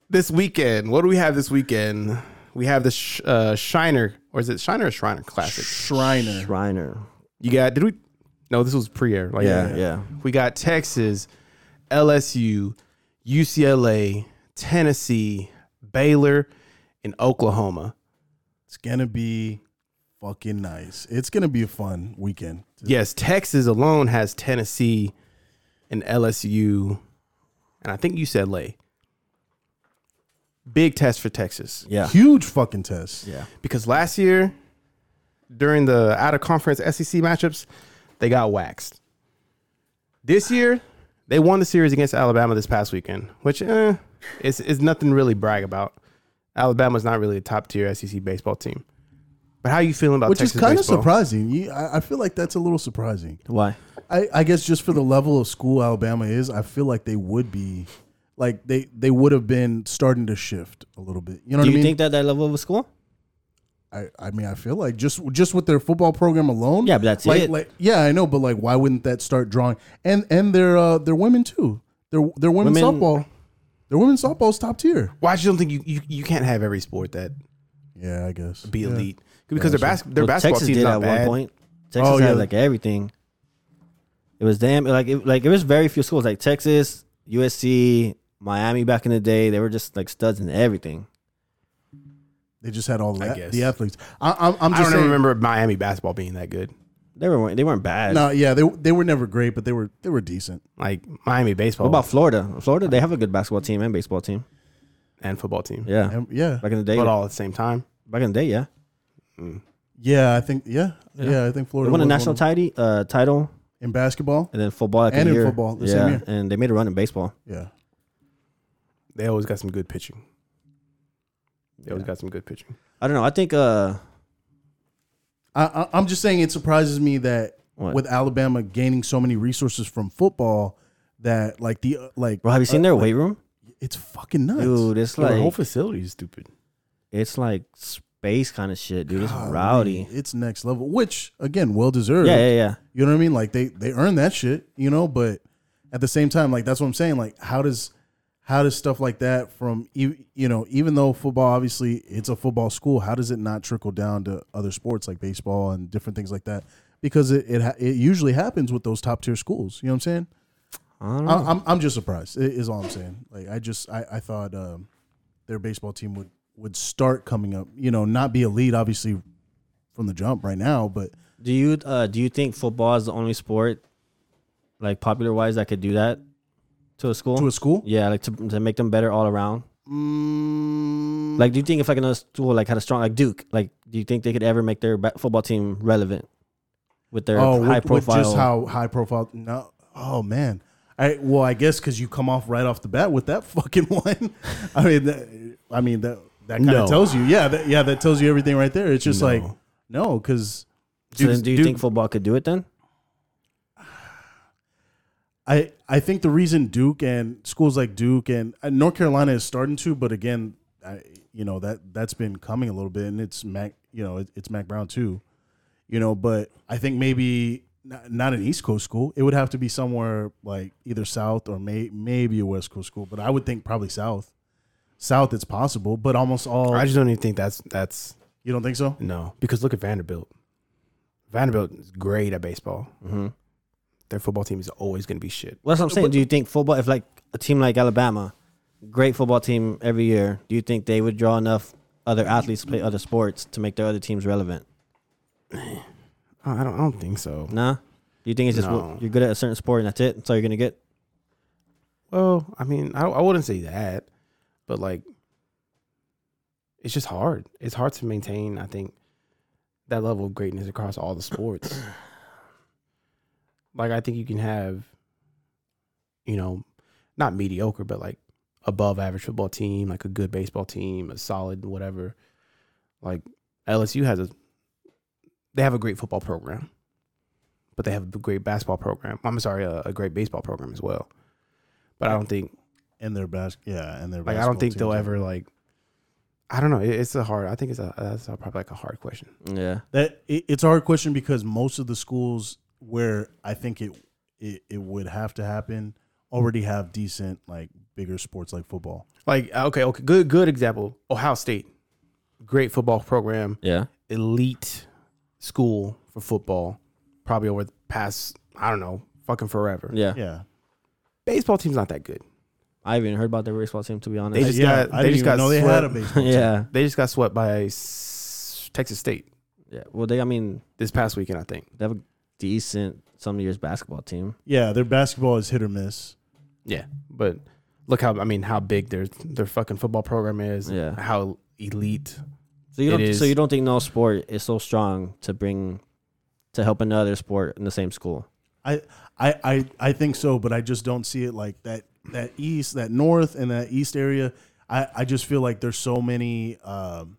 Speaker 4: this weekend, what do we have this weekend? We have the sh- uh, Shiner, or is it Shiner or Shriner Classic?
Speaker 3: Shriner.
Speaker 5: Reiner.
Speaker 4: You got? Did we? No, this was pre-air. Like,
Speaker 5: Yeah, yeah.
Speaker 4: We got Texas, LSU, UCLA, Tennessee, Baylor, and Oklahoma.
Speaker 3: It's gonna be fucking nice. It's gonna be a fun weekend.
Speaker 4: Yes, Texas alone has Tennessee and LSU, and I think UCLA. Big test for Texas
Speaker 5: Yeah.
Speaker 3: Huge fucking test.
Speaker 5: Yeah.
Speaker 4: because last year, during the out of conference SEC matchups, they got waxed. This year, they won the series against Alabama this past weekend, which eh, is is nothing really brag about. Alabama's not really a top tier SEC baseball team. But how you feeling about
Speaker 3: Which
Speaker 4: Texas
Speaker 3: is kind of
Speaker 4: baseball?
Speaker 3: surprising. You, I, I feel like that's a little surprising.
Speaker 5: Why?
Speaker 3: I, I guess just for the level of school Alabama is, I feel like they would be, like they they would have been starting to shift a little bit. You know what
Speaker 5: Do you
Speaker 3: I mean?
Speaker 5: think that that level of a school?
Speaker 3: I, I mean, I feel like just just with their football program alone.
Speaker 5: Yeah, but that's
Speaker 3: like,
Speaker 5: it.
Speaker 3: Like, yeah, I know, but like, why wouldn't that start drawing? And and their uh, their women too. Their their women's
Speaker 5: Women-
Speaker 3: softball. Their women's softball's top tier.
Speaker 4: Why do you don't think you, you you can't have every sport that
Speaker 3: Yeah, I guess.
Speaker 4: be
Speaker 3: Yeah.
Speaker 4: elite because their bas- their
Speaker 5: Well,
Speaker 4: basketball
Speaker 5: Texas
Speaker 4: team's
Speaker 5: did
Speaker 4: not
Speaker 5: at
Speaker 4: bad.
Speaker 5: one point. Texas
Speaker 3: Oh, yeah.
Speaker 5: had like everything. It was damn like it, like it was very few schools like Texas, USC, Miami back in the day. They were just like studs in everything.
Speaker 3: They just had all the,
Speaker 4: I guess.
Speaker 3: the athletes. I, I'm, I'm
Speaker 4: I
Speaker 3: just
Speaker 4: don't
Speaker 3: saying,
Speaker 4: even remember Miami basketball being that good.
Speaker 5: They were they weren't bad.
Speaker 3: No, yeah, they they were never great, but they were they were decent.
Speaker 4: Like Miami baseball
Speaker 5: What about Florida? Florida, they have a good basketball team and baseball team.
Speaker 4: and football team,
Speaker 5: Yeah,
Speaker 3: And, yeah,
Speaker 5: back in the day.
Speaker 4: but uh, all at the same time.
Speaker 5: Back in the day, yeah,
Speaker 3: yeah, I think yeah, yeah, I think
Speaker 5: they
Speaker 3: Florida
Speaker 5: won a
Speaker 3: was
Speaker 5: national
Speaker 3: one of-
Speaker 5: title, uh, title,
Speaker 3: in basketball.
Speaker 5: and then football like
Speaker 3: And
Speaker 5: a
Speaker 3: in
Speaker 5: year.
Speaker 3: football, the
Speaker 5: yeah,
Speaker 3: same year.
Speaker 5: and they made a run in baseball.
Speaker 3: Yeah,
Speaker 4: They always got some good pitching. They always got some good pitching.
Speaker 5: I don't know. I think uh,
Speaker 3: I, I, I'm just saying it surprises me that
Speaker 5: What?
Speaker 3: with Alabama gaining so many resources from football, that like the uh, like
Speaker 5: bro, have you seen
Speaker 3: uh,
Speaker 5: their
Speaker 3: like,
Speaker 5: weight room,
Speaker 3: It's fucking nuts.
Speaker 5: dude? It's like
Speaker 4: facility is stupid.
Speaker 5: it's like space kind of shit, dude. It's rowdy.
Speaker 3: It's next level, which again, well deserved.
Speaker 5: Yeah, yeah, yeah.
Speaker 3: You know what I mean? Like they they earn that shit, you know. But at the same time, like that's what I'm saying. Like how does how does stuff like that from e- you know even though football obviously it's a football school, how does it not trickle down to other sports like baseball and different things like that? Because it it, ha- it usually happens with those top tier schools. You know what I'm saying?
Speaker 5: I don't know.
Speaker 3: I, I'm I'm just surprised. i- Is all I'm saying. Like I just I I thought um, their baseball team would would start coming up. You know, not be elite obviously from the jump right now, but
Speaker 5: Do you uh do you think football is the only sport, like popular wise, that could do that to a school?
Speaker 3: to a school.
Speaker 5: yeah, like to, to make them better all around. Like, do you think if like another school like had a strong like Duke, like do you think they could ever make their ba- football team relevant with their
Speaker 3: oh, with-
Speaker 5: high
Speaker 3: with
Speaker 5: profile?
Speaker 3: just how high profile. No, oh man. I well, I guess because you come off right off the bat with that fucking one. I mean, that, I mean that that kind of
Speaker 4: No.
Speaker 3: tells you, yeah, that, yeah, that tells you everything right there. It's just like no, because
Speaker 5: so then
Speaker 4: Duke-
Speaker 5: do you
Speaker 4: Duke-
Speaker 5: think football could do it then?
Speaker 3: I I think the reason Duke and schools like Duke and, and North Carolina is starting to, but again, I, you know that that's been coming a little bit, and it's Mac, you know, it, it's Mac Brown too, you know. But I think maybe not, not an East Coast school. It would have to be somewhere like either South or may, maybe a West Coast school. But I would think probably South. South, it's possible, but almost all.
Speaker 4: I just don't even think that's that's
Speaker 3: you don't think so?
Speaker 4: no because look at Vanderbilt. Vanderbilt is great at baseball. Their football team is always going to be shit.
Speaker 5: Well, that's Mm-hmm. what I'm saying. Do you think football, if like a team like Alabama, great football team every year, do you think they would draw enough other athletes to play other sports to make their other teams relevant?
Speaker 4: I don't I don't think so.
Speaker 5: Nah. You think it's just well,
Speaker 4: No.
Speaker 5: you're good at a certain sport and that's it? That's all you're gonna get.
Speaker 4: Well, I mean, I, I wouldn't say that, but like, it's just hard. It's hard to maintain, I think, that level of greatness across all the sports. like, I think you can have, you know, not mediocre, but like above average football team, like a good baseball team, a solid whatever. Like, LSU has a, they have a great football program, but they have a great basketball program. I'm sorry, a, a great baseball program as well. But I don't think
Speaker 3: And their bas- yeah, and their
Speaker 4: like I
Speaker 3: basketball
Speaker 4: don't think they'll
Speaker 3: teams.
Speaker 4: ever like. I don't know. It, it's a hard. I think it's a that's a, probably like a hard question.
Speaker 5: Yeah.
Speaker 3: That it, it's a hard question because most of the schools where I think it, it it would have to happen already have decent like bigger sports like football.
Speaker 4: Like uh, okay, okay, good, good example. Ohio State, great football program,
Speaker 5: Yeah.
Speaker 4: elite school for football, probably over the past I don't know, fucking forever.
Speaker 5: Yeah.
Speaker 3: Yeah.
Speaker 4: Baseball team's not that good.
Speaker 5: I haven't even heard about their baseball team to be honest.
Speaker 4: They just
Speaker 3: yeah,
Speaker 4: got
Speaker 3: I
Speaker 4: they
Speaker 3: didn't even
Speaker 4: just got
Speaker 3: know they
Speaker 4: swept.
Speaker 3: had a baseball.
Speaker 5: yeah.
Speaker 4: They just got swept by s- Texas State
Speaker 5: Yeah. Well, they I mean
Speaker 4: this past weekend, I think.
Speaker 5: they have a decent some years basketball team.
Speaker 3: Yeah, their basketball is hit or miss.
Speaker 4: Yeah, but look how I mean how big their their fucking football program is.
Speaker 5: Yeah.
Speaker 4: how elite.
Speaker 5: So you
Speaker 4: It
Speaker 5: don't so
Speaker 4: is.
Speaker 5: you don't think no sport is so strong to bring to help another sport in the same school.
Speaker 3: I, I, I, I think so, but I just don't see it like that. That east, that north, and that east area. I, I just feel like there's so many. Um,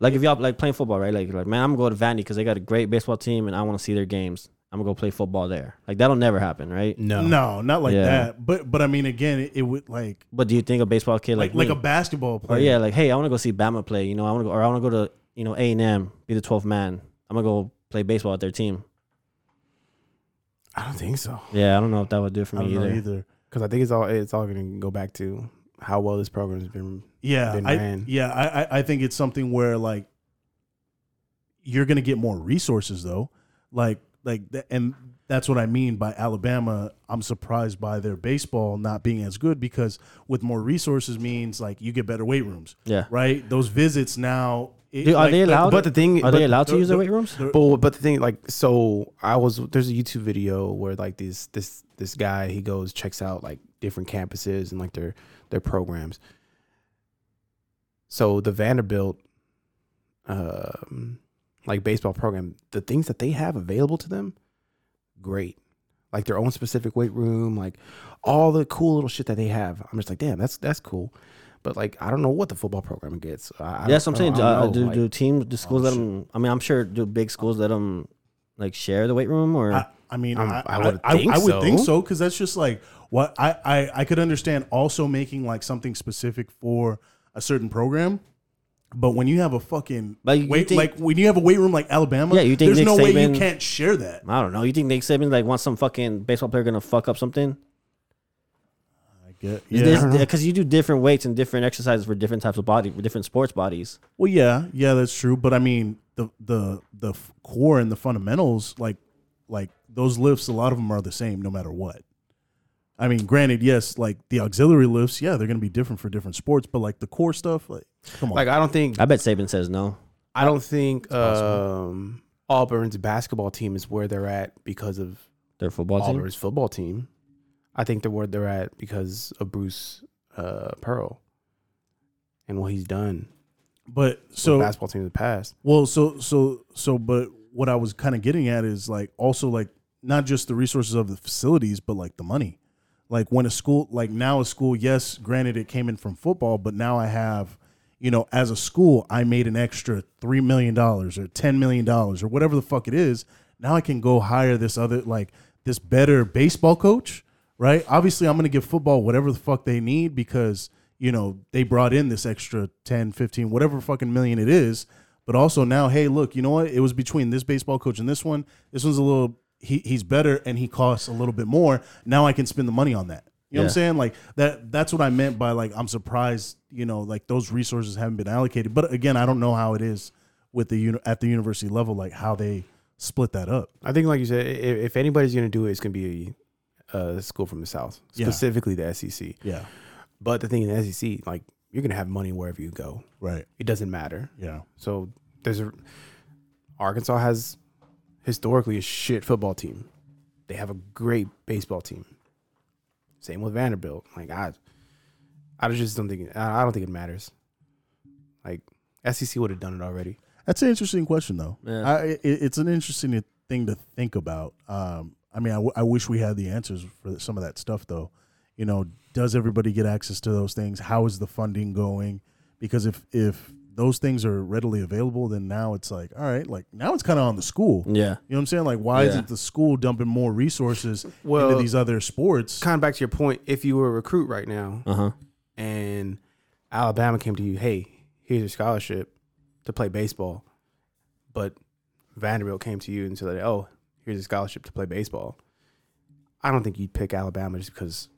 Speaker 5: Like if y'all like playing football, right? Like you're like man, I'm gonna go to Vandy because they got a great baseball team and I want to see their games. I'm gonna go play football there. Like that'll never happen, right?
Speaker 4: No,
Speaker 3: no, not like
Speaker 5: Yeah.
Speaker 3: that. But but I mean, again, it, it would like
Speaker 5: But do you think a baseball kid
Speaker 3: like like
Speaker 5: like me-
Speaker 3: a basketball
Speaker 5: or
Speaker 3: player.
Speaker 5: yeah, like hey, I want to go see Bama play. You know, I want to go or I want to go to you know A and M, be the 12th man. I'm gonna go play baseball at their team.
Speaker 4: I don't think so.
Speaker 5: Yeah, I don't know if that would do it for
Speaker 3: I
Speaker 5: me
Speaker 3: don't
Speaker 5: either.
Speaker 3: know either.
Speaker 4: Because I think it's all it's all going to go back to how well this program's been.
Speaker 3: Yeah,
Speaker 4: Been
Speaker 3: I,
Speaker 4: ran.
Speaker 3: yeah. I, I- I think it's something where like you're gonna get more resources though, like like th- and that's what I mean by Alabama. I'm surprised by their baseball not being as good because with more resources means like you get better weight rooms,
Speaker 5: Yeah.
Speaker 3: right? Those visits now. It,
Speaker 5: Dude, are
Speaker 3: like-
Speaker 5: they
Speaker 3: like-
Speaker 5: allowed?
Speaker 4: but the thing-
Speaker 5: are
Speaker 4: but
Speaker 5: they allowed to
Speaker 3: the-
Speaker 5: use their
Speaker 3: the-
Speaker 5: weight rooms?
Speaker 4: But but the thing like so I was there's a YouTube video where like this this this guy he goes checks out like different campuses and like their their programs. So the Vanderbilt, um, like baseball program, the things that they have available to them, great. Like their own specific weight room, like all the cool little shit that they have. I'm just like, damn, that's that's cool. But like, I don't know what the football program gets. I, I don't-
Speaker 5: Yeah, that's what I'm
Speaker 4: I
Speaker 5: saying.
Speaker 4: don't-
Speaker 5: Do,
Speaker 4: I don't
Speaker 5: uh,
Speaker 4: know,
Speaker 5: do,
Speaker 4: like-
Speaker 5: do teams, do
Speaker 3: oh,
Speaker 5: schools let them? I mean, I'm sure do big schools let them like share the weight room or
Speaker 3: I, I mean,
Speaker 4: I'm-
Speaker 3: I,
Speaker 4: I
Speaker 3: I
Speaker 4: would
Speaker 3: would I,
Speaker 4: think
Speaker 3: I would
Speaker 4: so.
Speaker 3: think so because that's just like what I, I I could understand also making like something specific for a certain program, but when you have a fucking
Speaker 5: Like, you
Speaker 3: wait,
Speaker 5: think-
Speaker 3: like when you have a weight room like Alabama,
Speaker 5: Yeah, you think
Speaker 3: there's
Speaker 5: Nick
Speaker 3: no way
Speaker 5: Saban-
Speaker 3: you can't share that.
Speaker 5: I don't know. You think Nick Saban like wants some fucking baseball player gonna fuck up something?
Speaker 3: I get,
Speaker 5: Because uh, you do different weights and different exercises for different types of body, for different sports bodies.
Speaker 3: Well, yeah, yeah, that's true. But I mean, the the the f- core and the fundamentals, like like those lifts, a lot of them are the same, no matter what. I mean, granted, yes, like the auxiliary lifts, yeah, they're going to be different for different sports, but like the core stuff, like come on,
Speaker 4: Like I don't think
Speaker 5: I bet Saban says no.
Speaker 4: I don't think um, Auburn's basketball team is where they're at because of
Speaker 5: Their football team.
Speaker 4: Auburn's football team. I think they're where they're at because of Bruce uh, Pearl and what he's done
Speaker 3: but
Speaker 4: so,
Speaker 3: so
Speaker 4: with basketball team in the past.
Speaker 3: Well, so so so, but what I was kind of getting at is like also like not just the resources of the facilities, but like the money. Like when a school, like now a school, yes, granted it came in from football, but now I have, you know, as a school, I made an extra three million dollars or ten million dollars or whatever the fuck it is. Now I can go hire this other like this better baseball coach, right? Obviously, I'm going to give football whatever the fuck they need because you know they brought in this extra 10 15 whatever fucking million it is but also now hey look you know what it was between this baseball coach and this one this one's a little he, he's better and he costs a little bit more now i can spend the money on that you know what
Speaker 5: Yeah.
Speaker 3: i'm saying like that that's what i meant by like i'm surprised you know like those resources haven't been allocated but again i don't know how it is with the uni- at the university level like how they split that up
Speaker 4: I think, like you said, i- if, if anybody's going to do it, it's going to be a, a school from the South,
Speaker 3: Yeah.
Speaker 4: specifically the SEC.
Speaker 3: yeah
Speaker 4: But the thing in the SEC, like you're going to have money wherever you go.
Speaker 3: right
Speaker 4: It doesn't matter.
Speaker 3: yeah
Speaker 4: So there's a Arkansas has historically a shit football team. They have a great baseball team. Same with Vanderbilt. Like I, I just don't think I I don't think it matters. Like SEC would have done it already.
Speaker 3: That's an interesting question, though.
Speaker 5: Yeah.
Speaker 3: I, it, it's an interesting thing to think about. Um, I mean, I, w- I wish we had the answers for some of that stuff, though. You know, does everybody get access to those things? How is the funding going? Because if if those things are readily available, then now it's like, all right, like now it's kind of on the school. You
Speaker 5: Yeah.
Speaker 3: know what I'm saying? Like, why
Speaker 5: Mm. Yeah.
Speaker 3: isn't the school dumping more resources
Speaker 4: Well,
Speaker 3: into these other sports?
Speaker 4: Kind of back to your point. If you were a recruit right now
Speaker 5: Uh huh.
Speaker 4: and Alabama came to you, hey, here's your scholarship to play baseball, but Vanderbilt came to you and said, oh, here's a scholarship to play baseball. I don't think you'd pick Alabama just because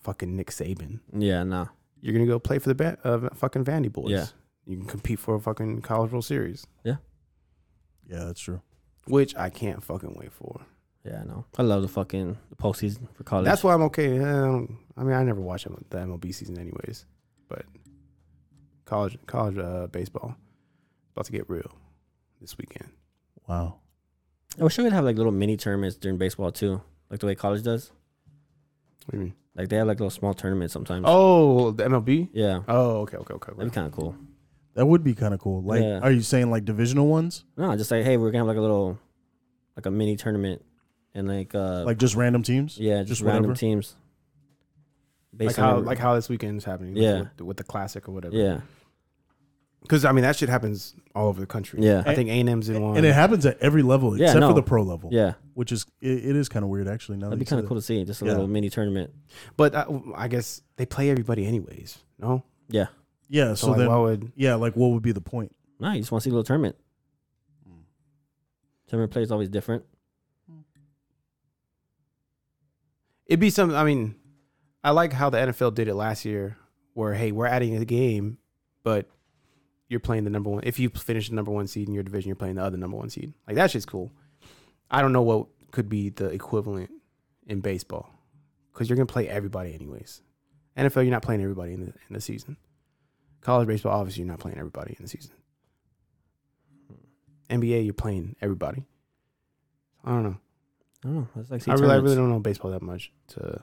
Speaker 4: fucking Nick Saban.
Speaker 5: Yeah. No.
Speaker 4: You're gonna go play for the ba- uh, fucking Vandy boys.
Speaker 5: Yeah.
Speaker 4: you can compete for a fucking College World Series,
Speaker 3: yeah, that's true.
Speaker 4: which I can't fucking wait for.
Speaker 5: Yeah, I know. I love the fucking postseason for college.
Speaker 4: That's why I'm okay. Um, I mean, I never watch the MLB season, anyways. But college, college uh, baseball about to get real this weekend.
Speaker 3: Wow.
Speaker 5: I wish we could have like little mini tournaments during baseball too, like the way college does.
Speaker 4: What do you mean?
Speaker 5: Like they have like little small tournaments sometimes.
Speaker 4: Oh, the MLB.
Speaker 5: yeah,
Speaker 4: Oh, okay, okay, okay.
Speaker 5: that'd be
Speaker 4: okay.
Speaker 5: kind of cool.
Speaker 3: That would be kind of cool. Like,
Speaker 5: Yeah.
Speaker 3: are you saying like divisional ones?
Speaker 5: No, just like hey, we're gonna have like a little, like a mini tournament, and like uh,
Speaker 3: Like just random teams?
Speaker 5: yeah, just,
Speaker 3: just
Speaker 5: random
Speaker 3: whatever?
Speaker 5: teams.
Speaker 4: Like
Speaker 5: Based on
Speaker 4: how
Speaker 5: every-
Speaker 4: like how this weekend is happening. like,
Speaker 5: Yeah.
Speaker 4: with, with the classic or whatever.
Speaker 5: yeah,
Speaker 4: because I mean that shit happens all over the country.
Speaker 5: Yeah.
Speaker 4: I think A and M's in one.
Speaker 3: And it happens at every level
Speaker 5: Yeah,
Speaker 3: except for
Speaker 5: no.
Speaker 3: the pro level.
Speaker 5: yeah.
Speaker 3: Which is it, it is kind of weird actually. Now
Speaker 5: That'd be
Speaker 3: that you
Speaker 5: kind of
Speaker 3: said
Speaker 5: cool to see, just a
Speaker 3: Yeah.
Speaker 5: little mini tournament.
Speaker 4: but I, I guess they play everybody anyways. No,
Speaker 5: Yeah,
Speaker 3: that. Yeah. So,
Speaker 4: so, like,
Speaker 3: then,
Speaker 4: why would
Speaker 3: yeah, like what would be the point?
Speaker 5: no, you just want to see a little tournament.
Speaker 4: Mm.
Speaker 5: Tournament play is always different.
Speaker 4: it be some? I mean, I like how the NFL did it last year, where hey, we're adding a game, but you're playing the number one. If you finish the number one seed in your division, you're playing the other number one seed. Like that shit's cool. I don't know what could be the equivalent in baseball because you're gonna play everybody anyways. NFL, you're not playing everybody in the in the season. College baseball, obviously, you're not playing everybody in the season. NBA, you're playing everybody. I don't know.
Speaker 5: I don't know. It's like see
Speaker 4: I really, I
Speaker 5: tournaments.
Speaker 4: really don't know baseball that much. To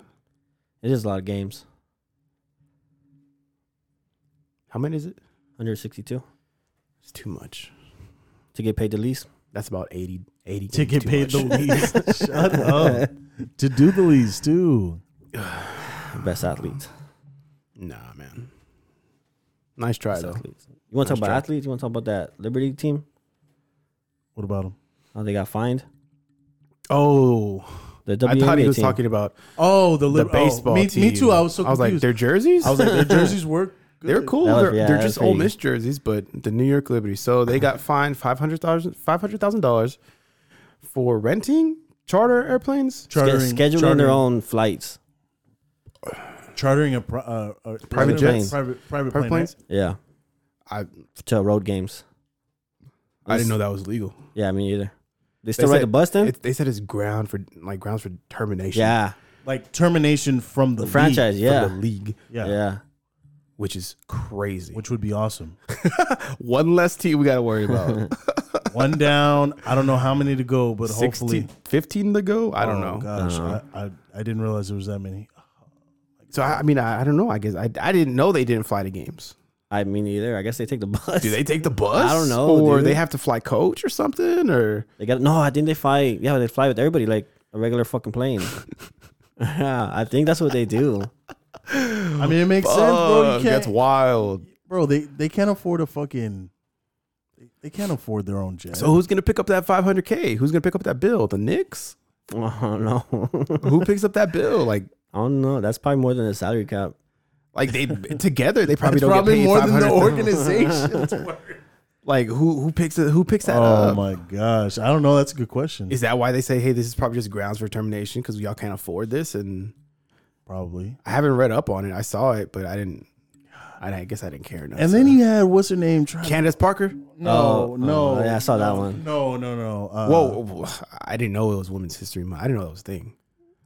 Speaker 5: It is a lot of games.
Speaker 4: how many is it?
Speaker 5: 162
Speaker 4: It's too much.
Speaker 5: to get paid the least.
Speaker 4: That's about 80, 80
Speaker 3: To
Speaker 4: games
Speaker 3: get
Speaker 4: too
Speaker 3: paid the
Speaker 4: much.
Speaker 3: least. Shut up. To do the least too.
Speaker 5: The best athletes.
Speaker 4: Nah, man. Nice try
Speaker 5: Best
Speaker 4: though.
Speaker 5: athletes. You want to
Speaker 4: Nice
Speaker 5: talk about
Speaker 4: try.
Speaker 5: athletes? You want to talk about that Liberty team?
Speaker 3: What about them?
Speaker 5: How they got fined?
Speaker 4: Oh,
Speaker 5: The
Speaker 4: I
Speaker 5: WNBA
Speaker 4: thought he was
Speaker 5: team.
Speaker 4: talking about
Speaker 3: Oh, the,
Speaker 4: the
Speaker 3: lib- oh,
Speaker 4: baseball
Speaker 3: me,
Speaker 4: team.
Speaker 3: me too. I was so
Speaker 4: I was like,
Speaker 3: confused.
Speaker 4: their jerseys.
Speaker 3: I was like, their jerseys work. Good.
Speaker 4: they're cool.
Speaker 5: That was-
Speaker 4: they're
Speaker 5: yeah,
Speaker 4: they're
Speaker 5: that
Speaker 4: just
Speaker 5: was
Speaker 4: Ole
Speaker 5: pretty-
Speaker 4: Miss jerseys, but the New York Liberty. So they got fined five hundred thousand five hundred thousand dollars for renting charter airplanes.
Speaker 5: Sch-
Speaker 3: Chartering,
Speaker 5: scheduling
Speaker 3: chartering,
Speaker 5: their own flights.
Speaker 3: chartering a, pri- uh, a
Speaker 4: Private jets?
Speaker 3: private private,
Speaker 4: Private
Speaker 3: plane, right?
Speaker 4: planes.
Speaker 5: Yeah,
Speaker 4: I
Speaker 5: to road games.
Speaker 4: I didn't know that was legal.
Speaker 5: Yeah, me either. They
Speaker 4: They
Speaker 5: still ride
Speaker 4: said-
Speaker 5: the bus then?
Speaker 4: it- they said it's ground for like grounds for termination.
Speaker 5: Yeah,
Speaker 3: like termination from the,
Speaker 5: the
Speaker 3: league.
Speaker 5: franchise.
Speaker 4: for
Speaker 5: Yeah,
Speaker 4: the league,
Speaker 3: Yeah.
Speaker 5: yeah.
Speaker 4: which is crazy.
Speaker 3: which would be awesome.
Speaker 4: one less team we got to worry about.
Speaker 3: One down. I don't know how many to go, but
Speaker 4: 16,
Speaker 3: hopefully,
Speaker 4: 15 to go. I don't
Speaker 3: Oh,
Speaker 4: know.
Speaker 3: Gosh, I, I I didn't realize there was that many.
Speaker 4: So I, I mean, I, I don't know. I guess I, I didn't know they didn't fly the games.
Speaker 5: I mean, either. I guess they take the bus.
Speaker 4: Do they take the bus?
Speaker 5: I don't know,
Speaker 4: Or
Speaker 5: dude.
Speaker 4: they have to fly coach or something? Or
Speaker 5: They got no. I think they fly. Yeah, they fly with everybody like a regular fucking plane. yeah, I think that's what they do.
Speaker 3: I mean, it makes sense, bro.
Speaker 4: Fuck,
Speaker 3: You
Speaker 4: that's
Speaker 3: can't,
Speaker 4: wild.
Speaker 3: bro. They they can't afford a fucking. they- They can't afford their own jet.
Speaker 4: So who's gonna pick up that 500k? Who's gonna pick up that bill? The Knicks?
Speaker 5: Oh no,
Speaker 4: Who picks up that bill? Like,
Speaker 5: I don't know. That's probably more than a salary cap.
Speaker 4: like they together they probably
Speaker 3: That's
Speaker 4: don't
Speaker 3: probably
Speaker 4: get paid
Speaker 3: more than the
Speaker 4: 500,000.
Speaker 3: organization's worth.
Speaker 4: Like who who picks it? Who picks that
Speaker 3: Oh
Speaker 4: up?
Speaker 3: my gosh, I don't know. That's a good question.
Speaker 4: Is that why they say, hey, this is probably just grounds for termination because y'all can't afford this? And
Speaker 3: Probably.
Speaker 4: I haven't read up on it. I saw it, but I didn't. I, I guess I didn't care enough.
Speaker 3: And then you had what's her name? Try
Speaker 4: Candace Parker.
Speaker 3: no,
Speaker 5: Oh,
Speaker 3: no.
Speaker 5: oh, yeah, I saw that
Speaker 3: no,
Speaker 5: one.
Speaker 3: No, no, no. Uh,
Speaker 4: Whoa, whoa, I didn't know it was Women's History Month. I didn't know that was a thing.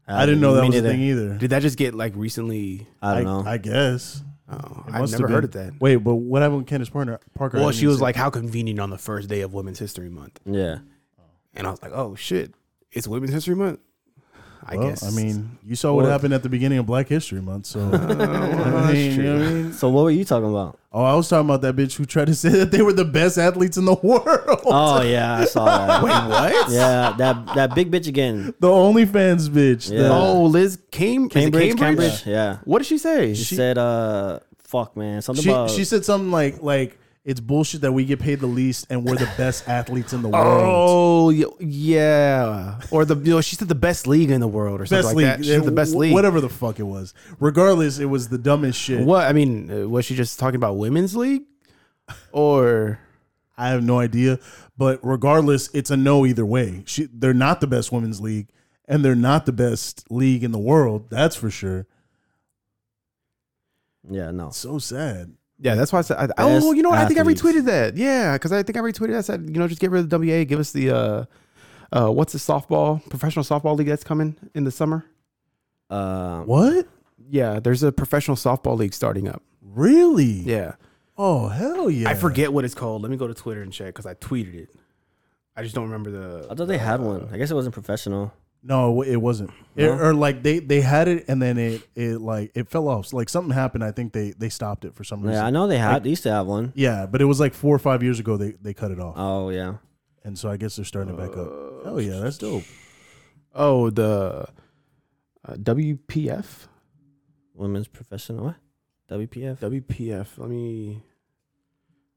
Speaker 3: I didn't know
Speaker 5: me
Speaker 3: that was a
Speaker 5: neither.
Speaker 3: thing either.
Speaker 4: Did that just get like recently?
Speaker 5: I don't know.
Speaker 3: I guess.
Speaker 4: Oh,
Speaker 3: It
Speaker 4: I've
Speaker 3: must have
Speaker 4: never
Speaker 3: been-
Speaker 4: heard of that.
Speaker 3: Wait, but what happened with Candace Parker? Parker I
Speaker 4: Well,
Speaker 3: didn't
Speaker 4: she was
Speaker 3: even
Speaker 4: like, "How convenient on the first day of Women's History Month,"
Speaker 5: yeah,
Speaker 4: and I was like, "Oh shit, it's Women's History Month." I
Speaker 3: see- Well,
Speaker 4: guess.
Speaker 3: I mean, you saw what
Speaker 4: Well-
Speaker 3: happened at the beginning of Black History Month, so. I
Speaker 4: that's
Speaker 3: mean, you know what I mean?
Speaker 5: So what were you talking about?
Speaker 3: Oh, I was talking about that bitch who tried to say that they were the best athletes in the world.
Speaker 5: Oh yeah, I saw that.
Speaker 4: Oh, wait, what?
Speaker 5: Yeah, that that big bitch again.
Speaker 3: The OnlyFans bitch. the-
Speaker 5: Yeah.
Speaker 4: Oh, Liz came
Speaker 5: Cambridge,
Speaker 4: Cambridge.
Speaker 5: Cambridge. Yeah.
Speaker 4: What did she say?
Speaker 5: She, said, "Uh, fuck, man, something
Speaker 3: she,
Speaker 5: about."
Speaker 3: she said something like like it's bullshit that we get paid the least and we're the best athletes in the world.
Speaker 4: Oh y- yeah, or the you know she said the best league in the world or something
Speaker 3: best
Speaker 4: like
Speaker 3: league,
Speaker 4: that. She said the best
Speaker 3: wh-
Speaker 4: league.
Speaker 3: whatever the fuck it was. Regardless, it was the dumbest shit.
Speaker 4: What I mean, uh, was she just talking about women's league, or
Speaker 3: I have no idea, but regardless, it's a no either way. She, they're not the best women's league, and they're not the best league in the world. That's for sure.
Speaker 5: "Yeah, no."
Speaker 3: So sad.
Speaker 4: yeah? That's why I said. I,
Speaker 5: Best
Speaker 4: oh, you know, what? I think I
Speaker 5: athletes.
Speaker 4: retweeted that. Yeah, because I think I retweeted. I said, you know, just get rid of the WA. Give us the uh, Uh, what's the softball professional softball league that's coming in the summer?
Speaker 5: Uh,
Speaker 3: What?
Speaker 4: Yeah, there's a professional softball league starting up.
Speaker 3: Really?
Speaker 4: Yeah,
Speaker 3: Oh hell yeah!
Speaker 4: I forget what it's called. Let me go to Twitter and check because I tweeted it. I just don't remember the.
Speaker 5: I thought they had one. I guess it wasn't professional.
Speaker 3: No, it wa- it wasn't. It- or like they they had it and then it it like it fell off. Like something happened. I think they they stopped it for some reason.
Speaker 5: Yeah, I know they had. They used to have one.
Speaker 3: Yeah, but it was like four or five years ago they they cut it off,
Speaker 5: Oh yeah.
Speaker 3: and so I guess they're starting it back up. Hell yeah, that's dope.
Speaker 4: Oh, the uh, WPF.
Speaker 5: Women's professional what? WPF.
Speaker 4: WPF. Let me.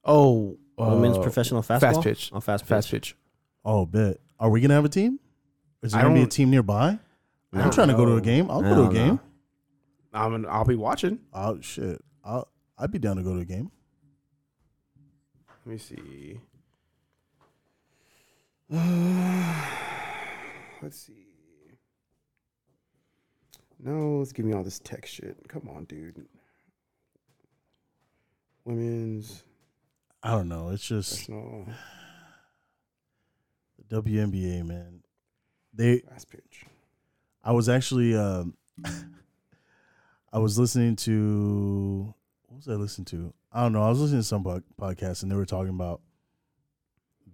Speaker 4: Oh, uh,
Speaker 5: Women's professional fastball.
Speaker 4: fast pitch.
Speaker 5: Oh, fast pitch.
Speaker 4: fast pitch.
Speaker 3: Oh, bet. Are we gonna have a team? Is there
Speaker 4: I
Speaker 3: gonna be a
Speaker 4: don't-
Speaker 3: team nearby? I'm
Speaker 4: don't
Speaker 3: trying to go to
Speaker 4: know.
Speaker 3: a game. I'll go
Speaker 5: I
Speaker 3: to a
Speaker 5: don't know.
Speaker 3: game.
Speaker 4: I'm. I'll be watching.
Speaker 3: Oh shit. I'll I'd be down to go to a game.
Speaker 4: Let me see. Let's see. No, let's give me all this tech shit. Come on, dude. Women's
Speaker 3: I don't know. It's just
Speaker 4: professional
Speaker 3: the WNBA, man. They
Speaker 4: fast pitch.
Speaker 3: I was actually um, I was listening to what was I listening to? I don't know. I was listening to some pod- podcast and they were talking about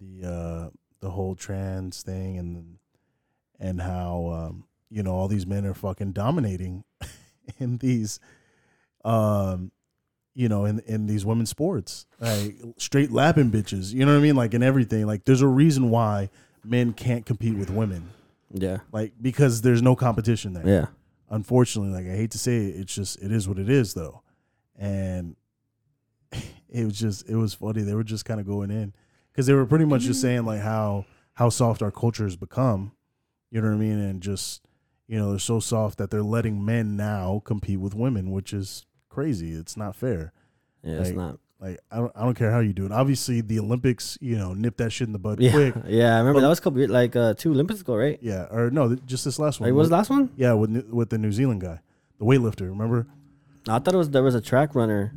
Speaker 3: the uh, the whole trans thing and and how um, you know all these men are fucking dominating in these um you know in in these women's sports like straight lapping bitches you know what i mean like in everything like there's a reason why men can't compete with women
Speaker 5: Yeah.
Speaker 3: like because there's no competition there.
Speaker 5: Yeah.
Speaker 3: Unfortunately, like I hate to say it, it's just it is what it is though, and it was just it was funny. They were just kind of going in because they were pretty much just saying like how how soft our culture has become, you know what I mean, and just you know they're so soft that they're letting men now compete with women, which is crazy. It's not fair.
Speaker 5: Yeah. It's
Speaker 3: Like,
Speaker 5: not.
Speaker 3: Like I don't I don't care how you do it. Obviously, the Olympics, you know, nip that shit in the bud
Speaker 5: Yeah.
Speaker 3: quick.
Speaker 5: Yeah. I remember that was a couple years, like uh, two Olympics ago, right?
Speaker 3: Yeah, or no, th- just this last one.
Speaker 5: Like, what was the last one?
Speaker 3: Yeah, with New- with the New Zealand guy, the weightlifter. Remember?
Speaker 5: I thought it was there was a track runner,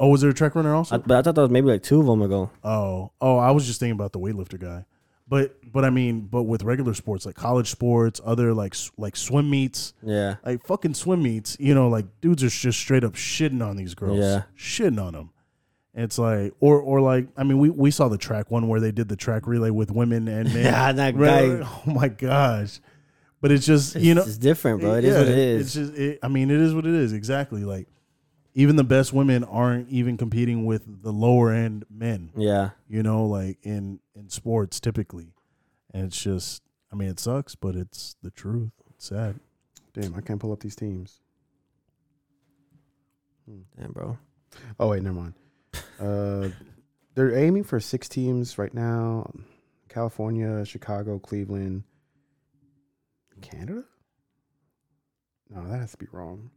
Speaker 3: Oh, was there a track runner
Speaker 5: I,
Speaker 3: also?
Speaker 5: but I thought that was maybe like two of them ago.
Speaker 3: oh, oh, I was just thinking about the weightlifter guy. But but I mean, but with regular sports like college sports, other like s- like swim meets,
Speaker 5: Yeah.
Speaker 3: like fucking swim meets, you know, like dudes are just straight up shitting on these girls,
Speaker 5: Yeah.
Speaker 3: shitting on them. And it's like, or or like, I mean, we we saw the track one where they did the track relay with women and men.
Speaker 5: Yeah, that
Speaker 3: Right?
Speaker 5: guy-
Speaker 3: Oh my gosh! But it's just you know,
Speaker 5: it's different, bro. It is what it is.
Speaker 3: It's just, it, I mean, it is what it is. Exactly. Like, even the best women aren't even competing with the lower end men.
Speaker 5: yeah.
Speaker 3: You know, like in in sports typically, and it's just, I mean, it sucks, but it's the truth. It's sad.
Speaker 4: Damn, I can't pull up these teams.
Speaker 5: Damn, bro.
Speaker 4: Oh wait, never mind. Uh, they're aiming for six teams right now: California, Chicago, Cleveland, Canada. No, that has to be wrong.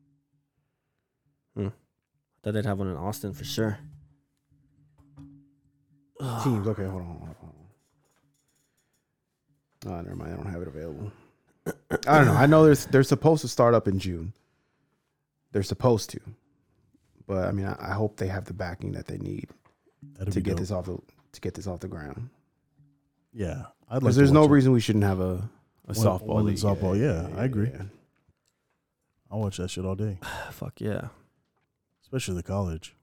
Speaker 5: Thought they'd have one in Austin for sure.
Speaker 4: Teams. Okay, hold on. Hold on, hold on. Uh, never mind. I don't have it available. I don't know. I know there's they're supposed to start up in June. They're supposed to, but I mean, I, I hope they have the backing that they need
Speaker 3: That'd
Speaker 4: to
Speaker 3: be
Speaker 4: get
Speaker 3: dope.
Speaker 4: this off the to get this off the ground.
Speaker 3: Yeah, I'd like.
Speaker 4: Because
Speaker 3: to
Speaker 4: there's no
Speaker 3: watch it.
Speaker 4: reason we shouldn't have a, a
Speaker 3: Wo-
Speaker 4: softball league.
Speaker 3: women's softball, yeah, I agree. I'll watch that shit all day,
Speaker 5: Fuck yeah.
Speaker 3: especially the college.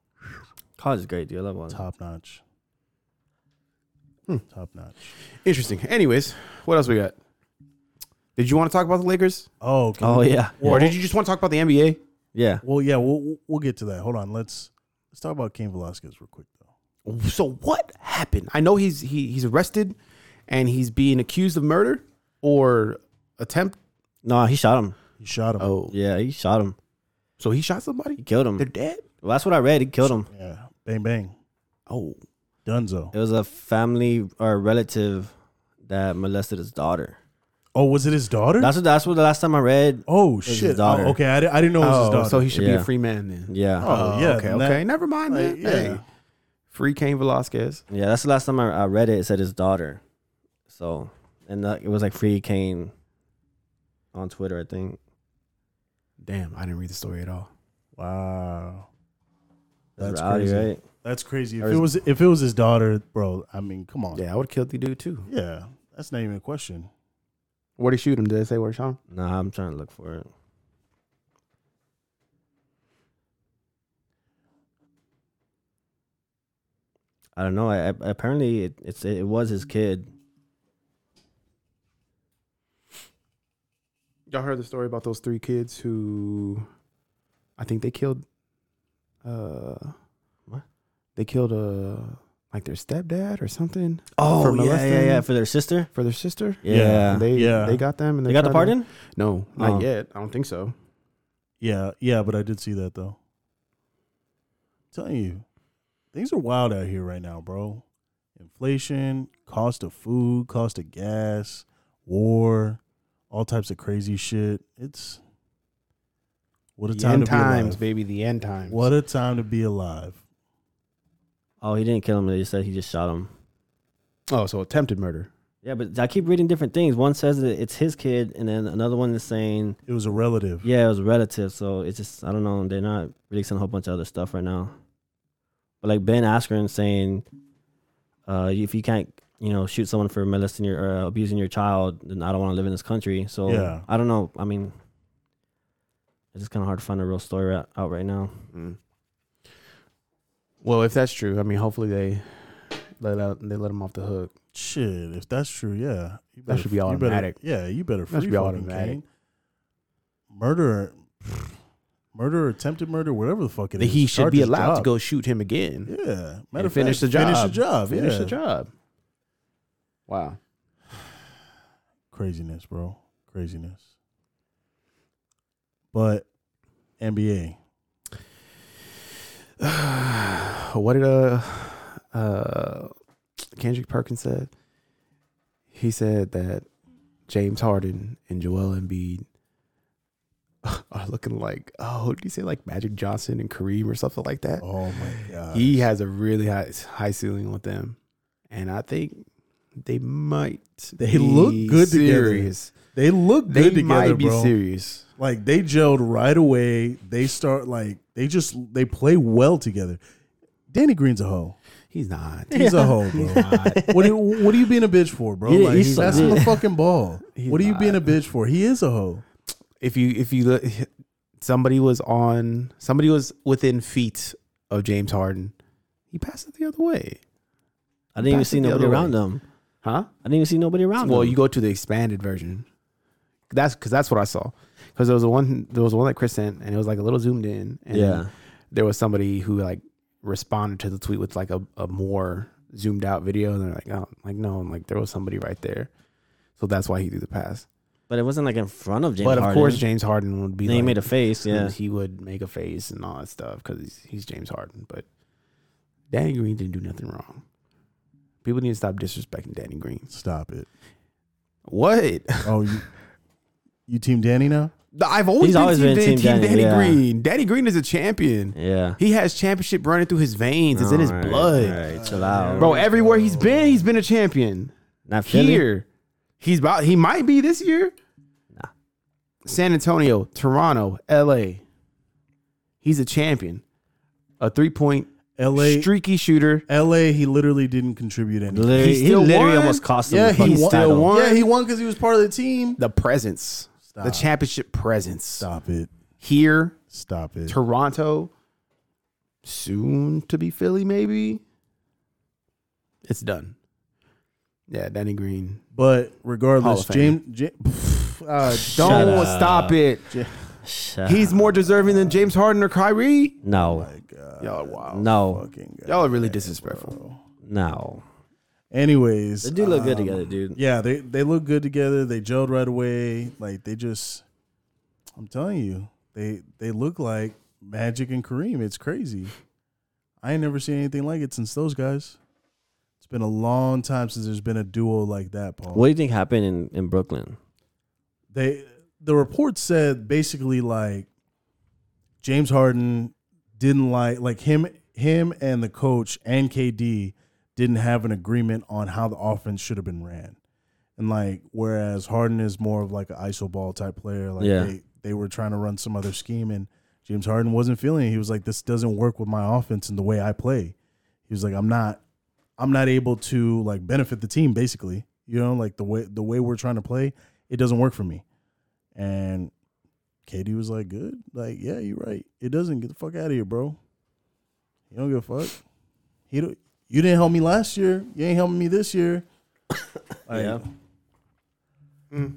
Speaker 5: College is great, dude. I love all that.
Speaker 3: Top notch.
Speaker 5: Hmm.
Speaker 3: Top notch.
Speaker 4: Interesting. Anyways, what else we got? Did you want to talk about the Lakers,
Speaker 3: Oh, can
Speaker 5: Oh
Speaker 3: we-
Speaker 5: yeah.
Speaker 4: or did you just want to talk about the NBA?
Speaker 5: Yeah.
Speaker 3: Well, yeah, we'll we'll- we'll get to that. Hold on, let's let's talk about Cain Velasquez real quick though.
Speaker 4: So what happened? I know he's he, he's arrested, and he's being accused of murder or attempt.
Speaker 5: No, he shot him.
Speaker 3: He shot him.
Speaker 4: Oh,
Speaker 5: Yeah, he shot him.
Speaker 4: so he shot
Speaker 5: He
Speaker 4: somebody.
Speaker 5: killed him.
Speaker 4: They're dead.
Speaker 5: Well, that's what I read. He killed him.
Speaker 3: Yeah, bang bang,
Speaker 4: Oh,
Speaker 3: Dunzo.
Speaker 5: It was a family or relative that molested his daughter.
Speaker 3: Oh, was it his daughter?
Speaker 5: That's what. That's what the last time I read.
Speaker 3: oh
Speaker 5: his
Speaker 3: shit. Oh,
Speaker 5: daughter.
Speaker 3: okay, I, di- I didn't know it was his
Speaker 4: oh,
Speaker 3: daughter.
Speaker 4: so he should be
Speaker 5: Yeah.
Speaker 4: a free man then.
Speaker 5: Yeah.
Speaker 3: Oh, yeah,
Speaker 4: okay,
Speaker 3: then
Speaker 4: okay.
Speaker 3: that-
Speaker 4: Never mind.
Speaker 3: like,
Speaker 4: Then. Hey,
Speaker 3: yeah.
Speaker 4: free Cain Velasquez.
Speaker 5: Yeah, that's the last time I, I read it. It said his daughter. So, and uh, it was like free Kane on Twitter, I think.
Speaker 4: Damn, I didn't read the story at all.
Speaker 3: wow. That's
Speaker 5: That's rowdy,
Speaker 3: crazy.
Speaker 5: right?
Speaker 3: That's crazy. If
Speaker 5: Or
Speaker 3: it
Speaker 5: is-
Speaker 3: was if it was his daughter, bro. I mean, come on.
Speaker 4: Yeah, I would kill the dude too.
Speaker 3: Yeah, That's not even a question.
Speaker 4: Where'd he shoot him? Did it say where he shot him?
Speaker 5: Nah, I'm trying to look for it. I don't know. I, I, apparently, it, it's it was his kid.
Speaker 4: Y'all heard the story about those three kids who I think they killed uh
Speaker 5: What?
Speaker 4: They killed uh like their stepdad or something
Speaker 5: Oh
Speaker 4: For
Speaker 5: yeah, yeah,
Speaker 4: molesting?
Speaker 5: yeah, for their sister.
Speaker 4: for their sister.
Speaker 5: Yeah, they,
Speaker 4: They
Speaker 3: Yeah.
Speaker 4: they got them and they,
Speaker 5: got the
Speaker 4: tried to-
Speaker 5: pardon.
Speaker 4: No, not
Speaker 5: Oh.
Speaker 4: yet. I don't think so.
Speaker 3: Yeah, yeah, but I did see that though. telling you, things are wild out here right now, bro. Inflation, cost of food, cost of gas, war, all types of crazy shit. It's what a
Speaker 4: The
Speaker 3: time
Speaker 4: end
Speaker 3: to
Speaker 4: times,
Speaker 3: be alive.
Speaker 4: baby. The end times.
Speaker 3: What a time to be alive.
Speaker 5: Oh, he didn't kill him. They just said he just shot him.
Speaker 4: Oh, so attempted murder.
Speaker 5: Yeah, but I keep reading different things. One says that it's his kid, and then another one is saying,
Speaker 3: It was a relative.
Speaker 5: yeah, it was a relative. So it's just I don't know. They're not releasing a whole bunch of other stuff right now. But like Ben Askren saying, uh, if you can't, you know, shoot someone for molesting your or abusing your child, then I don't want to live in this country. So
Speaker 3: Yeah.
Speaker 5: I don't know. I mean, it's just kind of hard to find a real story out, out right now.
Speaker 4: Well, if that's true, I mean, hopefully they let out, they let him off the hook.
Speaker 3: Shit, if that's true, yeah, you
Speaker 4: That should be
Speaker 3: you
Speaker 4: automatic.
Speaker 3: yeah, you better free
Speaker 4: should be
Speaker 3: fucking
Speaker 4: automatic.
Speaker 3: Kane. Murder, murder, attempted murder, whatever the fuck it is.
Speaker 4: he should
Speaker 3: start
Speaker 4: be
Speaker 3: his
Speaker 4: allowed to
Speaker 3: job.
Speaker 4: go shoot him again.
Speaker 3: Yeah, matter
Speaker 4: and
Speaker 3: of
Speaker 4: finish
Speaker 3: fact,
Speaker 4: the job.
Speaker 3: Finish the job.
Speaker 4: Finish
Speaker 3: yeah.
Speaker 4: the job. Wow.
Speaker 3: Craziness, bro. Craziness. But NBA,
Speaker 4: What did uh, uh, Kendrick Perkins said? He said that James Harden and Joel Embiid are looking like oh, what did you say like Magic Johnson and Kareem or something like that?
Speaker 3: oh my god,
Speaker 4: he has a really high high ceiling with them, and I think they might.
Speaker 3: They look good together.
Speaker 4: serious.
Speaker 3: they look
Speaker 4: They
Speaker 3: good together,
Speaker 4: might be
Speaker 3: bro.
Speaker 4: serious.
Speaker 3: Like they gelled right away. They start like they just they play well together. Danny Green's a hoe.
Speaker 4: He's not.
Speaker 3: He's a hoe, bro. what are you, what are you being a bitch for, bro?
Speaker 5: He-
Speaker 3: like,
Speaker 5: he's
Speaker 3: that's
Speaker 5: not.
Speaker 3: the fucking ball.
Speaker 4: He's
Speaker 3: what are you
Speaker 4: not.
Speaker 3: being a bitch for? He is a hoe.
Speaker 4: if you if you look, somebody was on somebody was within feet of James Harden. He passed it the other way,
Speaker 5: I didn't even
Speaker 4: Pass it
Speaker 5: see
Speaker 4: the
Speaker 5: nobody
Speaker 4: other way.
Speaker 5: around them.
Speaker 4: huh?
Speaker 5: I didn't even see nobody around
Speaker 4: Well,
Speaker 5: them.
Speaker 4: you go to the expanded version. That's because that's what I saw. Because there was a one there was one that Chris sent, and it was like a little zoomed in. And
Speaker 5: Yeah.
Speaker 4: there was somebody who like responded to the tweet with like a, a more zoomed out video, and they're like, oh, like no, I'm like there was somebody right there. So that's why he threw the pass.
Speaker 5: But it wasn't like in front of James.
Speaker 4: but of
Speaker 5: Harden.
Speaker 4: course, James Harden would be.
Speaker 5: Then he
Speaker 4: like-
Speaker 5: made a face.
Speaker 4: and
Speaker 5: Yeah,
Speaker 4: he would make a face and all that stuff because he's, he's James Harden. But Danny Green didn't do nothing wrong. People need to stop disrespecting Danny Green.
Speaker 3: Stop it.
Speaker 4: What?
Speaker 3: Oh, you, you team Danny now?
Speaker 4: I've always
Speaker 5: He's
Speaker 4: been,
Speaker 5: always
Speaker 4: team,
Speaker 5: been
Speaker 4: Dan-
Speaker 5: Team
Speaker 4: team
Speaker 5: Danny,
Speaker 4: Danny
Speaker 5: yeah.
Speaker 4: Green. Danny Green is a champion.
Speaker 5: yeah.
Speaker 4: He has championship running through his veins. It's in his
Speaker 5: All right,
Speaker 4: blood,
Speaker 5: all right, chill out,
Speaker 4: bro. Everywhere he's been, he's been a champion.
Speaker 5: Not Philly.
Speaker 4: Here, he's about. He might be this year.
Speaker 5: Nah.
Speaker 4: San Antonio, Toronto, L.A. He's a champion. A three point
Speaker 3: L.A.
Speaker 4: streaky shooter.
Speaker 3: L.A. He literally didn't contribute anything.
Speaker 5: Literally,
Speaker 4: He
Speaker 5: he,
Speaker 4: still
Speaker 5: literally
Speaker 4: won?
Speaker 5: almost cost him.
Speaker 3: Yeah,
Speaker 5: the
Speaker 3: he
Speaker 5: fucking
Speaker 3: won-
Speaker 4: still
Speaker 5: title.
Speaker 4: won.
Speaker 3: Yeah, he won because he was part of the team.
Speaker 4: The presence, the championship presence
Speaker 3: Stop it.
Speaker 4: here,
Speaker 3: Stop it.
Speaker 4: Toronto, soon to be Philly, maybe. It's done. Yeah, Danny Green.
Speaker 3: But
Speaker 4: Hall
Speaker 3: regardless,
Speaker 4: of Fame.
Speaker 3: James. James uh,
Speaker 4: Don't
Speaker 5: Shut up.
Speaker 4: stop it.
Speaker 5: Shut
Speaker 4: He's more deserving than James Harden or Kyrie.
Speaker 5: no,
Speaker 4: Y'all are wild.
Speaker 5: no,
Speaker 3: fucking guy.
Speaker 4: Y'all are really disrespectful.
Speaker 5: no.
Speaker 3: Anyways,
Speaker 5: They do look good
Speaker 3: um,
Speaker 5: together, dude.
Speaker 3: Yeah, they they look good together. They gelled right away. Like they just, I'm telling you, they they look like Magic and Kareem. It's crazy. I ain't never seen anything like it since those guys. It's been a long time since there's been a duo like that, Paul.
Speaker 5: What do you think happened in, in Brooklyn?
Speaker 3: They the report said basically like James Harden didn't like like him him and the coach and KD didn't have an agreement on how the offense should have been ran. And like whereas Harden is more of like an iso ball type player, like
Speaker 5: Yeah.
Speaker 3: they, they were trying to run some other scheme and James Harden wasn't feeling it. He was like, This doesn't work with my offense and the way I play. He was like, I'm not I'm not able to like benefit the team basically. You know, like the way the way we're trying to play, it doesn't work for me. And KD was like, "Good, like yeah, you're right. It doesn't get the fuck out of here, bro. You don't give a fuck. He don't, you didn't help me last year. You ain't helping me this year. Like,
Speaker 5: Yeah.
Speaker 3: Mm.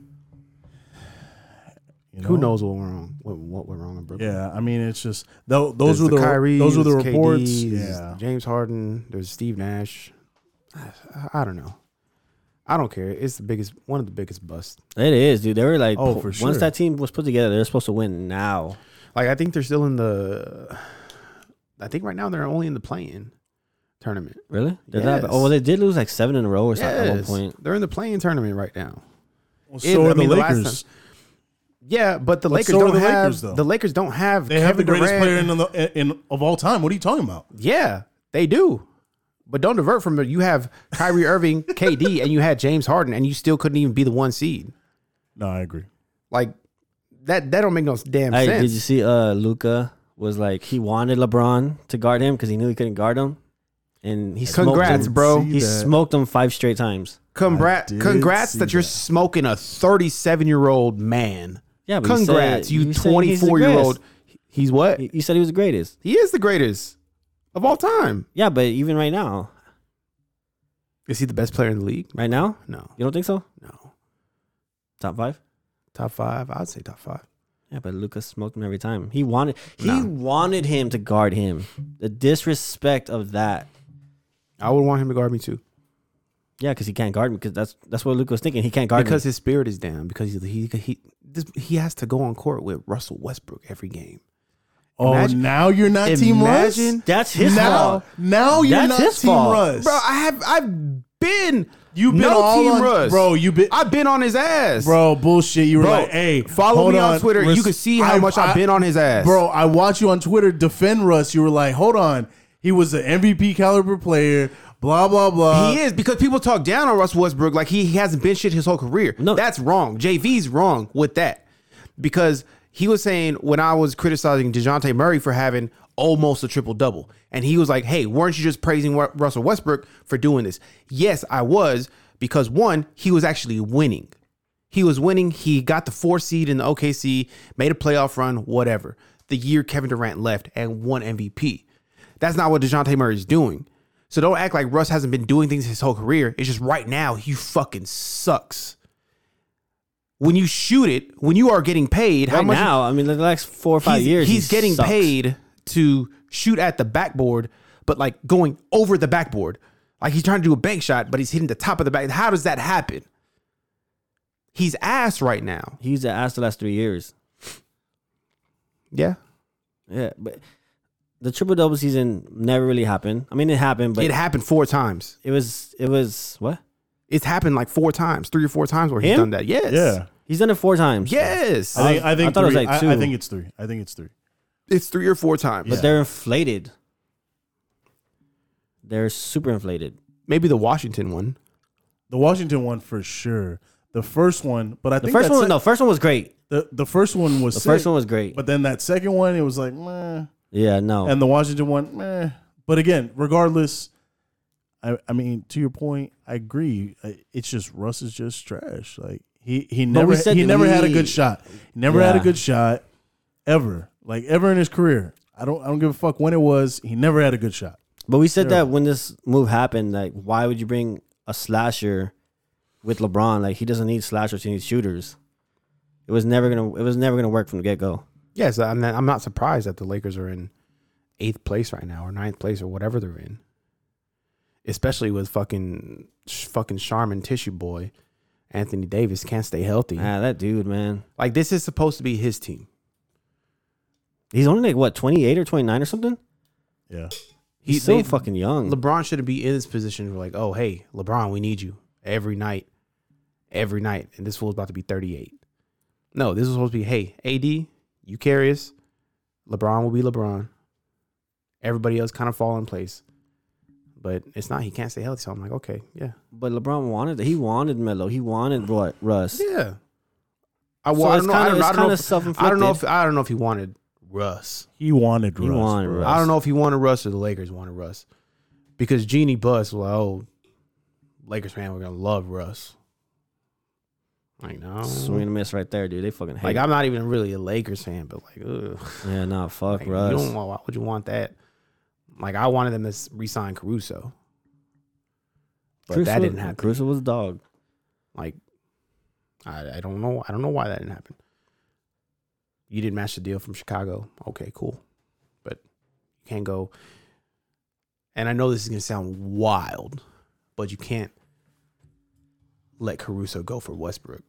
Speaker 3: you
Speaker 4: Who
Speaker 3: know?
Speaker 4: knows what went wrong? What, what went wrong in Brooklyn?
Speaker 3: Yeah, I mean, it's just tho- those
Speaker 4: There's
Speaker 3: were the,
Speaker 4: Kyries,
Speaker 3: those were the
Speaker 4: there's
Speaker 3: reports.
Speaker 4: KDs,
Speaker 3: yeah,
Speaker 4: James Harden. There's Steve Nash. I, I don't know. I don't care. It's the biggest, one of the biggest busts.
Speaker 5: It is, dude. They were like,
Speaker 3: Oh,
Speaker 5: po-
Speaker 3: for
Speaker 5: once
Speaker 3: sure.
Speaker 5: that team was put together, they're supposed to win now.
Speaker 4: Like I think they're still in the. I think right now they're only in the playing tournament.
Speaker 5: Really? They're not-
Speaker 4: Yes.
Speaker 5: oh, well, they did lose like seven in a row or something at one
Speaker 4: Yes,
Speaker 5: point.
Speaker 4: they're in the playing tournament right now.
Speaker 3: Well,
Speaker 4: It-
Speaker 3: so
Speaker 4: I
Speaker 3: are the
Speaker 4: mean, the last
Speaker 3: Lakers.
Speaker 4: Yeah, but the
Speaker 3: But
Speaker 4: Lakers
Speaker 3: so are
Speaker 4: don't
Speaker 3: the
Speaker 4: have
Speaker 3: Lakers, though.
Speaker 4: the Lakers don't have.
Speaker 3: They have the
Speaker 4: Kevin
Speaker 3: greatest
Speaker 4: Durant.
Speaker 3: player in, the, in of all time. What are you talking about?
Speaker 4: Yeah, they do. But don't divert from it. You have Kyrie Irving, KD, and you had James Harden, and you still couldn't even be the one seed.
Speaker 3: No, I agree.
Speaker 4: Like that. That don't make no damn
Speaker 5: Hey,
Speaker 4: sense.
Speaker 5: did you see uh Luca was like he wanted LeBron to guard him because he knew he couldn't guard him. And he smoked
Speaker 4: Congrats,
Speaker 5: him.
Speaker 4: bro.
Speaker 5: He smoked him five straight times.
Speaker 4: Congrats!
Speaker 3: I did
Speaker 4: Congrats
Speaker 3: see
Speaker 4: that you're
Speaker 3: that.
Speaker 4: smoking a 37 year old man.
Speaker 5: Yeah, but you said-
Speaker 4: Congrats, you
Speaker 5: you said he's the
Speaker 4: 24 year old. He's what?
Speaker 5: You said he was the greatest.
Speaker 4: He is the greatest of all time.
Speaker 5: Yeah, but even right now,
Speaker 4: Is he the best player in the league?
Speaker 5: right now,
Speaker 4: No,
Speaker 5: you don't think so?
Speaker 4: no.
Speaker 5: Top five?
Speaker 4: Top five? I'd say top five.
Speaker 5: Yeah, but Luca smoked him every time. He wanted he
Speaker 4: No.
Speaker 5: wanted him to guard him. The disrespect of that.
Speaker 4: I would want him to guard me too
Speaker 5: Yeah, because he can't guard me. Because that's that's what Luca was thinking. He can't guard
Speaker 4: because
Speaker 5: me.
Speaker 4: his spirit is down because he he he, this, he has to go on court with Russell Westbrook every game.
Speaker 3: Oh,
Speaker 4: Imagine-
Speaker 3: now you're not Team Russ.
Speaker 4: imagine-
Speaker 5: That's his
Speaker 3: now,
Speaker 5: fault.
Speaker 3: now you're
Speaker 5: That's
Speaker 3: not
Speaker 5: his
Speaker 3: Team
Speaker 5: fault.
Speaker 3: Russ,
Speaker 4: Bro, I have I've been
Speaker 3: You've been
Speaker 4: no
Speaker 3: all
Speaker 4: team
Speaker 3: on-
Speaker 4: Russ.
Speaker 3: bro, you've been-
Speaker 4: I've been on his ass,
Speaker 3: bro. Bullshit. You were
Speaker 4: Bro,
Speaker 3: like, hey,
Speaker 4: follow
Speaker 3: hold
Speaker 4: me on, Twitter.
Speaker 3: Res-
Speaker 4: you can see how
Speaker 3: I-
Speaker 4: much I've
Speaker 3: I-
Speaker 4: been on his ass,
Speaker 3: Bro, I watch you on Twitter defend Russ. You were like, hold on, he was an MVP caliber player. Blah blah blah.
Speaker 4: He is because people talk down on Russ Westbrook like he, he hasn't been shit his whole career.
Speaker 5: No.
Speaker 4: that's wrong. JV's wrong with that because he was saying when I was criticizing Dejounte Murray for having almost a triple double, and he was like, "Hey, weren't you just praising Wa- Russell Westbrook for doing this?" Yes, I was because one, he was actually winning. He was winning. He got the four seed in the OKC, made a playoff run, whatever. The year Kevin Durant left and won MVP. That's not what DeJounte Murray is doing. So don't act like Russ hasn't been doing things his whole career. It's just right now he fucking sucks. When you shoot it, when you are getting paid, how
Speaker 5: Right
Speaker 4: much
Speaker 5: now, I mean, the last four or five
Speaker 4: he's,
Speaker 5: years,
Speaker 4: he's
Speaker 5: he
Speaker 4: getting
Speaker 5: sucks.
Speaker 4: paid to shoot at the backboard, but like going over the backboard. Like he's trying to do a bank shot, but he's hitting the top of the back. How does that happen? He's ass right now.
Speaker 5: He's an ass the last three years.
Speaker 4: Yeah.
Speaker 5: Yeah, but the triple double season never really happened. I mean, it happened, but
Speaker 4: it
Speaker 5: it,
Speaker 4: happened four times.
Speaker 5: was it was what
Speaker 4: It's happened like four times, three or four times where he's
Speaker 5: Him?
Speaker 4: done that. Yes.
Speaker 3: yeah.
Speaker 5: he's done it four times.
Speaker 4: Yes.
Speaker 3: I think I think
Speaker 5: thought it was
Speaker 3: three.
Speaker 5: like
Speaker 3: I, I
Speaker 5: two.
Speaker 3: think it's three. I think it's three.
Speaker 4: It's three or four times.
Speaker 5: but they're inflated. They're super inflated.
Speaker 4: Maybe the Washington one.
Speaker 3: The Washington one for sure. The first one, but I
Speaker 5: The
Speaker 3: think
Speaker 5: first
Speaker 3: that
Speaker 5: one,
Speaker 3: sec-
Speaker 5: no, first one was great.
Speaker 3: the, the first one was
Speaker 5: The
Speaker 3: sick,
Speaker 5: first one was great.
Speaker 3: but then that second one, it was like, meh.
Speaker 5: yeah, no,
Speaker 3: and the Washington one, meh. But again, regardless, I I mean, to your point, I agree. I- It's just Russ is just trash. Like he he never
Speaker 5: we said
Speaker 3: he
Speaker 5: that
Speaker 3: never had a
Speaker 5: we-
Speaker 3: good shot. He never had a
Speaker 5: Yeah.
Speaker 3: good shot ever. Like ever in his career. I don't I don't give a fuck when it was. He never had a good shot.
Speaker 5: But we said that when this move happened, like, why would you bring a slasher with LeBron? Like, he doesn't need slashers; he needs shooters. It was never gonna. It was never gonna work from the get go.
Speaker 4: Yes, I'm not, I'm not surprised that the Lakers are in eighth place right now, or ninth place, or whatever they're in. Especially with fucking sh- fucking Charmin Tissue Boy, Anthony Davis can't stay healthy.
Speaker 5: Ah, that dude, man.
Speaker 4: Like this is supposed to be his team.
Speaker 5: He's only like what twenty eight or twenty nine or something.
Speaker 3: Yeah.
Speaker 5: He's
Speaker 4: He-
Speaker 5: so
Speaker 4: they-
Speaker 5: fucking young.
Speaker 4: LeBron shouldn't be in this position. Where like, oh hey, LeBron, we need you every night, every night, and this fool's about to be 38. No, this is supposed to be, hey, AD, you carry us. LeBron will be LeBron. Everybody else kind of fall in place, but it's not. He can't stay healthy. So I'm like, okay, yeah,
Speaker 5: but LeBron wanted. He wanted Melo. He wanted what Russ.
Speaker 4: yeah. I,
Speaker 5: So
Speaker 4: well, I
Speaker 5: it's
Speaker 4: don't know. I
Speaker 5: kinda-
Speaker 4: don't,
Speaker 5: it's
Speaker 4: I don't know.
Speaker 5: kinda
Speaker 4: If, I don't know if
Speaker 5: self-inflicted.
Speaker 4: I don't know if he wanted Russ.
Speaker 3: He wanted
Speaker 5: He
Speaker 3: Russ.
Speaker 5: wanted
Speaker 3: bro.
Speaker 5: Russ.
Speaker 4: I don't know if he wanted Russ or the Lakers wanted Russ. Because Jeannie Buss was like, oh, Lakers fan, we're gonna love Russ. Like no,
Speaker 5: Swing and a miss right there, dude. They fucking hate.
Speaker 4: like
Speaker 5: it.
Speaker 4: I'm not even really a Lakers fan, but like, ugh,
Speaker 5: yeah, nah, fuck,
Speaker 4: like you
Speaker 5: Russ.
Speaker 4: don't want. Why would you want that? Like I wanted them to s- re-sign Caruso, but that
Speaker 5: Caruso-
Speaker 4: didn't happen.
Speaker 5: Caruso was a dog.
Speaker 4: Like I, I don't know. I don't know why that didn't happen. You didn't match the deal from Chicago. Okay, cool, but you can't go. And I know this is gonna sound wild, but you can't let Caruso go for Westbrook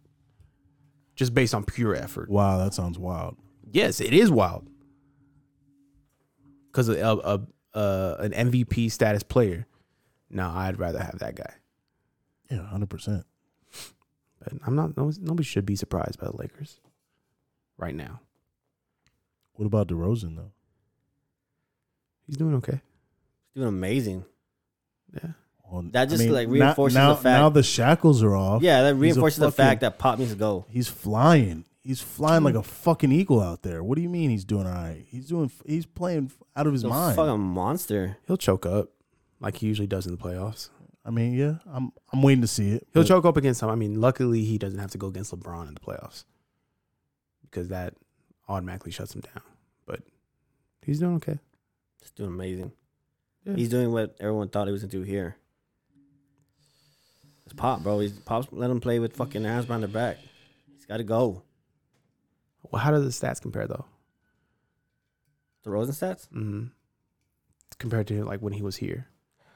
Speaker 4: just based on pure effort.
Speaker 3: Wow, that sounds wild.
Speaker 4: Yes, it is wild. Because a, a, a uh, an MVP status player, no, I'd rather have that guy.
Speaker 3: Yeah, hundred percent.
Speaker 4: But I'm not. no- Nobody should be surprised by the Lakers right now.
Speaker 3: What about DeRozan though?
Speaker 4: He's doing okay.
Speaker 5: He's doing amazing.
Speaker 4: Yeah,
Speaker 3: Well,
Speaker 5: That just, like,
Speaker 3: now-
Speaker 5: reinforces the
Speaker 3: now,
Speaker 5: fact-
Speaker 3: Now the shackles are off.
Speaker 5: Yeah, that
Speaker 3: He's a
Speaker 5: reinforces the
Speaker 3: fucking-
Speaker 5: fact that Pop needs to go.
Speaker 3: he's flying. He's flying like a fucking eagle out there. What do you mean he's doing all right? He's doing. He's playing out of his
Speaker 5: He's a
Speaker 3: mind.
Speaker 5: fucking monster.
Speaker 4: he'll choke up like he usually does in the playoffs.
Speaker 3: I mean, yeah, I'm. I'm waiting to see it.
Speaker 4: He'll
Speaker 3: but
Speaker 4: choke up against him. I mean, luckily he doesn't have to go against LeBron in the playoffs because that automatically shuts him down. But he's doing okay.
Speaker 5: He's doing amazing.
Speaker 4: Yeah.
Speaker 5: He's doing what everyone thought he was gonna do here. It's Pop, bro. He's Pop's let him play with fucking arms behind their back. He's got to go.
Speaker 4: Well, how do the stats compare though?
Speaker 5: The Rosen stats.
Speaker 4: Mm-hmm. Compared to like when he was here.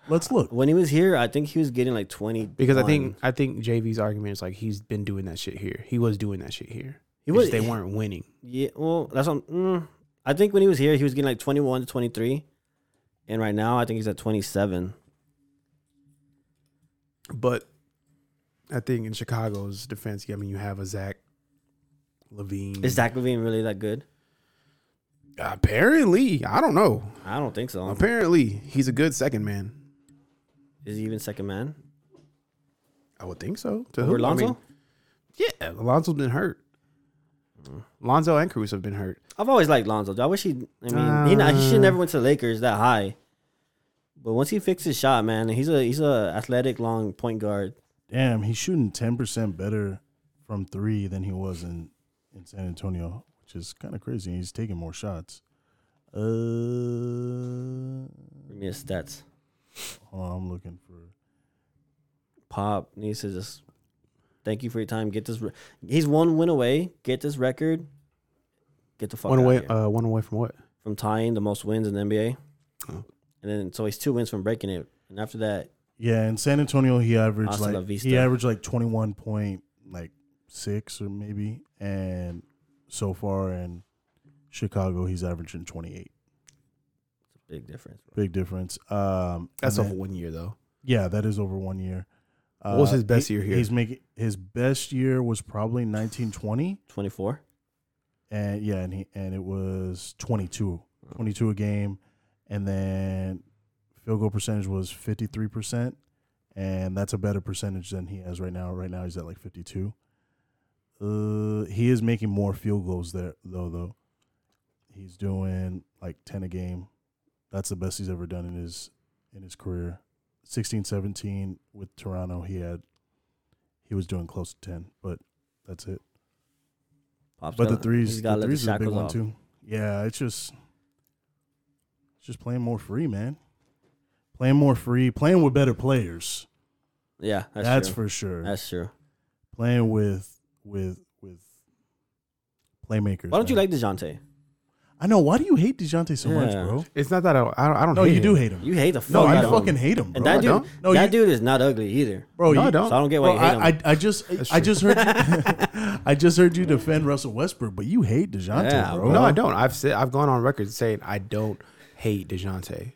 Speaker 3: Let's look.
Speaker 5: When he was here, I think he was getting like twenty.
Speaker 4: Because I think I think JV's argument is like he's been doing that shit here. He was doing that shit here. He was.
Speaker 5: was-
Speaker 4: They weren't winning.
Speaker 5: yeah. Well, that's what. Mm, I think when he was here, he was getting like twenty one to twenty three, and right now I think he's at twenty seven.
Speaker 4: But I think in Chicago's defense, I mean, you have a Zach Levine.
Speaker 5: Is Zach Levine really that good?
Speaker 4: apparently? I don't know.
Speaker 5: I don't think so.
Speaker 4: Apparently, he's a good second man.
Speaker 5: Is he even second man?
Speaker 4: I would think so. To
Speaker 5: Over
Speaker 4: who? I mean,
Speaker 5: Lonzo?
Speaker 4: yeah, Alonzo's been hurt.
Speaker 5: Mm.
Speaker 4: Lonzo and Caruso have been hurt.
Speaker 5: I've always liked Lonzo. I wish he. I mean, he, not, he should
Speaker 3: Uh.
Speaker 5: never went to the Lakers that high. But once he fixed his shot, man, he's a he's a athletic long point guard.
Speaker 3: Damn, he's shooting ten percent better from three than he was in in San Antonio, which is kind of crazy. He's taking more shots. Uh, hold
Speaker 5: Give me his stats.
Speaker 3: on, I'm looking for.
Speaker 5: Pop needs to just thank you for your time. Get this. re- He's one win away. Get this record. Get the fuck
Speaker 4: one
Speaker 5: out
Speaker 4: away.
Speaker 5: here.
Speaker 4: Uh, one away from what?
Speaker 5: from tying the most wins in the NBA.
Speaker 4: Oh.
Speaker 5: And then so he's two wins from breaking it. And after that,
Speaker 3: Yeah, in San Antonio, he averaged
Speaker 5: Hasta la
Speaker 3: like
Speaker 5: vista.
Speaker 3: he averaged like twenty one point like six or maybe, and so far in Chicago, he's averaging twenty eight.
Speaker 5: big difference. bro.
Speaker 3: Big difference. Um,
Speaker 4: That's
Speaker 3: and
Speaker 4: over
Speaker 3: then-
Speaker 4: one year though.
Speaker 3: Yeah, that is over one year. Uh,
Speaker 4: What was his best
Speaker 3: he-
Speaker 4: year here?
Speaker 3: He's making his best year was probably nineteen twenty,
Speaker 5: 24.
Speaker 3: and yeah, and he and it was 22, 22 a game, and then field goal percentage was fifty three percent, and that's a better percentage than he has right now. Right now he's at like fifty two. Uh, he is making more field goals there though. Though he's doing like ten a game. That's the best he's ever done in his in his career. 16 17 with Toronto he had he was doing close to 10 but that's it
Speaker 5: Pop's
Speaker 3: but the
Speaker 5: gotta-
Speaker 3: threes,
Speaker 5: he's gotta
Speaker 3: the
Speaker 5: let
Speaker 3: threes is a big
Speaker 5: shackles
Speaker 3: one
Speaker 5: off.
Speaker 3: too. Yeah, it's just, it's just playing more free, man. Playing more free, playing with better players.
Speaker 5: Yeah, that's,
Speaker 3: That's,
Speaker 5: true.
Speaker 3: for sure.
Speaker 5: that's true.
Speaker 3: playing with with with playmakers.
Speaker 5: Why don't you
Speaker 3: man.
Speaker 5: like Dejounte?
Speaker 3: I know. Why do you hate Dejounte so much,
Speaker 5: Yeah.
Speaker 3: bro?
Speaker 4: It's not that I. don't- I don't. I don't
Speaker 3: No,
Speaker 4: hate
Speaker 3: you
Speaker 4: him.
Speaker 3: do hate him.
Speaker 5: You hate the fuck
Speaker 3: no,
Speaker 5: out
Speaker 3: I
Speaker 5: of him.
Speaker 3: fucking hate him, bro.
Speaker 5: And that dude,
Speaker 4: don't.
Speaker 3: No,
Speaker 5: that
Speaker 3: you-
Speaker 5: dude is not ugly either.
Speaker 3: bro,
Speaker 4: No,
Speaker 3: you,
Speaker 4: I don't.
Speaker 5: So I don't get why
Speaker 3: Bro,
Speaker 5: you hate
Speaker 3: I,
Speaker 5: him.
Speaker 3: I, I just I just heard you, I just heard you defend Russell Westbrook, but you hate Dejounte,
Speaker 5: Yeah,
Speaker 3: bro.
Speaker 4: No, I don't. I've said I've gone on record saying I don't hate Dejounte.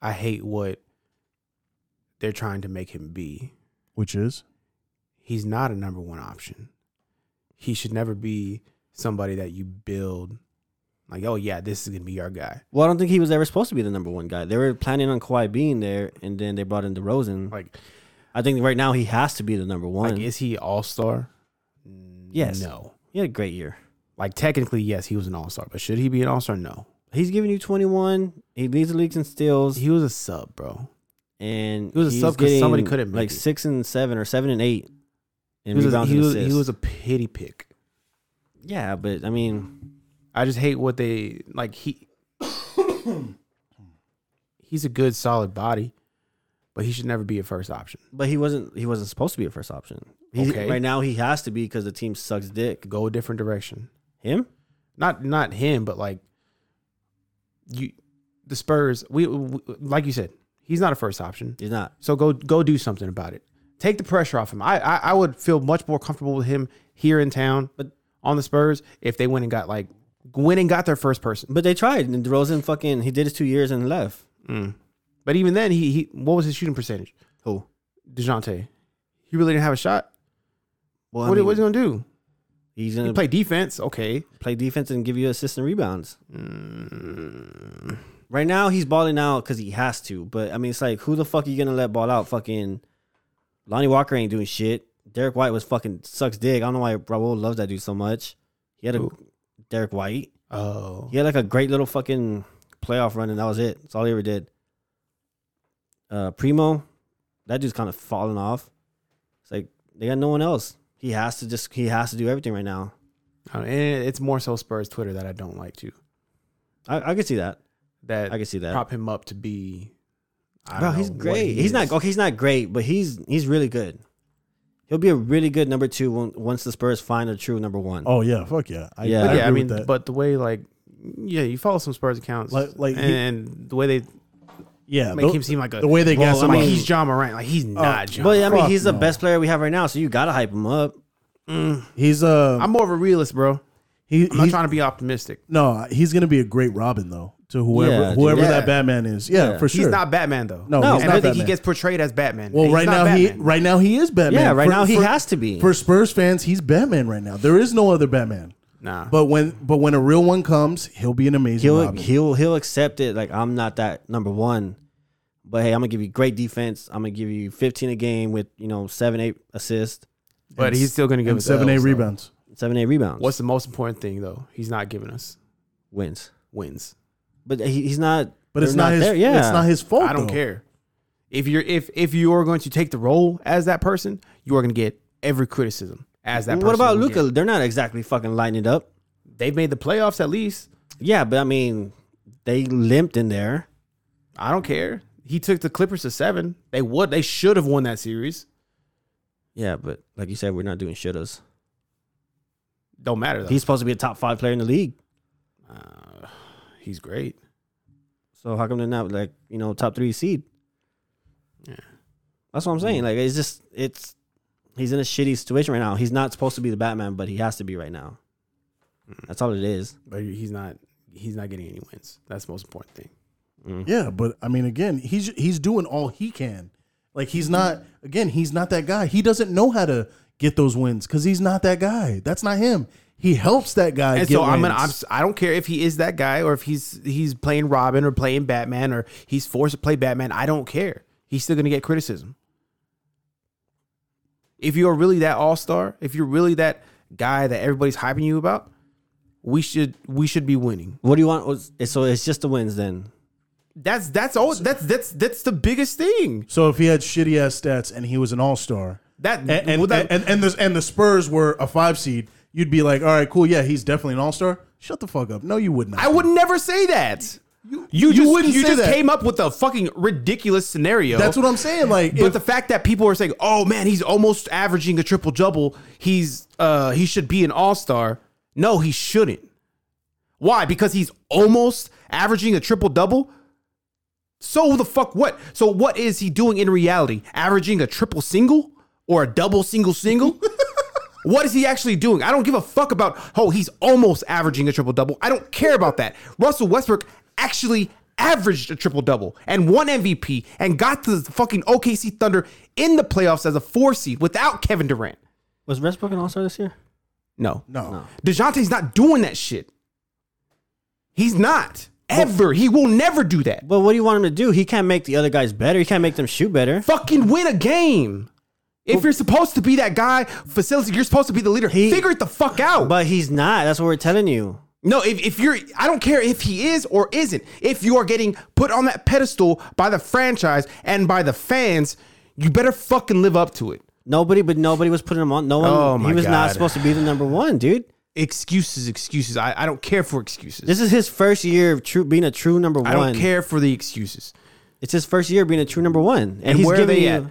Speaker 4: I hate what they're trying to make him be.
Speaker 3: Which is
Speaker 4: He's not a number one option. He should never be somebody that you build like, oh yeah, this is gonna be our guy.
Speaker 5: well, I don't think he was ever supposed to be the number one guy. They were planning on Kawhi being there, and then they brought in DeRozan.
Speaker 4: Like,
Speaker 5: I think right now he has to be the number one.
Speaker 4: like is he all star?
Speaker 5: Yes.
Speaker 4: No.
Speaker 5: He had a great year.
Speaker 4: Like technically, yes, he was an all star, but should he be an all star? No.
Speaker 5: He's giving you 21. He leads the leagues in steals.
Speaker 4: He was a sub, bro.
Speaker 5: and
Speaker 4: It was a
Speaker 5: he's
Speaker 4: sub 'cause somebody
Speaker 5: getting,
Speaker 4: couldn't make
Speaker 5: like
Speaker 4: it.
Speaker 5: six and seven or seven and eight And
Speaker 4: He was, a,
Speaker 5: rebounds
Speaker 4: he,
Speaker 5: and
Speaker 4: was, he
Speaker 5: assists.
Speaker 4: was a pity pick.
Speaker 5: yeah, but I mean,
Speaker 4: I just hate what they like. He he's a good solid body, but he should never be a first option.
Speaker 5: but he wasn't he wasn't supposed to be a first option. He,
Speaker 4: Okay.
Speaker 5: Right now he has to be because the team sucks dick.
Speaker 4: Go a different direction.
Speaker 5: Him?
Speaker 4: Not not him, but like you, the Spurs. We, we like you said, he's not a first option.
Speaker 5: He's not.
Speaker 4: So go go do something about it. Take the pressure off him. I I, I would feel much more comfortable with him here in town, but on the Spurs if they went and got like went and got their first person.
Speaker 5: But they tried, and DeRozan fucking he did his two years and left.
Speaker 4: But even then, he he what was his shooting percentage?
Speaker 5: Who?
Speaker 4: Dejounte. He really didn't have a shot.
Speaker 5: Well, I
Speaker 4: What,
Speaker 5: mean, uh,
Speaker 4: what's he gonna do?
Speaker 5: he's
Speaker 4: He
Speaker 5: gonna play.
Speaker 4: play defense, okay.
Speaker 5: play defense and give you assists and rebounds. Mm. Right now he's balling out because he has to. But I mean, it's like who the fuck are you gonna let ball out? Fucking Lonnie Walker ain't doing shit. Derek White was fucking sucks dick. I don't know why Raul loves that dude so much. He had a Derek White.
Speaker 4: Oh,
Speaker 5: He had like a great little fucking playoff run, and that was it. That's all he ever did. Uh, Primo, that dude's kind of falling off. It's like they got no one else. He has to just he has to do everything right now.
Speaker 4: I don't- Uh, and it's more so Spurs Twitter that I don't like too.
Speaker 5: I, I could see that.
Speaker 4: That
Speaker 5: I can see that.
Speaker 4: prop him up to be. I
Speaker 5: Bro,
Speaker 4: don't
Speaker 5: he's
Speaker 4: know what
Speaker 5: great.
Speaker 4: he
Speaker 5: he's not
Speaker 4: is.
Speaker 5: okay. He's not great, but he's he's really good. He'll be a really good number two when, once the Spurs find a true number one.
Speaker 3: Oh yeah, fuck yeah. I,
Speaker 5: Yeah.
Speaker 3: I
Speaker 4: But yeah, I,
Speaker 3: agree
Speaker 4: mean,
Speaker 3: with that.
Speaker 4: but the way like, yeah, you follow some Spurs accounts,
Speaker 3: Like- like he-
Speaker 4: and the way they
Speaker 3: yeah,
Speaker 4: make
Speaker 3: the-
Speaker 4: him seem like a
Speaker 3: the way they
Speaker 4: well,
Speaker 3: gas him
Speaker 4: I'm
Speaker 3: up.
Speaker 4: like
Speaker 3: Uh,
Speaker 4: he's John Morant, like he's not John.
Speaker 5: but I mean,
Speaker 3: fuck
Speaker 5: he's the
Speaker 3: no.
Speaker 5: best player we have right now, so you gotta hype him up.
Speaker 3: he's uh
Speaker 4: I'm more of a realist, bro.
Speaker 3: he,
Speaker 4: I'm not
Speaker 3: he's-
Speaker 4: trying to be optimistic.
Speaker 3: no, he's gonna be a great Robin though to whoever
Speaker 5: Yeah, dude.
Speaker 3: whoever
Speaker 4: Yeah.
Speaker 3: that Batman is. Yeah, for sure.
Speaker 4: He's not Batman though.
Speaker 3: No,
Speaker 4: and
Speaker 3: he's
Speaker 4: I
Speaker 3: not
Speaker 4: think he
Speaker 3: Batman.
Speaker 4: gets portrayed as Batman.
Speaker 3: well,
Speaker 4: He's
Speaker 3: right now
Speaker 4: not
Speaker 3: he
Speaker 4: Batman.
Speaker 3: right now he is Batman.
Speaker 5: Yeah, right
Speaker 3: For-
Speaker 5: now he
Speaker 3: for-
Speaker 5: has to be.
Speaker 3: for Spurs fans. He's Batman right now. There is no other Batman.
Speaker 4: nah,
Speaker 3: But when but when a real one comes, he'll be an amazing
Speaker 5: he'll
Speaker 3: Robin.
Speaker 5: he'll he'll accept it. Like I'm not that number one, but hey, I'm gonna give you great defense. I'm gonna give you 15 a game with you know seven eight assists,
Speaker 4: but he's still gonna give
Speaker 3: and
Speaker 4: us
Speaker 3: seven eight
Speaker 4: Ls, though.
Speaker 3: rebounds.
Speaker 5: seven eight rebounds.
Speaker 4: What's the most important thing though? He's not giving us
Speaker 5: wins?
Speaker 4: wins.
Speaker 5: But he, he's not.
Speaker 3: But it's
Speaker 5: they're
Speaker 3: not, his
Speaker 5: there. Yeah,
Speaker 3: it's not his fault.
Speaker 4: I don't
Speaker 3: though.
Speaker 4: care. If you're if if you are going to take the role as that person, you are going to get every criticism as that. person.
Speaker 5: What about
Speaker 4: will
Speaker 5: Luca?
Speaker 4: get.
Speaker 5: They're not exactly fucking lighting it up.
Speaker 4: They've made the playoffs at least.
Speaker 5: Yeah, but I mean, they limped in there.
Speaker 4: I don't care. He took the Clippers to seven. They would. They should have won that series.
Speaker 5: Yeah, but like you said, we're not doing shittas.
Speaker 4: Don't matter though.
Speaker 5: He's
Speaker 4: He's
Speaker 5: supposed to be a top five player in the league.
Speaker 4: he's great.
Speaker 5: So how come they're not like you know top three seed?
Speaker 4: Yeah.
Speaker 5: that's what I'm saying. Like it's just it's he's in a shitty situation right now. He's not supposed to be the Batman, but he has to be right now.
Speaker 4: Hmm.
Speaker 5: That's all it is.
Speaker 4: But he's not. He's not getting any wins. That's the most important thing.
Speaker 3: Yeah, but I mean, again, he's he's doing all he can. Like he's not. Again, he's not that guy. He doesn't know how to get those wins because he's not that guy. That's not him. He helps that guy.
Speaker 4: And
Speaker 3: get
Speaker 4: so I'm
Speaker 3: wins.
Speaker 4: gonna. I'm, s- I don't care if he is that guy or if he's he's playing Robin or playing Batman or he's forced to play Batman. I don't care. He's still gonna get criticism. If you're really that all star, if you're really that guy that everybody's hyping you about, we should we should be winning.
Speaker 5: What do you want? was- So it's just the wins then.
Speaker 4: That's that's all. That's that's that's the biggest thing.
Speaker 3: so if he had shitty ass stats and he was an all star,
Speaker 4: That
Speaker 3: and and,
Speaker 4: well, that-
Speaker 3: and and the and the Spurs were a five seed, you'd be like, all right, cool, yeah, he's definitely an all star. Shut the fuck up. No, you would not.
Speaker 4: I would never say that. You you,
Speaker 3: you
Speaker 4: just,
Speaker 3: wouldn't
Speaker 4: you
Speaker 3: say
Speaker 4: just
Speaker 3: that.
Speaker 4: came up with a fucking ridiculous scenario.
Speaker 3: That's what I'm saying. Like,
Speaker 4: But
Speaker 3: if-
Speaker 4: the fact that people are saying, "Oh man, he's almost averaging a triple double. He's uh he should be an all-star." No, he shouldn't. Why? Because he's almost averaging a triple double? So the fuck what? So what is he doing in reality? Averaging a triple single or a double single single? What is he actually doing? I don't give a fuck about, oh, he's almost averaging a triple double. I don't care about that. Russell Westbrook actually averaged a triple double and won MVP and got to the fucking OKC Thunder in the playoffs as a four seed without Kevin Durant.
Speaker 5: Was Westbrook an All Star this year?
Speaker 4: No.
Speaker 3: no.
Speaker 4: DeJounte's not doing that shit. He's not. Ever. he will never do that.
Speaker 5: But what do you want him to do? He can't make the other guys better. He can't make them shoot better.
Speaker 4: Fucking win a game. If you're supposed to be that guy, facility, you're supposed to be the leader.
Speaker 5: He-
Speaker 4: Figure it the fuck out.
Speaker 5: But he's not. That's what we're telling you.
Speaker 4: No, if, if you're, I don't care if he is or isn't. If you are getting put on that pedestal by the franchise and by the fans, you better fucking live up to it.
Speaker 5: Nobody, but nobody was putting him on. No one.
Speaker 4: Oh, my
Speaker 5: he was not
Speaker 4: God.
Speaker 5: supposed to be the number one, dude.
Speaker 4: Excuses, excuses. I, I don't care for excuses.
Speaker 5: This is his first year of true being a true number one.
Speaker 4: I don't care for the excuses.
Speaker 5: It's his first year being a true number one, and, he's
Speaker 4: where are
Speaker 5: giving
Speaker 4: they
Speaker 5: you.
Speaker 4: at?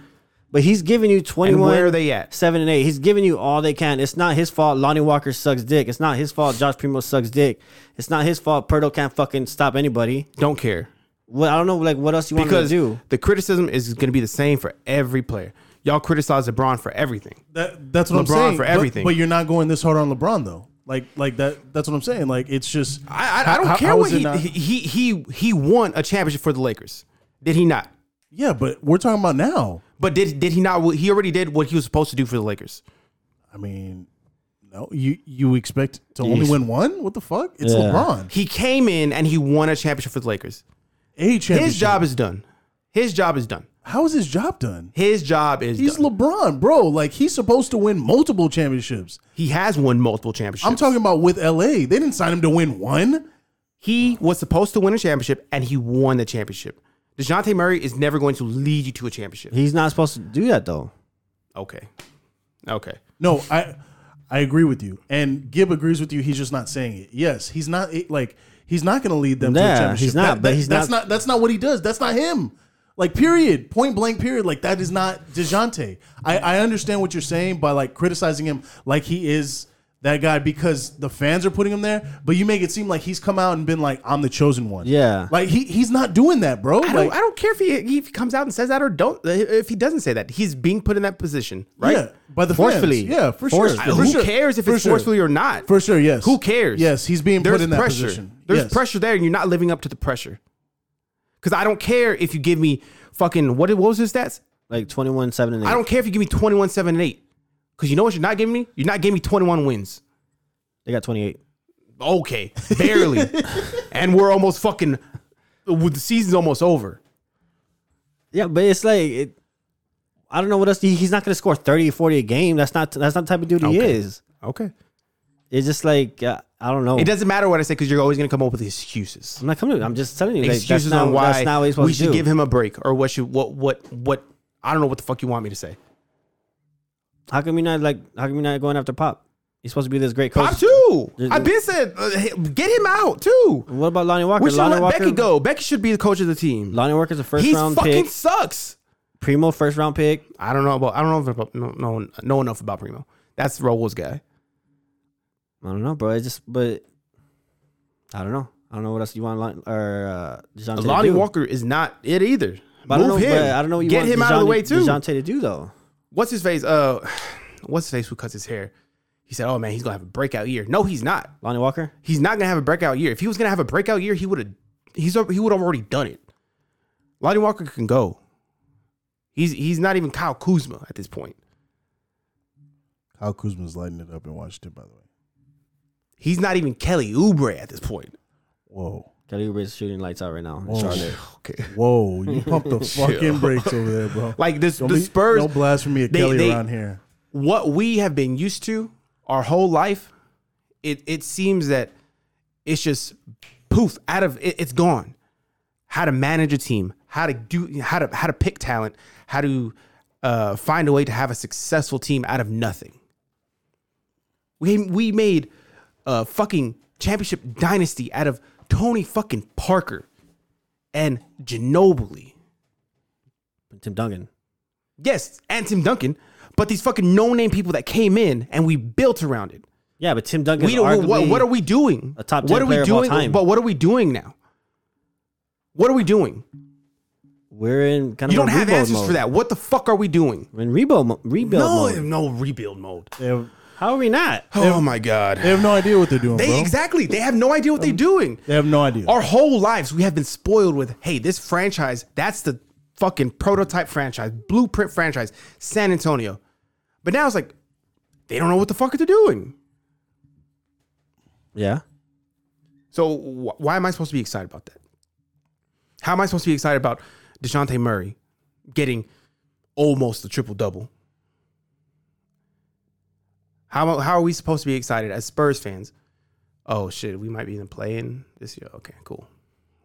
Speaker 5: But he's giving you twenty
Speaker 4: And
Speaker 5: one.
Speaker 4: where are they at?
Speaker 5: Seven and eight. He's giving you all they can. It's not his fault. Lonnie Walker sucks dick. It's not his fault. Josh Primo sucks dick. It's not his fault. Perdo can't fucking stop anybody.
Speaker 4: Don't care.
Speaker 5: What I don't know, like what else you want me to
Speaker 4: Because
Speaker 5: do?
Speaker 4: the criticism is going to be the same for every player. Y'all criticize LeBron for everything.
Speaker 3: That that's what
Speaker 4: LeBron
Speaker 3: I'm saying
Speaker 4: for
Speaker 3: But-
Speaker 4: everything.
Speaker 3: But, you're not going this hard on LeBron though. Like like that. That's what I'm saying. Like it's just
Speaker 4: I, I, I don't
Speaker 3: how-
Speaker 4: care
Speaker 3: how
Speaker 4: what
Speaker 3: is it
Speaker 4: he,
Speaker 3: not-
Speaker 4: he he he won a championship for the Lakers. Did he not?
Speaker 3: yeah, but we're talking about now.
Speaker 4: But did did he not? He already did what he was supposed to do for the Lakers.
Speaker 3: I mean, no, you you expect to only win one? What the fuck? It's
Speaker 5: Yeah.
Speaker 3: LeBron.
Speaker 4: He came in and he won a championship for the Lakers.
Speaker 3: A championship.
Speaker 4: His job is done. His job is done.
Speaker 3: How is his job done?
Speaker 4: His job is
Speaker 3: He's
Speaker 4: done.
Speaker 3: LeBron, bro. Like he's supposed to win multiple championships.
Speaker 4: he has won multiple championships.
Speaker 3: I'm talking about with LA. They didn't sign him to win one.
Speaker 4: He was supposed to win a championship and he won the championship. DeJounte Murray is never going to lead you to a championship.
Speaker 5: He's not supposed to do that though.
Speaker 4: Okay. Okay.
Speaker 3: No, I I agree with you. And Gibb agrees with you. He's just not saying it. Yes, he's not it- like he's not going to lead them to
Speaker 5: Yeah,
Speaker 3: a championship.
Speaker 5: he's not,
Speaker 3: That-
Speaker 5: but
Speaker 3: that-
Speaker 5: he's
Speaker 3: that's
Speaker 5: not-
Speaker 3: not that's not what he does. That's not him. Like period, point blank period. Like that is not Dejounte. I I understand what you're saying by like criticizing him like he is that guy because the fans are putting him there. But you make it seem like he's come out and been like I'm the chosen one.
Speaker 5: Yeah.
Speaker 3: like he he's not doing that, bro.
Speaker 4: I
Speaker 3: like
Speaker 4: don't, I don't care if he, if he comes out and says that or don't. uh, If he doesn't say that, he's being put in that position, right?
Speaker 3: yeah, by the
Speaker 5: Forcefully.
Speaker 3: fans. Yeah, for
Speaker 5: Forcefully.
Speaker 3: sure.
Speaker 4: Who
Speaker 3: For sure.
Speaker 4: cares if
Speaker 3: For
Speaker 4: it's
Speaker 3: sure.
Speaker 4: forcefully or not?
Speaker 3: For sure, yes.
Speaker 4: Who cares?
Speaker 3: Yes, he's being
Speaker 4: There's
Speaker 3: put in that
Speaker 4: pressure.
Speaker 3: position.
Speaker 4: There's
Speaker 3: Yes.
Speaker 4: pressure there, and you're not living up to the pressure. Because I don't care if you give me fucking what? did- What was his stats?
Speaker 5: Like 21, 7, and 8.
Speaker 4: I don't care if you give me 21, 7, and 8. Because you know what you're not giving me? You're not giving me 21 wins.
Speaker 5: They got 28.
Speaker 4: Okay, barely. and we're almost fucking, the season's almost over.
Speaker 5: Yeah, but it's like it, I don't know what else he, he's not going to score 30 40 a game. That's not that's not the type of dude he
Speaker 4: Okay.
Speaker 5: is.
Speaker 4: Okay.
Speaker 5: It's just like uh, I don't know.
Speaker 4: It doesn't matter what I say because you're always going to come up with excuses.
Speaker 5: I'm not coming. to- I'm just telling you. Like, that's
Speaker 4: excuses
Speaker 5: not,
Speaker 4: on why
Speaker 5: that's not what he's supposed
Speaker 4: we
Speaker 5: to
Speaker 4: should
Speaker 5: do.
Speaker 4: give him a break or what should, what, what, what, I don't know what the fuck you want me to say.
Speaker 5: How come you're not like? How come you're not going after Pop? He's supposed to be this great coach.
Speaker 4: Pop too.
Speaker 5: There's-
Speaker 4: I've been said, uh, hey, get him out too.
Speaker 5: What about Lonnie Walker?
Speaker 4: We should
Speaker 5: Lonnie
Speaker 4: let
Speaker 5: Walker,
Speaker 4: Becky go. Becky should be the coach of the team.
Speaker 5: Lonnie Walker's a first
Speaker 4: He
Speaker 5: round
Speaker 4: fucking
Speaker 5: pick.
Speaker 4: sucks.
Speaker 5: Primo first round pick.
Speaker 4: I don't know about. I don't know about no no know enough about Primo. That's Robles guy.
Speaker 5: I don't know, bro. It's just but I don't know. I don't know what else you want. Lon- Or uh, DeJounte to
Speaker 4: Lonnie
Speaker 5: do.
Speaker 4: Walker is not it either.
Speaker 5: But I
Speaker 4: Move
Speaker 5: don't know,
Speaker 4: him.
Speaker 5: But I don't know. What you
Speaker 4: Get
Speaker 5: want
Speaker 4: him out of the
Speaker 5: DeJounte-
Speaker 4: way too.
Speaker 5: DeJounte to do though.
Speaker 4: What's his face? Uh, what's his face? Who cuts his hair? He said, "Oh man, he's gonna have a breakout year." No, he's not.
Speaker 5: Lonnie Walker.
Speaker 4: He's not gonna have a breakout year. If he was gonna have a breakout year, he would have. He's al- he would have already done it. Lonnie Walker can go. He's he's not even Kyle Kuzma at this point.
Speaker 3: Kyle Kuzma's lighting it up in Washington, by the way.
Speaker 4: He's not even Kelly Oubre at this point.
Speaker 3: Whoa.
Speaker 5: Kelly Oubre's shooting lights out right now. in
Speaker 4: Oh,
Speaker 5: Charlotte.
Speaker 4: Okay.
Speaker 3: Whoa. You pump the fucking brakes over there, bro.
Speaker 4: Like this,
Speaker 3: Don't
Speaker 4: the
Speaker 3: be-
Speaker 4: Spurs.
Speaker 3: No blasphemy of
Speaker 4: they-
Speaker 3: Kelly
Speaker 4: they-
Speaker 3: around here.
Speaker 4: what we have been used to our whole life, it it seems that it's just poof out of it, it's gone. How to manage a team, how to do, how to how to pick talent, how to uh, find a way to have a successful team out of nothing. We we made a fucking championship dynasty out of Tony fucking Parker and Ginobili.
Speaker 5: Tim Duncan.
Speaker 4: Yes, and Tim Duncan, but these fucking no-name people that came in and we built around it.
Speaker 5: Yeah, but Tim Duncan.
Speaker 4: We don't, what,
Speaker 5: arguably-
Speaker 4: what are we doing?
Speaker 5: a top 10
Speaker 4: what are
Speaker 5: player
Speaker 4: we
Speaker 5: of all
Speaker 4: doing?
Speaker 5: time.
Speaker 4: But what are we doing now? What are we doing?
Speaker 5: We're in kind of
Speaker 4: You
Speaker 5: a
Speaker 4: don't have
Speaker 5: rebuild
Speaker 4: answers
Speaker 5: mode.
Speaker 4: for that. What the fuck are we doing?
Speaker 5: We're in rebuild mo- rebuild
Speaker 4: no,
Speaker 5: mode.
Speaker 4: no rebuild mode.
Speaker 3: They have,
Speaker 5: How are we not?
Speaker 4: Oh my god.
Speaker 3: they have no idea what they're doing,
Speaker 4: They
Speaker 3: bro.
Speaker 4: exactly. They have no idea what they're doing.
Speaker 3: they have no idea.
Speaker 4: Our whole lives we have been spoiled with, hey, this franchise, that's the fucking prototype franchise, blueprint franchise, San Antonio. But now it's like they don't know what the fuck they're doing.
Speaker 5: Yeah.
Speaker 4: So wh- why am I supposed to be excited about that? How am I supposed to be excited about Deshante Murray getting almost a triple double? How how are we supposed to be excited as Spurs fans? Oh shit, we might be in the play-in this year. Okay, cool,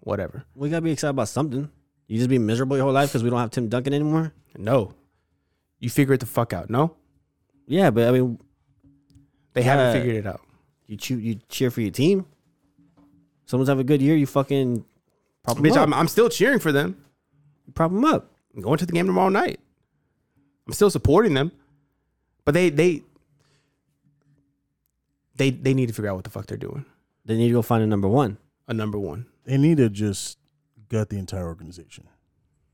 Speaker 4: whatever.
Speaker 5: We gotta be excited about something. You just be miserable your whole life because we don't have Tim Duncan anymore.
Speaker 4: No, You figure it the fuck out. No,
Speaker 5: Yeah, but I mean,
Speaker 4: they haven't
Speaker 5: Uh,
Speaker 4: figured it out.
Speaker 5: you cheer, you cheer for your team. Someone's having a good year, you fucking prop them
Speaker 4: Bitch,
Speaker 5: up.
Speaker 4: I'm, I'm still cheering for them.
Speaker 5: prop them up.
Speaker 4: I'm going to the game tomorrow night. I'm still supporting them, but they they they they need to figure out what the fuck they're doing.
Speaker 5: They need to go find a number one.
Speaker 4: A number one.
Speaker 3: They need to just gut the entire organization.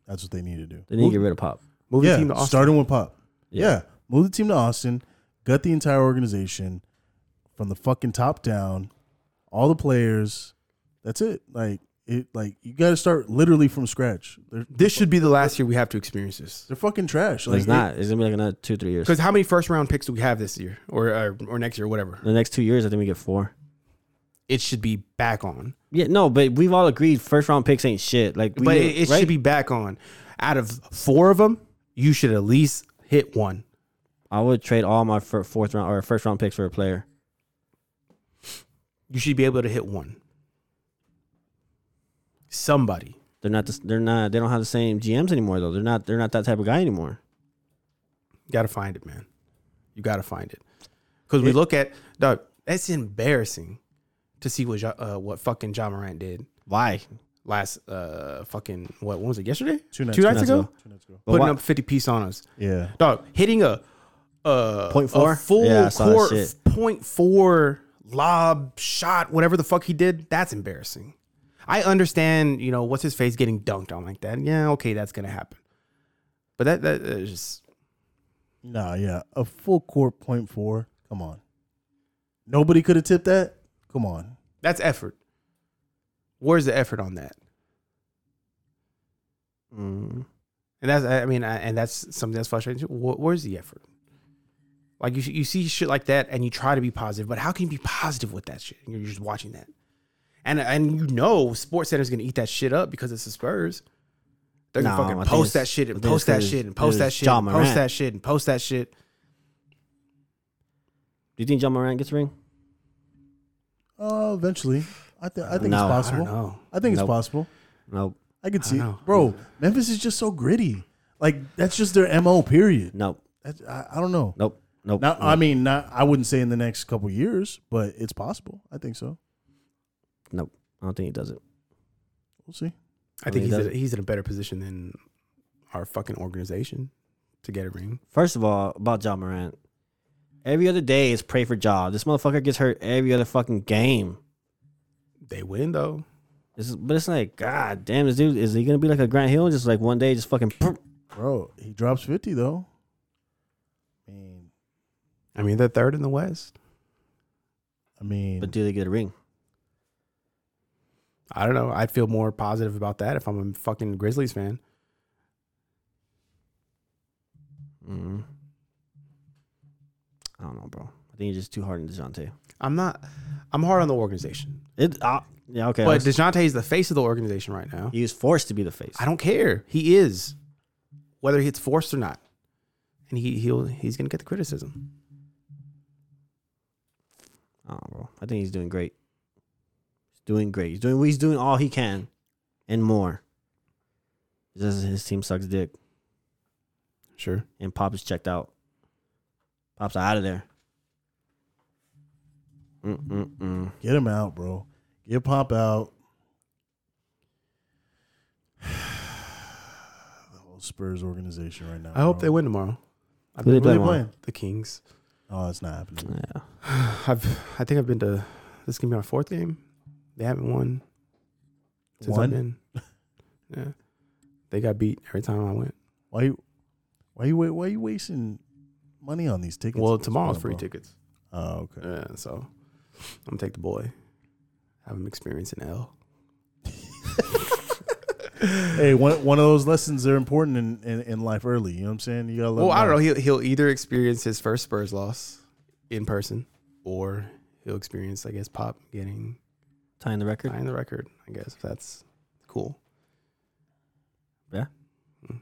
Speaker 3: That's what they need to do.
Speaker 5: They need to get rid of Pop.
Speaker 4: Move
Speaker 3: yeah,
Speaker 4: the team to Austin.
Speaker 3: starting with Pop. Yeah.
Speaker 5: Yeah.
Speaker 3: move the team to Austin, gut the entire organization from the fucking top down, all the players. That's it. Like it. Like you got to start literally from scratch. They're
Speaker 4: this should be the last year we have to experience this.
Speaker 3: they're fucking trash.
Speaker 5: But
Speaker 3: Like
Speaker 5: it's not. It's gonna be like another two, three years.
Speaker 4: Because how many first round picks do we have this year, or or, or next year, whatever?
Speaker 5: The next two years, I think we get four.
Speaker 4: It should be back on,
Speaker 5: Yeah, no, but we've all agreed first round picks ain't shit. Like, we
Speaker 4: but
Speaker 5: did-
Speaker 4: it, it
Speaker 5: right?
Speaker 4: should be back on. Out of four of them, you should at least hit one.
Speaker 5: I would trade all my fir- fourth round or first round picks for a player.
Speaker 4: You should be able to hit one. Somebody.
Speaker 5: They're not. The, they're not. They don't have the same GMs anymore though. They're not. They're not that type of guy anymore.
Speaker 4: You gotta find it, man. You gotta find it. Because we look at dog. That's embarrassing to see what Ja- uh, what fucking John Morant did
Speaker 5: Why?
Speaker 4: last uh fucking what, what was it yesterday?
Speaker 3: Two nights
Speaker 4: Two nights
Speaker 5: ago.
Speaker 4: ago,
Speaker 3: Two nights ago.
Speaker 5: But
Speaker 4: putting
Speaker 5: why-
Speaker 4: up fifty piece on us.
Speaker 3: yeah,
Speaker 4: Dog hitting a uh
Speaker 5: Point four?
Speaker 4: a full
Speaker 5: Yeah, I saw that
Speaker 4: court
Speaker 5: shit.
Speaker 4: point four lob shot whatever the fuck he did. That's embarrassing. I understand, you know, what's his face getting dunked on like that. Yeah, okay, that's gonna happen. But that that is just
Speaker 3: nah, yeah. A full court point four. Come on. Nobody could have tipped that. Come on.
Speaker 4: That's effort. Where's the effort on that?
Speaker 5: Mm.
Speaker 4: And that's I mean, I, and that's something that's frustrating. Too. Wh- Where's the effort? Like you, sh- you see shit like that, and you try to be positive, but how can you be positive with that shit? You're just watching that, and and you know, Sports Center's gonna eat that shit up because it's the Spurs. They're gonna
Speaker 5: No, I
Speaker 4: fucking
Speaker 5: think
Speaker 4: post that
Speaker 5: it's-
Speaker 4: shit
Speaker 5: I
Speaker 4: and
Speaker 5: think
Speaker 4: post
Speaker 5: it's
Speaker 4: that
Speaker 5: 'cause
Speaker 4: shit and
Speaker 5: it
Speaker 4: post
Speaker 5: was
Speaker 4: that shit,
Speaker 5: Ja
Speaker 4: and post
Speaker 5: Morant.
Speaker 4: that shit, and post that shit.
Speaker 5: Do you think John Moran gets a ring?
Speaker 3: Uh, eventually, I, th- I think
Speaker 5: No, I
Speaker 3: it's
Speaker 5: don't
Speaker 3: possible.
Speaker 4: know.
Speaker 3: I think
Speaker 5: Nope.
Speaker 3: it's possible.
Speaker 5: No.
Speaker 3: I could see, it.
Speaker 4: know.
Speaker 3: bro. Memphis is just so gritty. Like that's just their mo. Period.
Speaker 5: Nope.
Speaker 3: That's, I, I don't know.
Speaker 5: Nope. Nope.
Speaker 3: Now, I mean, not. I wouldn't say in the next couple years, but it's possible. I think so.
Speaker 5: nope. I don't think he does it.
Speaker 3: We'll see.
Speaker 4: I think
Speaker 5: mean,
Speaker 4: he's
Speaker 5: does-
Speaker 4: in, he's in a better position than our fucking organization to get a ring.
Speaker 5: First of all, about John Morant. Every other day is pray for Ja. This motherfucker gets hurt every other fucking game.
Speaker 4: They win though.
Speaker 5: This is, but it's like, god damn, this dude is he gonna be like a Grant Hill, just like one day, just fucking. prrrt.
Speaker 3: Bro, he drops fifty though. I mean,
Speaker 4: I mean, they're third in the West.
Speaker 3: I mean,
Speaker 5: But do they get a ring?
Speaker 4: I don't know. I'd feel more positive about that if I'm a fucking Grizzlies fan.
Speaker 5: Mm. I don't know, bro. I think you're just too hard on Dejounte.
Speaker 4: I'm not. I'm hard on the organization,
Speaker 5: It, uh, yeah, okay. I
Speaker 4: but
Speaker 5: was-
Speaker 4: Dejounte is the face of the organization right now.
Speaker 5: he was forced to be the face.
Speaker 4: I don't care. He is, whether it's forced or not, and he he'll he's gonna get the criticism.
Speaker 5: I don't know, bro. Oh, I think he's doing great. He's doing great. He's doing he's doing all he can, and more. It's Just his team sucks dick,
Speaker 4: Sure.
Speaker 5: and Pop is checked out. Pop's out of there. Mm-mm-mm.
Speaker 3: get him out, bro. Get Pop out. the whole Spurs organization right now.
Speaker 4: I hope
Speaker 3: bro.
Speaker 4: they win tomorrow. I've
Speaker 5: Who
Speaker 4: been
Speaker 5: they play
Speaker 4: really
Speaker 5: tomorrow?
Speaker 4: playing the Kings.
Speaker 3: Oh, it's not happening.
Speaker 5: Yeah.
Speaker 4: I've I think I've been to this can be my fourth game. They haven't won since
Speaker 3: One?
Speaker 4: I've been. Yeah, they got beat every time I went.
Speaker 3: Why you why you wait why you wasting money on these tickets?
Speaker 4: Well,
Speaker 3: at this
Speaker 4: tomorrow's
Speaker 3: point,
Speaker 4: free
Speaker 3: bro?
Speaker 4: tickets.
Speaker 3: Oh, okay.
Speaker 4: Yeah, so I'm gonna take the boy. Have him experience an L.
Speaker 3: Hey, one one of those lessons are important in, in, in life early. You know what I'm saying? You gotta let
Speaker 4: Well,
Speaker 3: them
Speaker 4: I don't know. He'll he'll either experience his first Spurs loss in person, or he'll experience, I guess, Pop getting
Speaker 5: Tying the record.
Speaker 4: behind the record. I guess if that's cool.
Speaker 5: Yeah.
Speaker 4: Mm.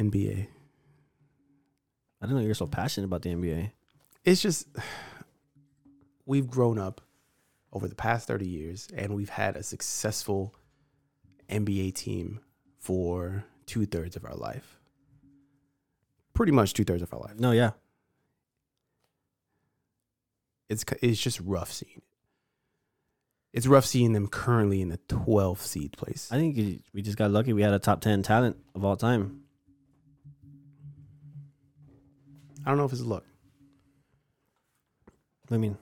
Speaker 4: NBA.
Speaker 5: I didn't know you were so passionate about the NBA.
Speaker 4: It's just we've grown up over the past thirty years, and we've had a successful NBA team for two thirds of our life. pretty much two thirds of our life.
Speaker 5: No, yeah.
Speaker 4: It's c- it's just rough seeing. it. It's rough seeing them currently in the 12th seed place.
Speaker 5: I think you- we just got lucky. We had a top ten talent of all time.
Speaker 4: I don't know if it's luck.
Speaker 5: I mean,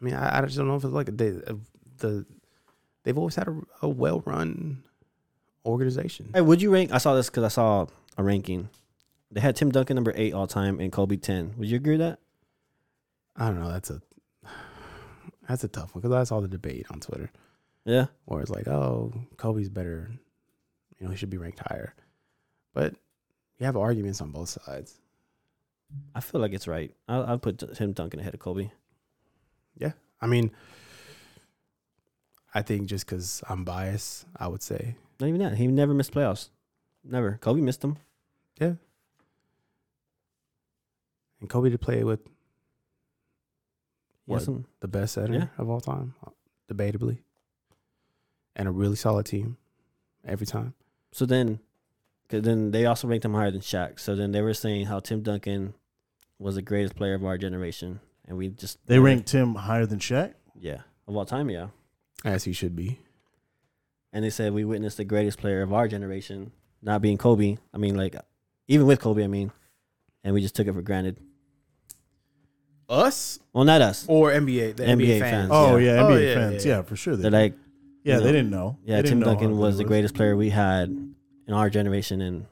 Speaker 4: I mean, I, I just don't know if it's like they, uh, the they've always had a, a well run organization.
Speaker 5: hey, would you rank? I saw this because I saw a ranking. They had Tim Duncan number eight all time and Kobe ten. Would you agree with that?
Speaker 4: I don't know. That's a that's a tough one because I saw the debate on Twitter
Speaker 5: Yeah.
Speaker 4: where it's like, oh, Kobe's better. You know, he should be ranked higher. But you have arguments on both sides.
Speaker 5: I feel like it's right. I'll, I'll put Tim Duncan ahead of Kobe.
Speaker 4: Yeah, I mean, I think just because I'm biased, I would say,
Speaker 5: Not even that. He never missed playoffs. Never. Kobe missed them.
Speaker 4: yeah. And Kobe to play with
Speaker 5: He
Speaker 4: What?
Speaker 5: had some-
Speaker 4: the best center
Speaker 5: Yeah.
Speaker 4: of all time, uh, debatably, and a really solid team every time.
Speaker 5: So then, 'cause then they also ranked him higher than Shaq. So then they were saying how Tim Duncan was the greatest player of our generation, and we just
Speaker 3: They ranked him higher than Shaq.
Speaker 5: yeah of all time, yeah.
Speaker 4: As he should be.
Speaker 5: And they said we witnessed the greatest player of our generation not being Kobe. I mean, like even with Kobe, I mean, and we just took it for granted.
Speaker 4: Us
Speaker 5: Well, not us.
Speaker 4: or NBA? The NBA,
Speaker 5: NBA
Speaker 4: fans.
Speaker 5: fans.
Speaker 3: Oh yeah,
Speaker 4: Oh,
Speaker 3: NBA
Speaker 4: yeah,
Speaker 3: fans.
Speaker 4: yeah,
Speaker 3: Yeah, for sure. They,
Speaker 5: They're like,
Speaker 3: yeah,
Speaker 5: you know,
Speaker 3: they didn't know.
Speaker 5: yeah,
Speaker 3: They didn't
Speaker 5: Tim
Speaker 3: know how
Speaker 5: Duncan
Speaker 3: good
Speaker 5: was
Speaker 3: he
Speaker 5: the greatest player we had in our generation, and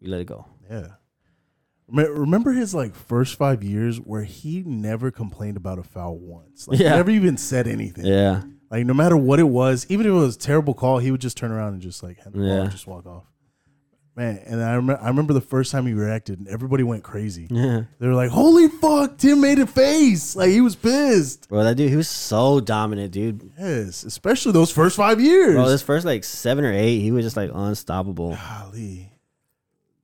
Speaker 5: we let it go.
Speaker 3: Yeah. Rem- Remember his like first five years where he never complained about a foul once. Like
Speaker 5: Yeah.
Speaker 3: never even said anything.
Speaker 5: Yeah,
Speaker 3: Like no matter what it was, even if it was a terrible call, he would just turn around and just like hand the ball and
Speaker 5: Yeah.
Speaker 3: just walk off. Man, and I remember I remember the first time he reacted and everybody went crazy.
Speaker 5: yeah.
Speaker 3: They were like, Holy fuck, Tim made a face. Like he was pissed.
Speaker 5: Bro, that dude, he was so dominant, dude.
Speaker 3: Yes. Especially those first five years.
Speaker 5: Bro, this first like seven or eight, he was just like unstoppable.
Speaker 3: golly.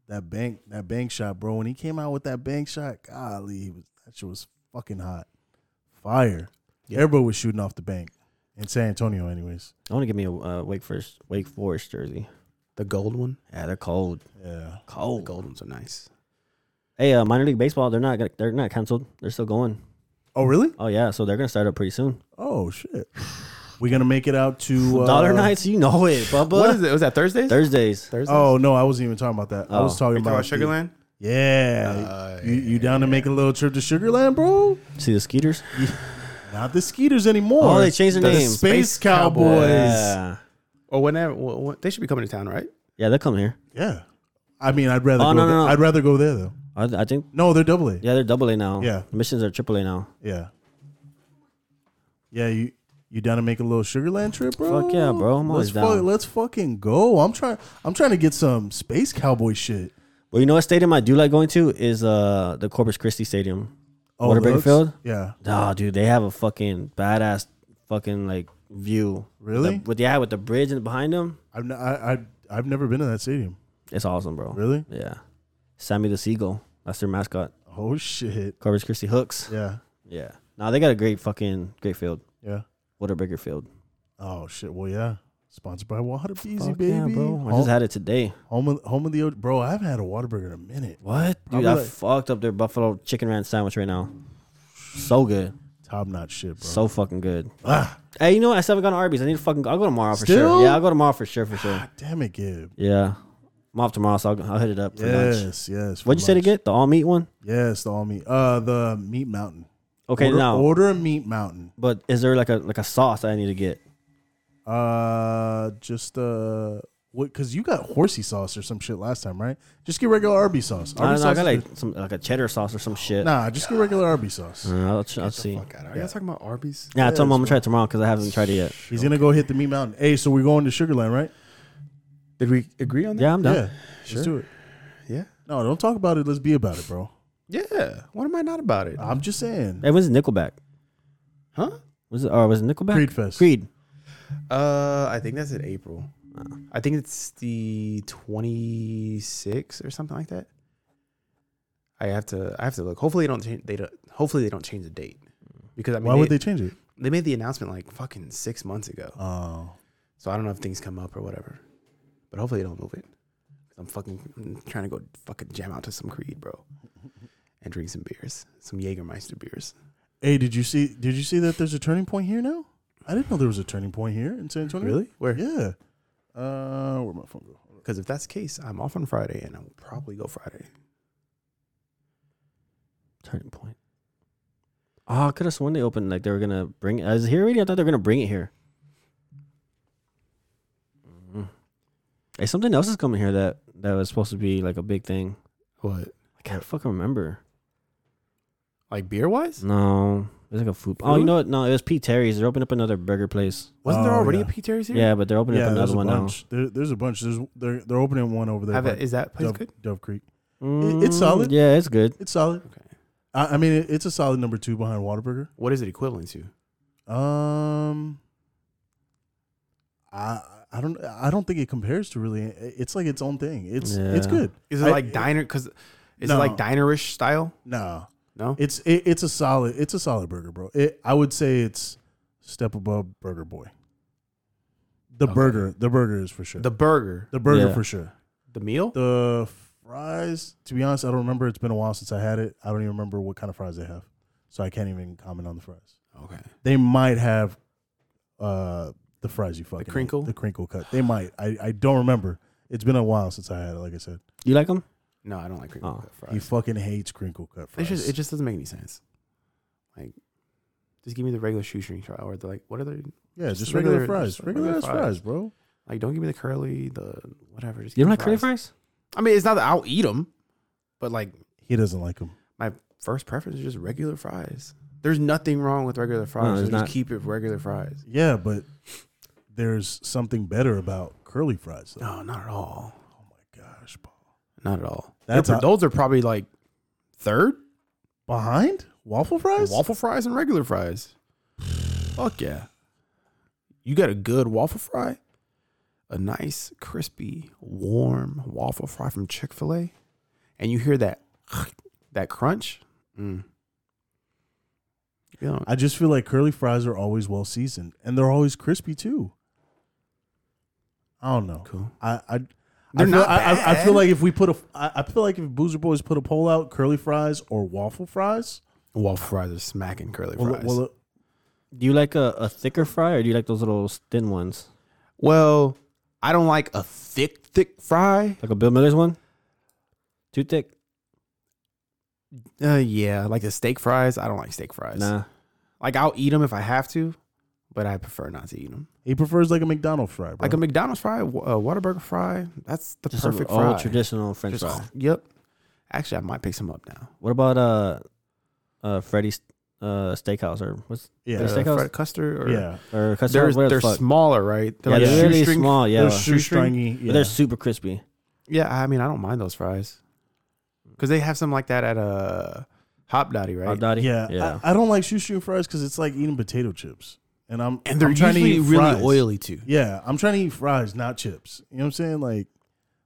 Speaker 3: That bank that bank shot, bro. When he came out with that bank shot, golly, he was that shit was fucking hot. Fire. Everybody was shooting off the bank. In San Antonio, anyways.
Speaker 5: I want to give me a uh, Wake Forest Wake Forest jersey.
Speaker 4: The gold one.
Speaker 5: Yeah, they're cold,
Speaker 3: Yeah.
Speaker 4: The
Speaker 5: cold.
Speaker 4: gold ones are nice.
Speaker 5: Hey, uh, minor league baseball, they're not gonna- they're not canceled. They're still going.
Speaker 3: Oh really?
Speaker 5: Oh yeah, so they're gonna start up pretty soon.
Speaker 3: Oh shit. We're gonna make it out to uh,
Speaker 5: Dollar nights, you know it, Bubba.
Speaker 4: what is it? Was that Thursdays?
Speaker 5: Thursdays.
Speaker 4: Thursdays.
Speaker 3: Oh no, I wasn't even talking about that. I
Speaker 5: Oh.
Speaker 3: was talking
Speaker 4: you talking
Speaker 3: about,
Speaker 4: about Sugarland? Uh,
Speaker 3: the- Yeah. you, you down to make a little trip to Sugarland, bro?
Speaker 5: See the Skeeters.
Speaker 3: Not the Skeeters anymore.
Speaker 5: Oh, they changed their
Speaker 3: the
Speaker 5: name.
Speaker 3: Space,
Speaker 4: Space
Speaker 3: Cowboys.
Speaker 4: Cowboys.
Speaker 3: Yeah.
Speaker 5: Yeah,
Speaker 4: Or whenever wh- wh- they should be coming to town, right?
Speaker 5: yeah, they're coming here.
Speaker 3: I mean, I'd rather.
Speaker 5: Oh,
Speaker 3: go
Speaker 5: no, no,
Speaker 3: there.
Speaker 5: no.
Speaker 3: I'd rather go there though.
Speaker 5: I, I think.
Speaker 3: No, they're double A.
Speaker 5: Yeah, they're double A now.
Speaker 3: Yeah.
Speaker 5: missions are triple A now.
Speaker 3: Yeah. Yeah, you you down to make a little Sugarland trip, bro?
Speaker 5: Fuck yeah, bro. I'm
Speaker 3: let's
Speaker 5: always
Speaker 3: fuck-
Speaker 5: down.
Speaker 3: let's fucking go. I'm trying. I'm trying to get some space cowboy shit.
Speaker 5: Well, you know what stadium I do like going to is uh the Corpus Christi Stadium.
Speaker 3: Oh,
Speaker 5: Whataburger
Speaker 3: the hooks?
Speaker 5: Field?
Speaker 3: Yeah.
Speaker 5: Nah, dude, they have a fucking badass fucking like view.
Speaker 3: Really?
Speaker 5: The, with yeah, with the bridge and behind them,
Speaker 3: I've n- I, I I've never been to that stadium.
Speaker 5: it's awesome, bro.
Speaker 3: Really?
Speaker 5: Yeah. Sammy the Seagull. That's their mascot.
Speaker 3: Oh shit.
Speaker 5: Corpus Christi Hooks.
Speaker 3: Yeah.
Speaker 5: Yeah. Now they got a great fucking great field.
Speaker 3: Yeah.
Speaker 5: Whataburger Field.
Speaker 3: Oh shit. Well, yeah. Sponsored by Water Beezy,
Speaker 5: Fuck
Speaker 3: baby.
Speaker 5: Yeah, bro. I
Speaker 3: Home,
Speaker 5: just had it today.
Speaker 3: home of, home of the O- bro. I haven't had a Whataburger in a minute.
Speaker 5: What? Dude,
Speaker 3: Probably
Speaker 5: I
Speaker 3: like-
Speaker 5: fucked up their buffalo chicken ranch sandwich right now. So good.
Speaker 3: Top notch shit, bro.
Speaker 5: So fucking good.
Speaker 3: ah,
Speaker 5: Hey, you know what? I still haven't gone to Arby's. I need to fucking go. I'll go tomorrow for
Speaker 3: Still?
Speaker 5: sure. Yeah, I'll go tomorrow for sure, for sure.
Speaker 3: damn it, Gib.
Speaker 5: Yeah. I'm off tomorrow, so I'll, I'll hit it up for lunch.
Speaker 3: Yes, yes. for
Speaker 5: What'd you say to
Speaker 3: lunch.
Speaker 5: get? The all meat one?
Speaker 3: Yes, the all meat. Uh, the meat mountain.
Speaker 5: Okay,
Speaker 3: order,
Speaker 5: now.
Speaker 3: order a meat mountain.
Speaker 5: But is there like a like a sauce I need to get?
Speaker 3: Uh, just uh, what? Cause you got horsey sauce or some shit last time, right? Just get regular Arby sauce.
Speaker 5: I
Speaker 3: Arby
Speaker 5: don't know. I
Speaker 3: sauce
Speaker 5: got
Speaker 3: is
Speaker 5: like
Speaker 3: good.
Speaker 5: some like a cheddar sauce or some shit.
Speaker 3: nah, just get regular Arby sauce.
Speaker 5: Uh, I'll, ch- I'll see.
Speaker 4: Fuck out. Are you guys talking about Arby's?
Speaker 5: Yeah, I told him I'm gonna try it tomorrow because I haven't tried it yet.
Speaker 3: He's gonna go hit the meat mountain. Hey, so we're going to Sugarland, right?
Speaker 4: Did we agree on that?
Speaker 5: Yeah, I'm done.
Speaker 3: Yeah, let's do it.
Speaker 4: Yeah.
Speaker 3: No, don't talk about it. Let's be about it, bro.
Speaker 4: Yeah. What am I not about it?
Speaker 3: I'm just saying.
Speaker 5: Hey, when's Nickelback?
Speaker 4: Huh?
Speaker 5: Was it or was it Nickelback?
Speaker 3: Creed Fest.
Speaker 5: Creed.
Speaker 4: Uh, I think that's in April. I think it's the 26th or something like that. I have to. I have to look. Hopefully they don't. Change, they don't. Hopefully they don't change the date because I mean,
Speaker 3: Why would they
Speaker 4: they,
Speaker 3: change it?
Speaker 4: they made the announcement like fucking six months ago.
Speaker 3: Oh,
Speaker 4: So I don't know if things come up or whatever. But hopefully they don't move it. 'Cause I'm fucking I'm trying to go fucking jam out to some Creed, bro, and drink some beers, some Jägermeister beers.
Speaker 3: Hey, did you see? Did you see that there's a turning point here now? I didn't know there was a turning point here in San Antonio.
Speaker 4: Really?
Speaker 3: Where? Yeah. Uh, where my phone go?
Speaker 4: Because if that's the case, I'm off on Friday, and I will probably go Friday.
Speaker 5: Turning point. Oh, I could have sworn they opened like they were gonna bring it. I was here already. I thought they were gonna bring it here. Mm. Hey, something else is coming here that that was supposed to be like a big thing.
Speaker 4: What?
Speaker 5: I can't fucking remember.
Speaker 4: Like beer wise?
Speaker 5: No, it was like a food. Oh, you
Speaker 4: Food?
Speaker 5: know what? No, it was Pete Terry's. They're opening up another burger place.
Speaker 4: Wasn't there
Speaker 3: Oh,
Speaker 4: already
Speaker 3: yeah.
Speaker 4: a P. Terry's here?
Speaker 5: Yeah, but they're opening
Speaker 3: Yeah,
Speaker 5: up
Speaker 3: there's
Speaker 5: another
Speaker 3: a
Speaker 5: one now.
Speaker 3: bunch. There, there's a bunch. There's they're they're opening one over there.
Speaker 4: Have
Speaker 3: by
Speaker 4: it, is that place
Speaker 3: Dove,
Speaker 4: good?
Speaker 3: Dove Creek.
Speaker 5: Mm,
Speaker 3: it's solid.
Speaker 5: Yeah, it's good.
Speaker 3: It's solid.
Speaker 4: Okay.
Speaker 3: I, I mean, it, it's a solid number two behind Whataburger.
Speaker 4: What is it equivalent to?
Speaker 3: Um, I I don't I don't think it compares to really. It's like its own thing. It's it's
Speaker 5: Yeah.
Speaker 3: good.
Speaker 4: Is it
Speaker 3: I-
Speaker 4: like diner? Because is
Speaker 3: No.
Speaker 4: it like dinerish style?
Speaker 3: No,
Speaker 4: No.
Speaker 3: it's it, it's a solid it's a solid burger, bro. It, I would say it's step above Burger Boy. The
Speaker 4: Okay.
Speaker 3: burger, the burger is for sure.
Speaker 4: the
Speaker 3: The,
Speaker 4: burger,
Speaker 3: burger
Speaker 5: Yeah.
Speaker 3: for sure.
Speaker 4: the meal.
Speaker 3: The fries, to be honest, I don't remember. It's been a while since I had it. I don't even remember what kind of fries they have, so I can't even comment on the fries.
Speaker 4: okay.
Speaker 3: They might have uh the fries you fucking ate,
Speaker 4: crinkle?
Speaker 3: the crinkle cut. They might. I I don't remember. It's been a while since I had it. Like I said,
Speaker 5: You like them?
Speaker 4: No, I don't like crinkle
Speaker 5: Oh.
Speaker 4: cut
Speaker 3: he
Speaker 4: fries.
Speaker 3: fucking hates crinkle cut
Speaker 4: It
Speaker 3: fries.
Speaker 4: just it just doesn't make any sense. Like, just give me the regular shoestring fry, or the like. What are they?
Speaker 3: yeah, just,
Speaker 4: just
Speaker 3: regular,
Speaker 4: regular-
Speaker 3: fries,
Speaker 4: just
Speaker 3: regular,
Speaker 4: regular
Speaker 3: ass
Speaker 4: fries.
Speaker 3: fries, bro.
Speaker 4: Like, don't give me the curly, the whatever. Just
Speaker 5: You
Speaker 4: give
Speaker 5: don't
Speaker 4: me
Speaker 5: like curly fries?
Speaker 4: I mean, it's not that I'll eat them, but like
Speaker 3: He doesn't like them.
Speaker 4: my first preference is just regular fries. There's nothing wrong with regular fries.
Speaker 5: there's
Speaker 4: so
Speaker 5: not.
Speaker 4: Just keep it regular fries.
Speaker 3: Yeah, but there's something better about curly fries. Though.
Speaker 4: No, not at all.
Speaker 3: Oh my gosh, Paul.
Speaker 4: Not at all.
Speaker 3: That's
Speaker 4: That's
Speaker 3: a-
Speaker 4: those are probably like third
Speaker 3: Behind waffle fries?
Speaker 4: waffle fries and regular fries. Fuck yeah. You got a good waffle fry, a nice, crispy, warm waffle fry from Chick fil A, and you hear that that crunch. Mm. You know,
Speaker 3: I just feel like curly fries are always well seasoned and they're always crispy too. I don't know.
Speaker 4: cool.
Speaker 3: I I I
Speaker 4: They're
Speaker 3: feel,
Speaker 4: not
Speaker 3: I, I, I
Speaker 4: bad.
Speaker 3: feel like if we put a I, I feel like if Boozer Boys put a poll out, curly fries or waffle fries.
Speaker 4: Waffle fries are smacking curly
Speaker 3: Well,
Speaker 4: fries.
Speaker 3: well, uh,
Speaker 5: Do you like a, a thicker fry or do you like those little thin ones,
Speaker 4: Well, I don't like a thick, thick fry.
Speaker 5: like a Bill Miller's one? Too thick?
Speaker 4: Uh, yeah, like the steak fries. I don't like steak fries.
Speaker 5: Nah.
Speaker 4: Like I'll eat them if I have to, but I prefer not to eat them.
Speaker 3: he prefers like a McDonald's fry, bro.
Speaker 4: Like a McDonald's fry, wa- a Whataburger fry. That's the
Speaker 5: Just
Speaker 4: perfect
Speaker 5: a old
Speaker 4: fry.
Speaker 5: traditional French
Speaker 4: Just-
Speaker 5: fry.
Speaker 4: Yep. Actually, I might pick some up now.
Speaker 5: What about uh, uh, Freddy's uh steakhouse or what's
Speaker 3: yeah,
Speaker 5: There's
Speaker 4: Uh,
Speaker 5: steak- steakhouse?
Speaker 4: fried custard or
Speaker 3: yeah,
Speaker 5: or
Speaker 4: They're
Speaker 5: customers? What
Speaker 4: they're
Speaker 5: the fuck?
Speaker 4: smaller, right? They're
Speaker 5: yeah,
Speaker 4: like
Speaker 5: they're really
Speaker 4: shoestring-
Speaker 5: small. Yeah,
Speaker 3: they're
Speaker 5: but
Speaker 3: shoestringy. Yeah.
Speaker 5: they're super crispy.
Speaker 4: Yeah, I mean, I don't mind those fries because they have some like that at a Hop Dotty, right?
Speaker 5: Hot dotty.
Speaker 3: Yeah,
Speaker 5: yeah.
Speaker 3: I, I don't like shoestring fries because it's like eating potato chips, and I'm
Speaker 4: and they're
Speaker 3: I'm trying to
Speaker 4: usually
Speaker 3: eat
Speaker 4: really
Speaker 3: fries.
Speaker 4: oily too.
Speaker 3: Yeah, I'm trying to eat fries, not chips. You know what I'm saying? Like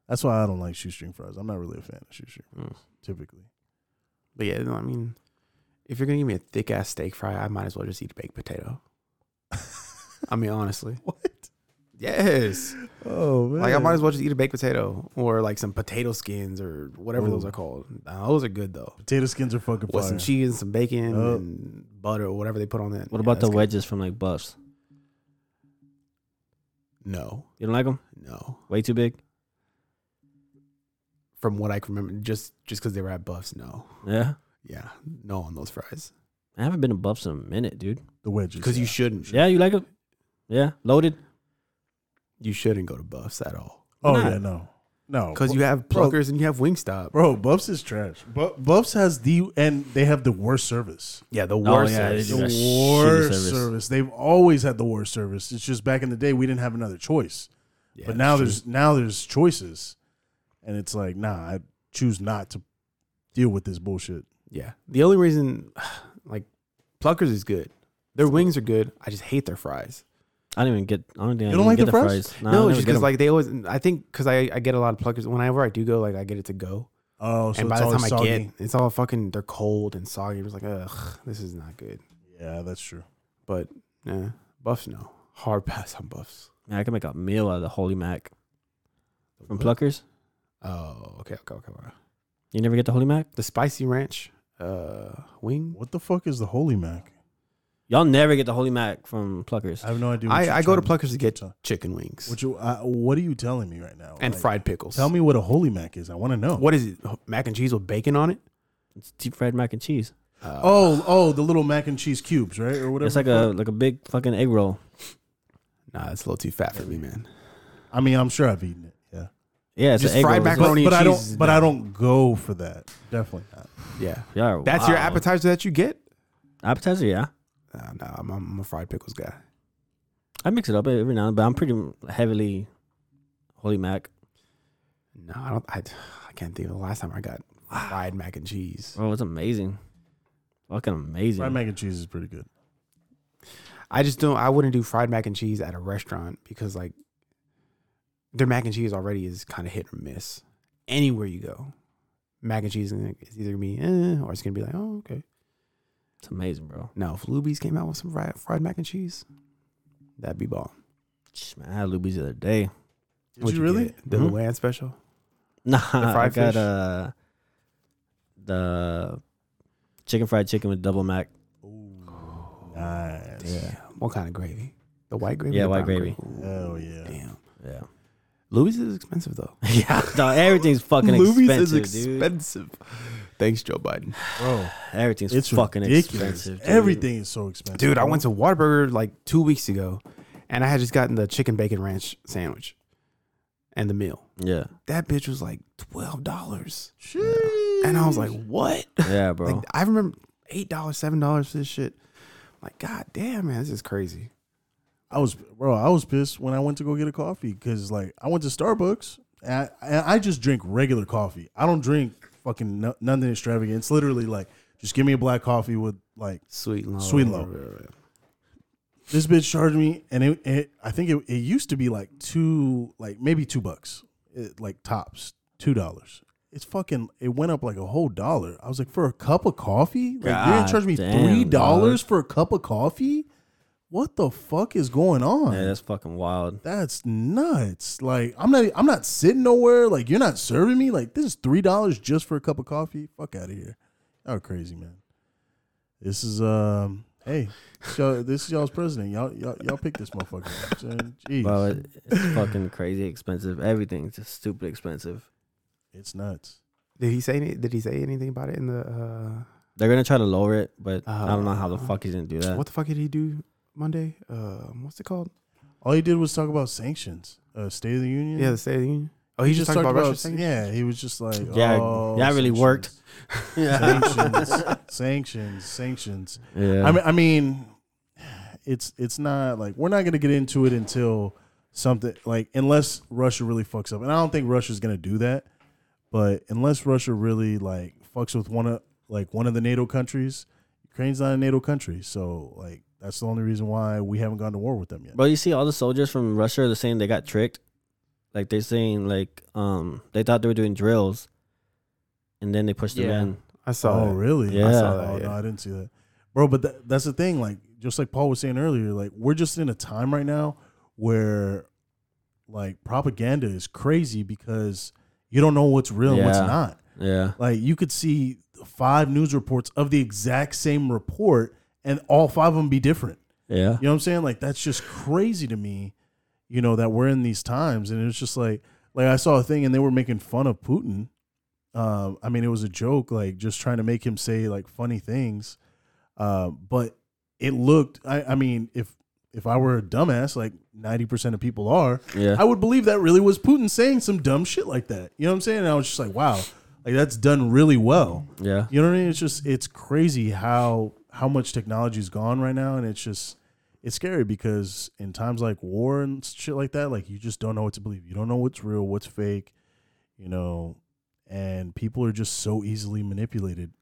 Speaker 3: that's why I don't like shoestring fries. I'm not really a fan of shoestring fries
Speaker 4: Mm.
Speaker 3: typically.
Speaker 4: But yeah, no, I mean, if you're gonna give me a thick ass steak fry, I might as well just eat a baked potato. I mean, honestly,
Speaker 3: What?
Speaker 4: yes.
Speaker 3: Oh man!
Speaker 4: Like I might as well just eat a baked potato or like some potato skins or whatever those
Speaker 3: Ooh.
Speaker 4: are called. Now, those are good though.
Speaker 3: Potato skins are fucking
Speaker 4: With
Speaker 3: fire.
Speaker 4: some cheese and some bacon
Speaker 3: Yup.
Speaker 4: and butter or whatever they put on that.
Speaker 5: What
Speaker 4: Yeah,
Speaker 5: about the
Speaker 4: that's good.
Speaker 5: wedges from like Buffs?
Speaker 4: No,
Speaker 5: You don't like them?
Speaker 4: no.
Speaker 5: Way too big.
Speaker 4: From what I can remember, just just because they were at Buffs, no.
Speaker 5: Yeah,
Speaker 4: Yeah, no on those fries
Speaker 5: I haven't been to Buffs in a minute, dude.
Speaker 3: the wedges.
Speaker 4: because
Speaker 3: yeah.
Speaker 4: you shouldn't.
Speaker 5: Yeah, you like them? Yeah, loaded.
Speaker 4: you shouldn't go to Buffs at all
Speaker 3: Oh
Speaker 5: not.
Speaker 3: yeah, no, no.
Speaker 4: because
Speaker 3: Bu-
Speaker 4: you have
Speaker 3: bro.
Speaker 4: Pluckers and you have Wingstop.
Speaker 3: bro, Buffs is trash. Bu- Buffs has the and they have the worst service.
Speaker 4: Yeah, the
Speaker 5: Oh,
Speaker 4: worst.
Speaker 5: yeah, they
Speaker 4: is-
Speaker 5: do
Speaker 3: The
Speaker 5: got shitty
Speaker 3: worst
Speaker 5: service.
Speaker 3: service. They've always had the worst service. It's just back in the day we didn't have another choice.
Speaker 4: Yeah,
Speaker 3: but now
Speaker 4: it's true.
Speaker 3: there's now there's choices, and it's like nah, I choose not to deal with this bullshit.
Speaker 4: Yeah. The only reason, like, Pluckers is good. Their wings are good. I just hate their fries.
Speaker 5: I don't even get. I don't think I
Speaker 3: You don't
Speaker 5: even
Speaker 3: like
Speaker 5: get
Speaker 3: the
Speaker 5: the
Speaker 3: fries?
Speaker 5: fries. I
Speaker 4: no,
Speaker 5: never
Speaker 4: it's just
Speaker 5: get
Speaker 4: because,
Speaker 5: 'em.
Speaker 4: like, they always, I think, because I, I get a lot of Pluckers. Whenever I do go, like, I get it to go.
Speaker 3: Oh, so it's
Speaker 4: and by the
Speaker 3: always
Speaker 4: time
Speaker 3: soggy.
Speaker 4: I get, it's all fucking, they're cold and soggy. It was like, ugh, this is not good.
Speaker 3: yeah, that's true.
Speaker 4: But, nah, buffs, no. Hard pass on buffs.
Speaker 5: Man, I can make a meal out of the Holy Mac from
Speaker 4: What?
Speaker 5: Pluckers.
Speaker 4: Oh, okay, okay, okay. okay.
Speaker 5: You never get the Holy Mac?
Speaker 4: The spicy ranch uh wing.
Speaker 3: What the fuck is the Holy Mac?
Speaker 5: Y'all never get the Holy Mac from Pluckers.
Speaker 3: I have no idea. what
Speaker 4: I,
Speaker 3: you're
Speaker 4: I go to
Speaker 3: trying
Speaker 4: Pluckers to get
Speaker 3: Sorry.
Speaker 4: chicken wings
Speaker 3: What you? Uh, what are you telling me right now?
Speaker 4: and
Speaker 3: Like,
Speaker 4: fried pickles.
Speaker 3: Tell me what a Holy Mac is. I want to know.
Speaker 4: what is it? Mac and cheese with bacon on it?
Speaker 5: It's deep fried mac and cheese.
Speaker 3: Oh, oh, the little mac and cheese cubes, right, or whatever.
Speaker 5: It's like a like a big fucking egg roll.
Speaker 4: Nah, it's a little too fat for me, man.
Speaker 3: I mean, I'm sure I've eaten it. Yeah,
Speaker 5: Yeah, it's
Speaker 4: Just
Speaker 5: an egg
Speaker 4: fried
Speaker 5: roll. It's
Speaker 4: macaroni. Pepperoni
Speaker 5: like-
Speaker 3: but
Speaker 4: and
Speaker 3: I
Speaker 4: cheese
Speaker 3: don't.
Speaker 4: is
Speaker 3: But
Speaker 4: not-
Speaker 3: I don't go for that. Definitely not.
Speaker 4: Yeah.
Speaker 5: Y'all are
Speaker 4: That's your
Speaker 5: wild.
Speaker 4: appetizer that you get?
Speaker 5: Appetizer, yeah.
Speaker 4: Nah, nah I'm, I'm a fried pickles guy.
Speaker 5: I mix it up every now and then, but I'm pretty heavily Holy Mac.
Speaker 4: No, I don't. I, I can't think of the last time I got fried mac and cheese.
Speaker 5: Bro, it's amazing. Fucking amazing.
Speaker 3: Fried mac and cheese is pretty good.
Speaker 4: I just don't. I wouldn't do fried mac and cheese at a restaurant because like their mac and cheese already is kind of hit or miss. Anywhere you go, mac and cheese is either gonna be eh, or it's gonna be like oh okay.
Speaker 5: It's amazing, bro.
Speaker 4: Now if Luby's came out with some fried, fried mac and cheese, that'd be bomb.
Speaker 5: Shh, Man, I had Luby's the other day.
Speaker 3: Did you, really?
Speaker 4: get? the
Speaker 5: Mhm.
Speaker 4: Luann special?
Speaker 5: Nah, I
Speaker 4: fried
Speaker 5: got
Speaker 4: fish?
Speaker 5: uh the chicken fried chicken with double mac.
Speaker 3: Nice.
Speaker 5: Yeah.
Speaker 4: What kind of gravy? The white gravy.
Speaker 5: Yeah,
Speaker 4: the
Speaker 5: white
Speaker 4: brown
Speaker 5: gravy.
Speaker 4: Ooh,
Speaker 3: Hell yeah.
Speaker 4: Damn.
Speaker 5: Yeah.
Speaker 4: Luby's is expensive though.
Speaker 5: Yeah. dog, everything's fucking
Speaker 4: Luby's
Speaker 5: expensive,
Speaker 4: is
Speaker 5: dude.
Speaker 4: expensive. Thanks, Joe Biden.
Speaker 3: bro.
Speaker 5: Everything's
Speaker 3: It's
Speaker 5: fucking
Speaker 3: ridiculous.
Speaker 5: expensive. dude.
Speaker 3: Everything is so expensive,
Speaker 4: Dude, I
Speaker 3: bro.
Speaker 4: went to Whataburger like two weeks ago and I had just gotten the chicken bacon ranch sandwich and the meal.
Speaker 5: Yeah.
Speaker 4: That bitch was like twelve dollars.
Speaker 3: Sheesh.
Speaker 4: And I was like, what?
Speaker 5: Yeah, bro.
Speaker 4: Like I remember eight dollars, seven dollars for this shit. Like, god damn, man, this is crazy.
Speaker 3: I was, bro, I was pissed when I went to go get a coffee because, like, I went to Starbucks and I, and I just drink regular coffee. I don't drink fucking no, nothing extravagant. It's literally like, just give me a black coffee with like
Speaker 4: Sweet and low.
Speaker 3: Sweet and low. this bitch charged me, and it, it I think it, it used to be like two, like maybe two bucks, it, like tops, two dollars. It's fucking. It went up like a whole dollar. I was like, for a cup of coffee, like you
Speaker 5: God
Speaker 3: didn't charge me
Speaker 5: damn,
Speaker 3: three dollars
Speaker 5: dog.
Speaker 3: for a cup of coffee. What the fuck is going on?
Speaker 5: Yeah, that's fucking wild.
Speaker 3: That's nuts. Like I'm not I'm not sitting nowhere. Like you're not serving me. Like this is three dollars just for a cup of coffee. Fuck out of here. Y'all crazy, man. This is um hey, so this is y'all's president. Y'all y'all, y'all pick this motherfucker. So, Jeez.
Speaker 5: Bro, it, it's fucking crazy expensive. Everything's just stupid expensive.
Speaker 3: it's nuts.
Speaker 4: Did he say any, did he say anything about it in the uh
Speaker 5: They're gonna try to lower it, but I don't know how the
Speaker 4: Uh,
Speaker 5: fuck he's gonna do that.
Speaker 4: What the fuck did he do Monday? Um, what's it called?
Speaker 3: All he did was talk about sanctions. Uh State of the Union.
Speaker 4: Yeah, the State of the Union. Oh, he, just, talked about, Russia. saying-
Speaker 3: yeah, he was just like,
Speaker 5: Yeah,
Speaker 3: oh,
Speaker 5: that really worked.
Speaker 3: sanctions, sanctions, sanctions, sanctions.
Speaker 5: yeah.
Speaker 3: I mean, I mean, it's it's not like we're not gonna get into it until something like unless Russia really fucks up, and I don't think Russia's gonna do that. But unless Russia really like fucks with one of like one of the NATO countries, Ukraine's not a NATO country, so like that's the only reason why we haven't gone to war with them yet.
Speaker 5: Bro, you see all the soldiers from Russia are the same. They got tricked. Like they're saying, like um, they thought they were doing drills, and then they pushed them
Speaker 4: Yeah.
Speaker 5: in.
Speaker 4: I saw.
Speaker 3: oh,
Speaker 4: that.
Speaker 3: really?
Speaker 5: Yeah.
Speaker 4: I saw that.
Speaker 3: Oh
Speaker 4: yeah.
Speaker 3: no, I didn't see that, bro. But that, that's the thing. Like, just like Paul was saying earlier, like we're just in a time right now where, like, propaganda is crazy because you don't know what's real and what's
Speaker 5: Yeah.
Speaker 3: not.
Speaker 5: Yeah,
Speaker 3: Like, you could see five news reports of the exact same report, and all five of them be different.
Speaker 5: yeah.
Speaker 3: You know what I'm saying? Like that's just crazy to me, you know, that we're in these times. And it's just like like I saw a thing and they were making fun of Putin. Um, I mean, it was a joke, like just trying to make him say like funny things. Uh, but it looked I, I mean, if if I were a dumbass, like ninety percent of people are,
Speaker 5: Yeah.
Speaker 3: I would believe that really was Putin saying some dumb shit like that. You know what I'm saying? And I was just like, wow, like that's done really well.
Speaker 5: Yeah,
Speaker 3: You know what I mean? It's just it's crazy how how much technology's gone right now, and it's just it's scary because in times like war and shit like that, like you just don't know what to believe. You don't know what's real, what's fake, you know, and people are just so easily manipulated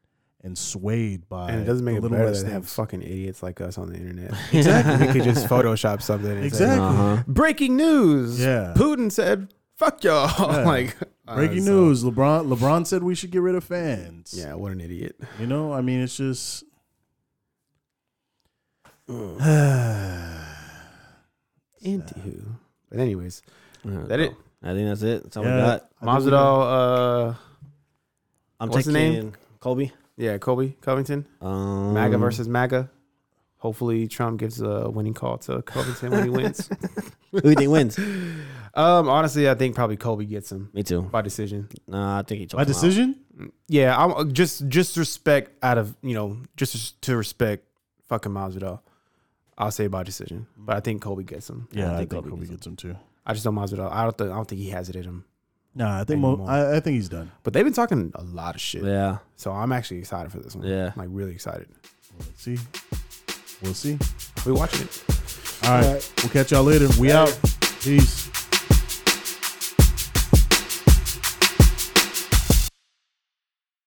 Speaker 3: and swayed by
Speaker 4: And it doesn't make
Speaker 3: Uh, the
Speaker 4: it
Speaker 3: little
Speaker 4: better
Speaker 3: less
Speaker 4: that they have
Speaker 3: things.
Speaker 4: fucking idiots like us on the internet. Exactly. we could just Photoshop something. And
Speaker 3: Exactly.
Speaker 4: Say,
Speaker 5: Uh-huh.
Speaker 4: Breaking news.
Speaker 3: Yeah.
Speaker 4: Putin said, "Fuck y'all."
Speaker 3: Yeah.
Speaker 4: like uh,
Speaker 3: Breaking
Speaker 4: so-
Speaker 3: news: LeBron LeBron said we should get rid of fans.
Speaker 4: Yeah. What an idiot.
Speaker 3: you know, I mean, it's just
Speaker 4: Anywho. But anyways, that it.
Speaker 5: I think that's it. That's all
Speaker 3: Yeah.
Speaker 5: we got.
Speaker 4: Masvidal, uh,
Speaker 5: I'm
Speaker 4: What's the
Speaker 5: taking
Speaker 4: name?
Speaker 5: Colby.
Speaker 4: yeah, Kobe Covington,
Speaker 5: Um,
Speaker 4: MAGA
Speaker 3: Mm.
Speaker 4: versus MAGA. Hopefully, Trump gives a winning call to Covington when he wins.
Speaker 5: Who do you think wins?
Speaker 4: Um, honestly, I think probably Kobe gets him
Speaker 5: Me too.
Speaker 4: by decision.
Speaker 5: Nah, I think he. chokes
Speaker 3: By
Speaker 5: him out.
Speaker 3: decision?
Speaker 4: Yeah, I'm just just respect out of you know just to respect fucking Masvidal. I'll say by decision, but I think Kobe gets him.
Speaker 3: Yeah, I
Speaker 5: think
Speaker 3: think
Speaker 5: Kobe
Speaker 3: Kobe,
Speaker 5: gets
Speaker 3: gets him too.
Speaker 4: I just don't Masvidal. I don't think I don't think he has it in him.
Speaker 3: Nah, I think
Speaker 4: Anymore.
Speaker 3: Mo, I, I think he's done.
Speaker 4: But they've been talking a lot of shit,
Speaker 5: Yeah.
Speaker 4: so I'm actually excited for this one.
Speaker 5: Yeah.
Speaker 4: like really excited.
Speaker 3: See, we'll see.
Speaker 4: We watching it.
Speaker 3: All right. we'll catch y'all later. We out. Peace.